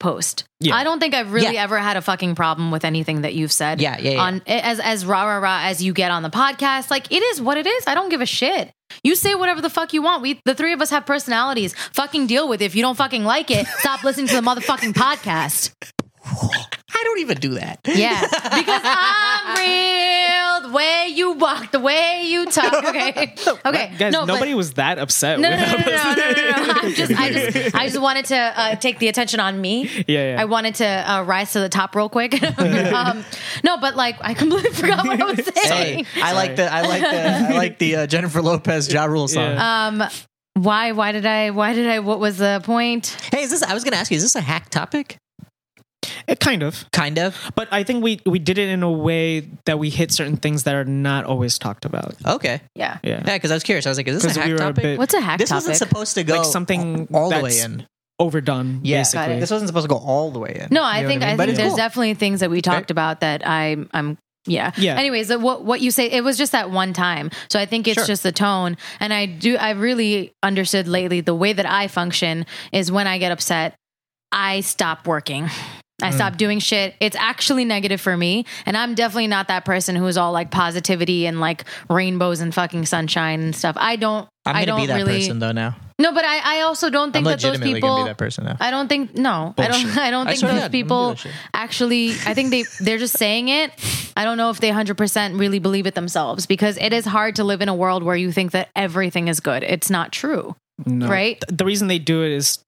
S1: post.
S3: Yeah.
S1: I don't think I've really
S2: Yeah.
S1: ever had a fucking problem with anything that you've said.
S2: Yeah, yeah, yeah.
S1: On as as rah rah rah as you get on the podcast, like it is what it is. I don't give a shit. You say whatever the fuck you want. We the three of us have personalities. Fucking deal with it. If you don't fucking like it, stop listening to the motherfucking podcast.
S2: I don't even do that.
S1: Yeah, because I'm real. The way you walk, the way you talk. Okay, okay.
S3: Guys,
S1: no, but-
S3: nobody was that upset.
S1: No, no,
S3: with
S1: no, no, no,
S3: us.
S1: no, no, no, no. I'm just, I just, I just wanted to uh, take the attention on me.
S3: Yeah, yeah.
S1: I wanted to uh, rise to the top real quick. um, no, but like, I completely forgot what I was saying.
S2: Hey, I like the I like the I like the uh, Jennifer Lopez Ja Rule song.
S3: Yeah.
S1: Um, why? Why did I? Why did I? What was the point?
S2: Hey, is this? I was going to ask you. Is this a hack topic?
S3: It kind of.
S2: Kind of.
S3: But I think we we did it in a way that we hit certain things that are not always talked about.
S2: Okay.
S1: Yeah.
S3: Yeah.
S2: Yeah, because I was curious. I was like, is this
S3: 'Cause
S2: a
S3: we
S2: hack
S3: were a
S2: topic?
S3: bit-
S1: What's a hack
S2: this wasn't
S1: topic?
S2: supposed to go
S3: Like something
S2: all the way
S3: that's-
S2: in.
S3: Overdone,
S2: Yeah.
S3: basically.
S2: This wasn't supposed to go all the way in.
S1: no, I
S2: You know
S1: think
S2: what
S1: I,
S2: mean? But
S1: think
S2: it's
S1: there's
S2: cool.
S1: definitely things that we talked about that I'm I'm yeah.
S3: Yeah.
S1: Anyways, uh, what what you say it was just that one time. So I think it's
S2: Sure.
S1: just the tone and I do I really understood lately the way that I function is when I get upset, I stop working. I
S2: Mm.
S1: stop doing shit. It's actually negative for me. And I'm definitely not that person who's all like positivity and like rainbows and fucking sunshine and stuff. I don't
S2: I'm
S1: I
S2: gonna
S1: don't
S2: be that
S1: really
S2: person though now.
S1: No, but I, I also don't
S2: I'm
S1: think that those
S2: legitimately gonna
S1: people
S2: be that person now.
S1: I don't think no. I
S2: Bullshit.
S1: don't I don't
S2: I
S1: think
S2: swear to
S1: those
S2: God, I'm gonna do
S1: people
S2: that shit.
S1: actually I think they they're just saying it. I don't know if they 100% really believe it themselves because it is hard to live in a world where you think that everything is good. It's not true,
S3: No.
S1: right?
S3: The reason they do it is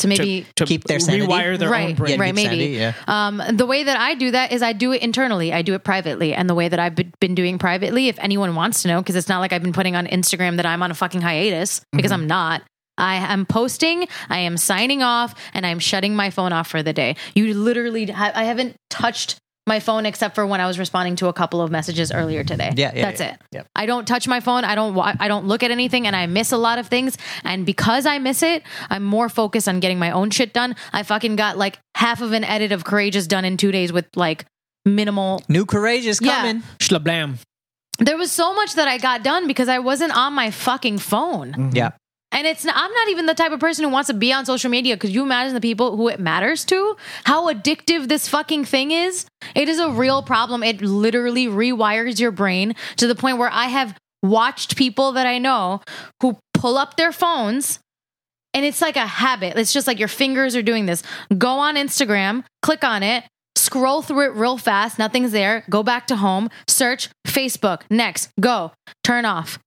S1: To maybe
S3: to
S2: Keep their sanity.
S3: rewire their
S1: right,
S3: own brain.
S2: Yeah,
S1: right,
S2: deep
S1: maybe.
S2: sanity, yeah.
S1: Um, the way that I do that is I do it internally. I do it privately, and the way that I've be- been doing
S2: Mm-hmm.
S1: privately, if anyone wants to know, because it's not like I've been putting on Instagram that I'm on a fucking hiatus because I'm not. I am posting, I am signing off, and I'm shutting my phone off for the day. You literally, ha- I haven't touched my phone except for when I was responding to a couple of messages earlier today.
S2: Yeah, yeah,
S1: that's
S2: yeah.
S1: it.
S2: Yep.
S1: I don't touch my phone. I don't. wa- I don't look at anything, and I miss a lot of things. And because I miss it, I'm more focused on getting my own shit done. I fucking got like half of an edit of Courageous done in two days with like minimal
S2: New Courageous
S1: Yeah.
S2: coming.
S3: Schlablam.
S1: there was so much that I got done because I wasn't on my fucking phone.
S2: Yeah.
S1: And it's not, I'm not even the type of person who wants to be on social media. Could you imagine the people who it matters to? How addictive this fucking thing is? It is a real problem. It literally rewires your brain to the point where I have watched people that I know who pull up their phones and it's like a habit. It's just like your fingers are doing this. Go on Instagram, click on it, scroll through it real fast. Nothing's there. Go back to home, search Facebook, next, go, turn off.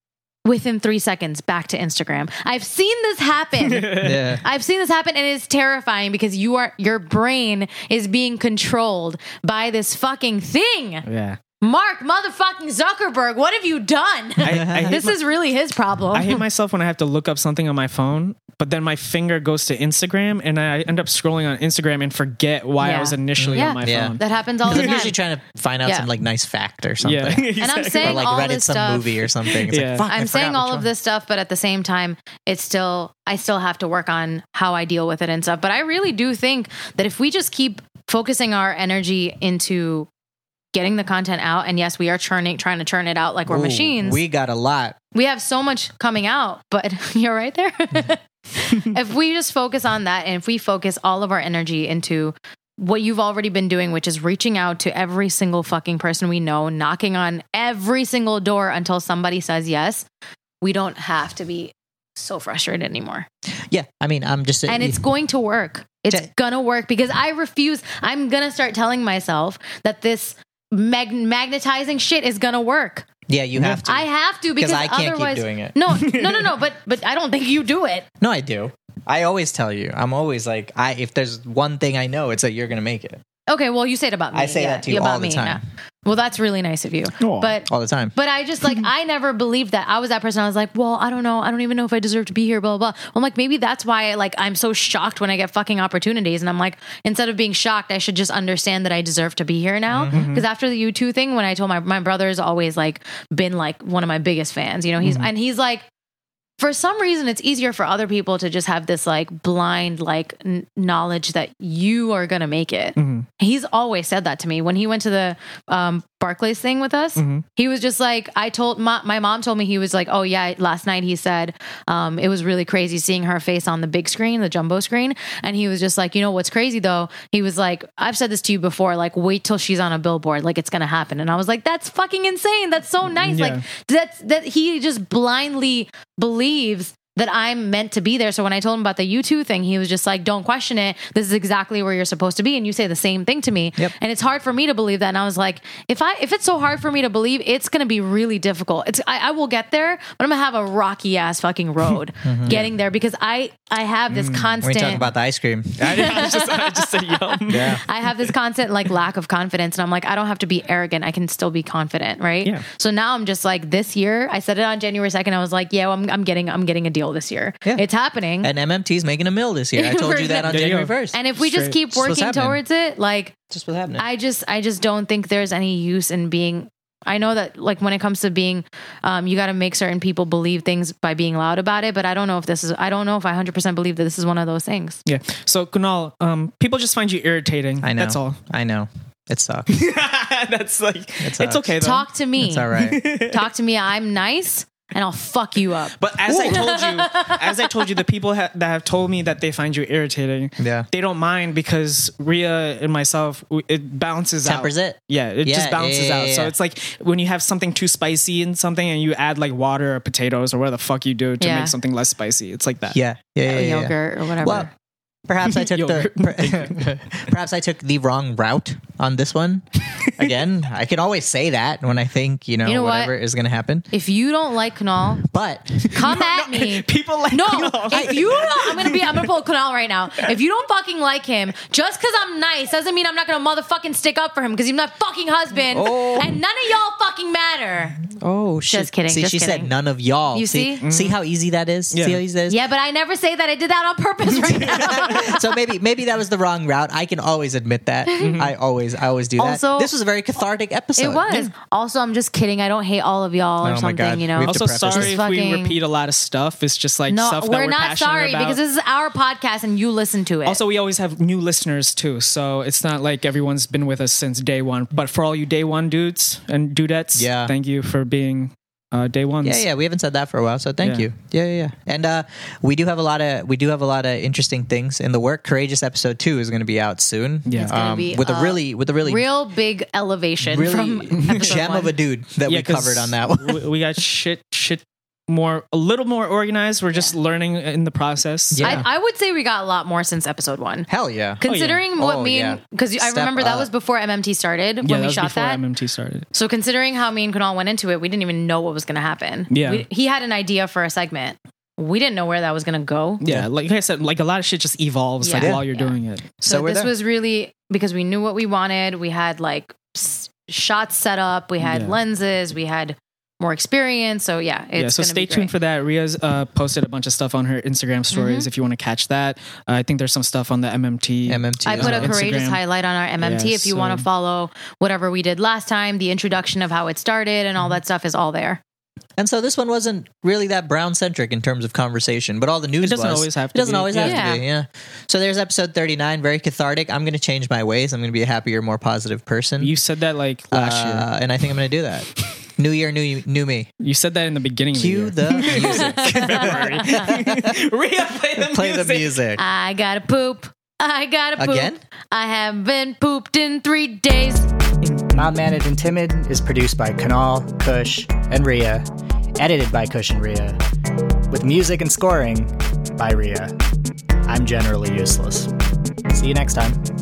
S1: Within three seconds, back to Instagram. I've seen this happen.
S2: Yeah.
S1: I've seen this happen, and it's terrifying because you are your brain is being controlled by this fucking thing.
S3: Yeah.
S1: Mark motherfucking Zuckerberg, what have you done?
S3: I, I hate
S1: this is really his problem.
S3: I hate myself when I have to look up something on my phone, but then my finger goes to Instagram and I end up scrolling on Instagram and forget why I
S1: Yeah.
S3: was initially
S1: Yeah.
S3: on my
S2: Yeah.
S3: phone.
S1: that happens all the
S2: I'm
S1: time.
S2: usually trying to find out
S1: Yeah.
S2: some like nice fact or something.
S3: Yeah.
S1: And I'm
S3: Exactly.
S1: saying
S2: Or like
S1: all
S2: Reddit
S1: this
S2: some
S1: stuff.
S2: movie or something. It's
S3: Yeah.
S2: like, Fuck, I
S1: I'm saying
S2: forgot
S1: all
S2: which
S1: of
S2: one.
S1: this stuff, but at the same time, it's still I still have to work on how I deal with it and stuff. But I really do think that if we just keep focusing our energy into getting the content out, and yes, we are churning, trying to churn it out like we're
S2: Ooh,
S1: machines.
S2: We got a lot.
S1: we have so much coming out, but you're right there. if we just focus on that and if we focus all of our energy into what you've already been doing, which is reaching out to every single fucking person we know, knocking on every single door until somebody says yes, we don't have to be so frustrated anymore.
S2: Yeah. I mean, I'm just
S1: And it's going to work. It's
S2: Okay.
S1: going to work because I refuse. I'm going to start telling myself that this mag- magnetizing shit is going to work.
S2: yeah. You have to.
S1: I have to because
S2: I can't
S1: otherwise,
S2: keep doing it.
S1: No, no, no, no. But but I don't think you do it.
S2: No, I do. I always tell you. I'm always like, I if there's one thing I know, it's that you're gonna make it
S1: Okay, well, you say it about me.
S2: I say
S1: yeah,
S2: that to you
S1: about
S2: all the
S1: me,
S2: time.
S1: yeah. Well, that's really nice of you.
S3: Aw.
S1: But
S2: all the time.
S1: but I just like I never believed that. I was that person. I was like, well, I don't know. I don't even know if I deserve to be here. Blah blah. blah. I'm like, maybe that's why like I'm so shocked when I get fucking opportunities. And I'm like, instead of being shocked, I should just understand that I deserve to be here now.
S2: Mm-hmm.
S1: Because after the U two thing, when I told my my brother's always like been like one of my biggest fans. You know, he's
S2: Mm-hmm.
S1: and he's like for some reason it's easier for other people to just have this like blind like n- knowledge that you are going to make it he's always said that to me when he went to the um, barclays thing with us he was just like i told my, my mom told me he was like oh yeah last night he said um, it was really crazy seeing her face on the big screen the jumbo screen and he was just like you know what's crazy though he was like i've said this to you before like wait till she's on a billboard like it's going to happen and i was like that's fucking insane that's so nice
S3: Yeah.
S1: like that's that he just blindly believes that I'm meant to be there. So when I told him about the U2 thing, he was just like, don't question it. This is exactly where you're supposed to be. And you say the same thing to me.
S2: Yep.
S1: And it's hard for me to believe that. And I was like, if I, if it's so hard for me to believe, it's going to be really difficult. It's, I, I will get there, but I'm gonna have a rocky ass fucking road
S2: Mm-hmm.
S1: getting there because I, I have this
S2: When
S1: constant,
S2: we Mm, talk about the ice cream,
S3: I, I just, I just said yum.
S2: yeah,
S1: I have this constant like lack of confidence, and I'm like, I don't have to be arrogant. I can still be confident, right?
S3: Yeah.
S1: So now I'm just like, this year, I said it on January second. I was like, yeah, well, I'm, I'm getting, I'm getting a deal this year.
S2: Yeah.
S1: It's happening. And,
S2: and MMT's making a mill this year. I told you that on
S3: There you
S2: January
S3: go.
S2: first.
S1: if we just
S3: Straight.
S1: keep
S2: Just what's
S1: working
S2: happening.
S1: towards it, like
S2: Just what's happening.
S1: I just, I just don't think there's any use in being. I know that, like, when it comes to being, um, you got to make certain people believe things by being loud about it. But I don't know if this is, I don't know if I 100% believe that this is one of those things.
S3: Yeah. So Kunal, um, people just find you irritating.
S2: I know.
S3: That's all.
S2: I know. It sucks.
S3: That's like it's,
S2: sucks.
S3: okay though.
S1: Talk to me.
S2: It's all right.
S1: Talk to me. I'm nice and I'll fuck you up.
S3: But as I told you, as I told you, the people ha- that have told me that they find you irritating,
S2: Yeah.
S3: they don't mind because Ria and myself, we, it bounces
S2: Tempers
S3: out.
S2: it.
S3: Yeah, it
S2: Yeah,
S3: just bounces
S2: yeah,
S3: out.
S2: yeah,
S3: So
S2: yeah.
S3: it's like when you have something too spicy and something, and you add like water or potatoes or whatever the fuck you do to
S1: Yeah.
S3: make something less spicy. It's like that.
S2: Yeah. Yeah. yeah, yeah, yeah.
S1: yogurt or whatever.
S2: Well, perhaps I took the
S3: Yogurt.
S2: per- perhaps I took the wrong route on this one. Again, I can always say that when I think you know,
S1: You know what?
S2: whatever is going to happen.
S1: if you don't like Kunal,
S2: But
S1: come at me.
S3: People like
S1: No,
S3: Kunal.
S1: if you don't, I'm gonna be, I'm gonna pull Kunal right now. If you don't fucking like him, just because I'm nice doesn't mean I'm not gonna motherfucking stick up for him because he's my fucking husband,
S2: Oh.
S1: and none of y'all fucking matter.
S2: Oh shit!
S1: kidding,
S2: See,
S1: just
S2: she
S1: kidding.
S2: said none of y'all.
S1: You see?
S2: see how easy that is.
S3: Yeah.
S2: See how easy that is.
S1: Yeah, but I never say that. I did that on purpose right now.
S2: so maybe maybe that was the wrong route. I can always admit that. I always I always do that.
S1: Also-
S2: this was a very cathartic episode.
S1: it was. Also, I'm just kidding. I don't hate all of y'all or
S2: Oh my
S1: something,
S2: God.
S1: you know.
S2: We've
S3: Also,
S2: to preface
S3: sorry
S1: this.
S3: if
S1: Fucking-
S3: we repeat a lot of stuff. It's just like
S1: no,
S3: stuff that
S1: we're,
S3: we're,
S1: not
S3: passionate
S1: sorry
S3: about.
S1: because this is our podcast and you listen to it.
S3: also, we always have new listeners too, so it's not like everyone's been with us since day one. But for all you day one dudes and dudettes,
S2: Yeah.
S3: thank you for being uh, day ones.
S2: Yeah, yeah, we haven't said that for a while, so thank
S3: Yeah.
S2: you. Yeah, yeah, yeah. And uh, we do have a lot of we do have a lot of interesting things in the work. Courageous episode two is going to be out soon. Um,
S3: Yeah. It's
S1: gonna be,
S2: with a
S1: uh,
S2: really with a really
S1: real big elevation
S2: really
S1: from episode
S2: gem
S1: one.
S2: of a dude that
S3: Yeah,
S2: we
S3: 'cause
S2: covered on that one.
S3: we, we got shit, shit more, a little more organized. We're just learning in the process.
S2: Yeah.
S1: I, I would say we got a lot more since episode one.
S2: Hell yeah!
S1: Considering what
S2: Oh,
S1: me
S2: yeah.
S1: and because I
S2: Step
S1: remember that
S2: up.
S1: was before MMT started
S3: Yeah,
S1: when
S3: that
S1: we
S3: was
S1: shot
S3: before
S1: that.
S3: MMT started.
S1: so considering how me and Kunal went into it, we didn't even know what was going to happen.
S3: Yeah.
S1: We- he had an idea for a segment. We didn't know where that was going to go.
S3: Yeah, like I said, like a lot of shit just evolves like
S1: Yeah.
S3: while you're
S1: Yeah.
S3: doing it.
S1: So,
S2: So we're
S1: this
S2: there.
S1: was really because we knew what we wanted. We had like s- shots set up. We had
S3: Yeah.
S1: lenses. We had more experience. So yeah, it's
S3: yeah, so
S1: gonna
S3: stay
S1: be
S3: tuned
S1: great. Mm-hmm.
S3: for that. Ria's uh, posted a bunch of stuff on her Instagram stories if you want to catch that. Uh, I think there's some stuff on the MMT.
S2: MMT.
S1: I
S2: is
S1: put a
S2: out.
S3: Instagram.
S1: courageous highlight on our MMT.
S3: Yeah,
S1: if you
S3: so-
S1: want to follow whatever we did last time, the introduction of how it started and all that stuff is all there.
S2: And so this one wasn't really that brown centric in terms of conversation, but all the news
S3: It doesn't
S2: was.
S3: always have
S2: It
S3: to
S2: doesn't
S3: be.
S2: always have
S1: Yeah.
S2: to be. Yeah. So there's episode 39, very cathartic. I'm going to change my ways. I'm going to be a happier, more positive person.
S3: You said that like last year.
S2: Uh, and I think I'm going to do that. new year, new new me.
S3: You said that in the beginning
S2: Cue
S3: of the
S2: the music.
S3: year. Ria, play the
S2: Play the
S3: music.
S2: music.
S1: I gotta poop. I gotta poop.
S2: Again?
S1: I haven't pooped in three days.
S4: Mild Mannered and Timid is produced by Kanal, Kush, and Ria, edited by Kush and Ria, with music and scoring by Ria. I'm generally useless. See you next time.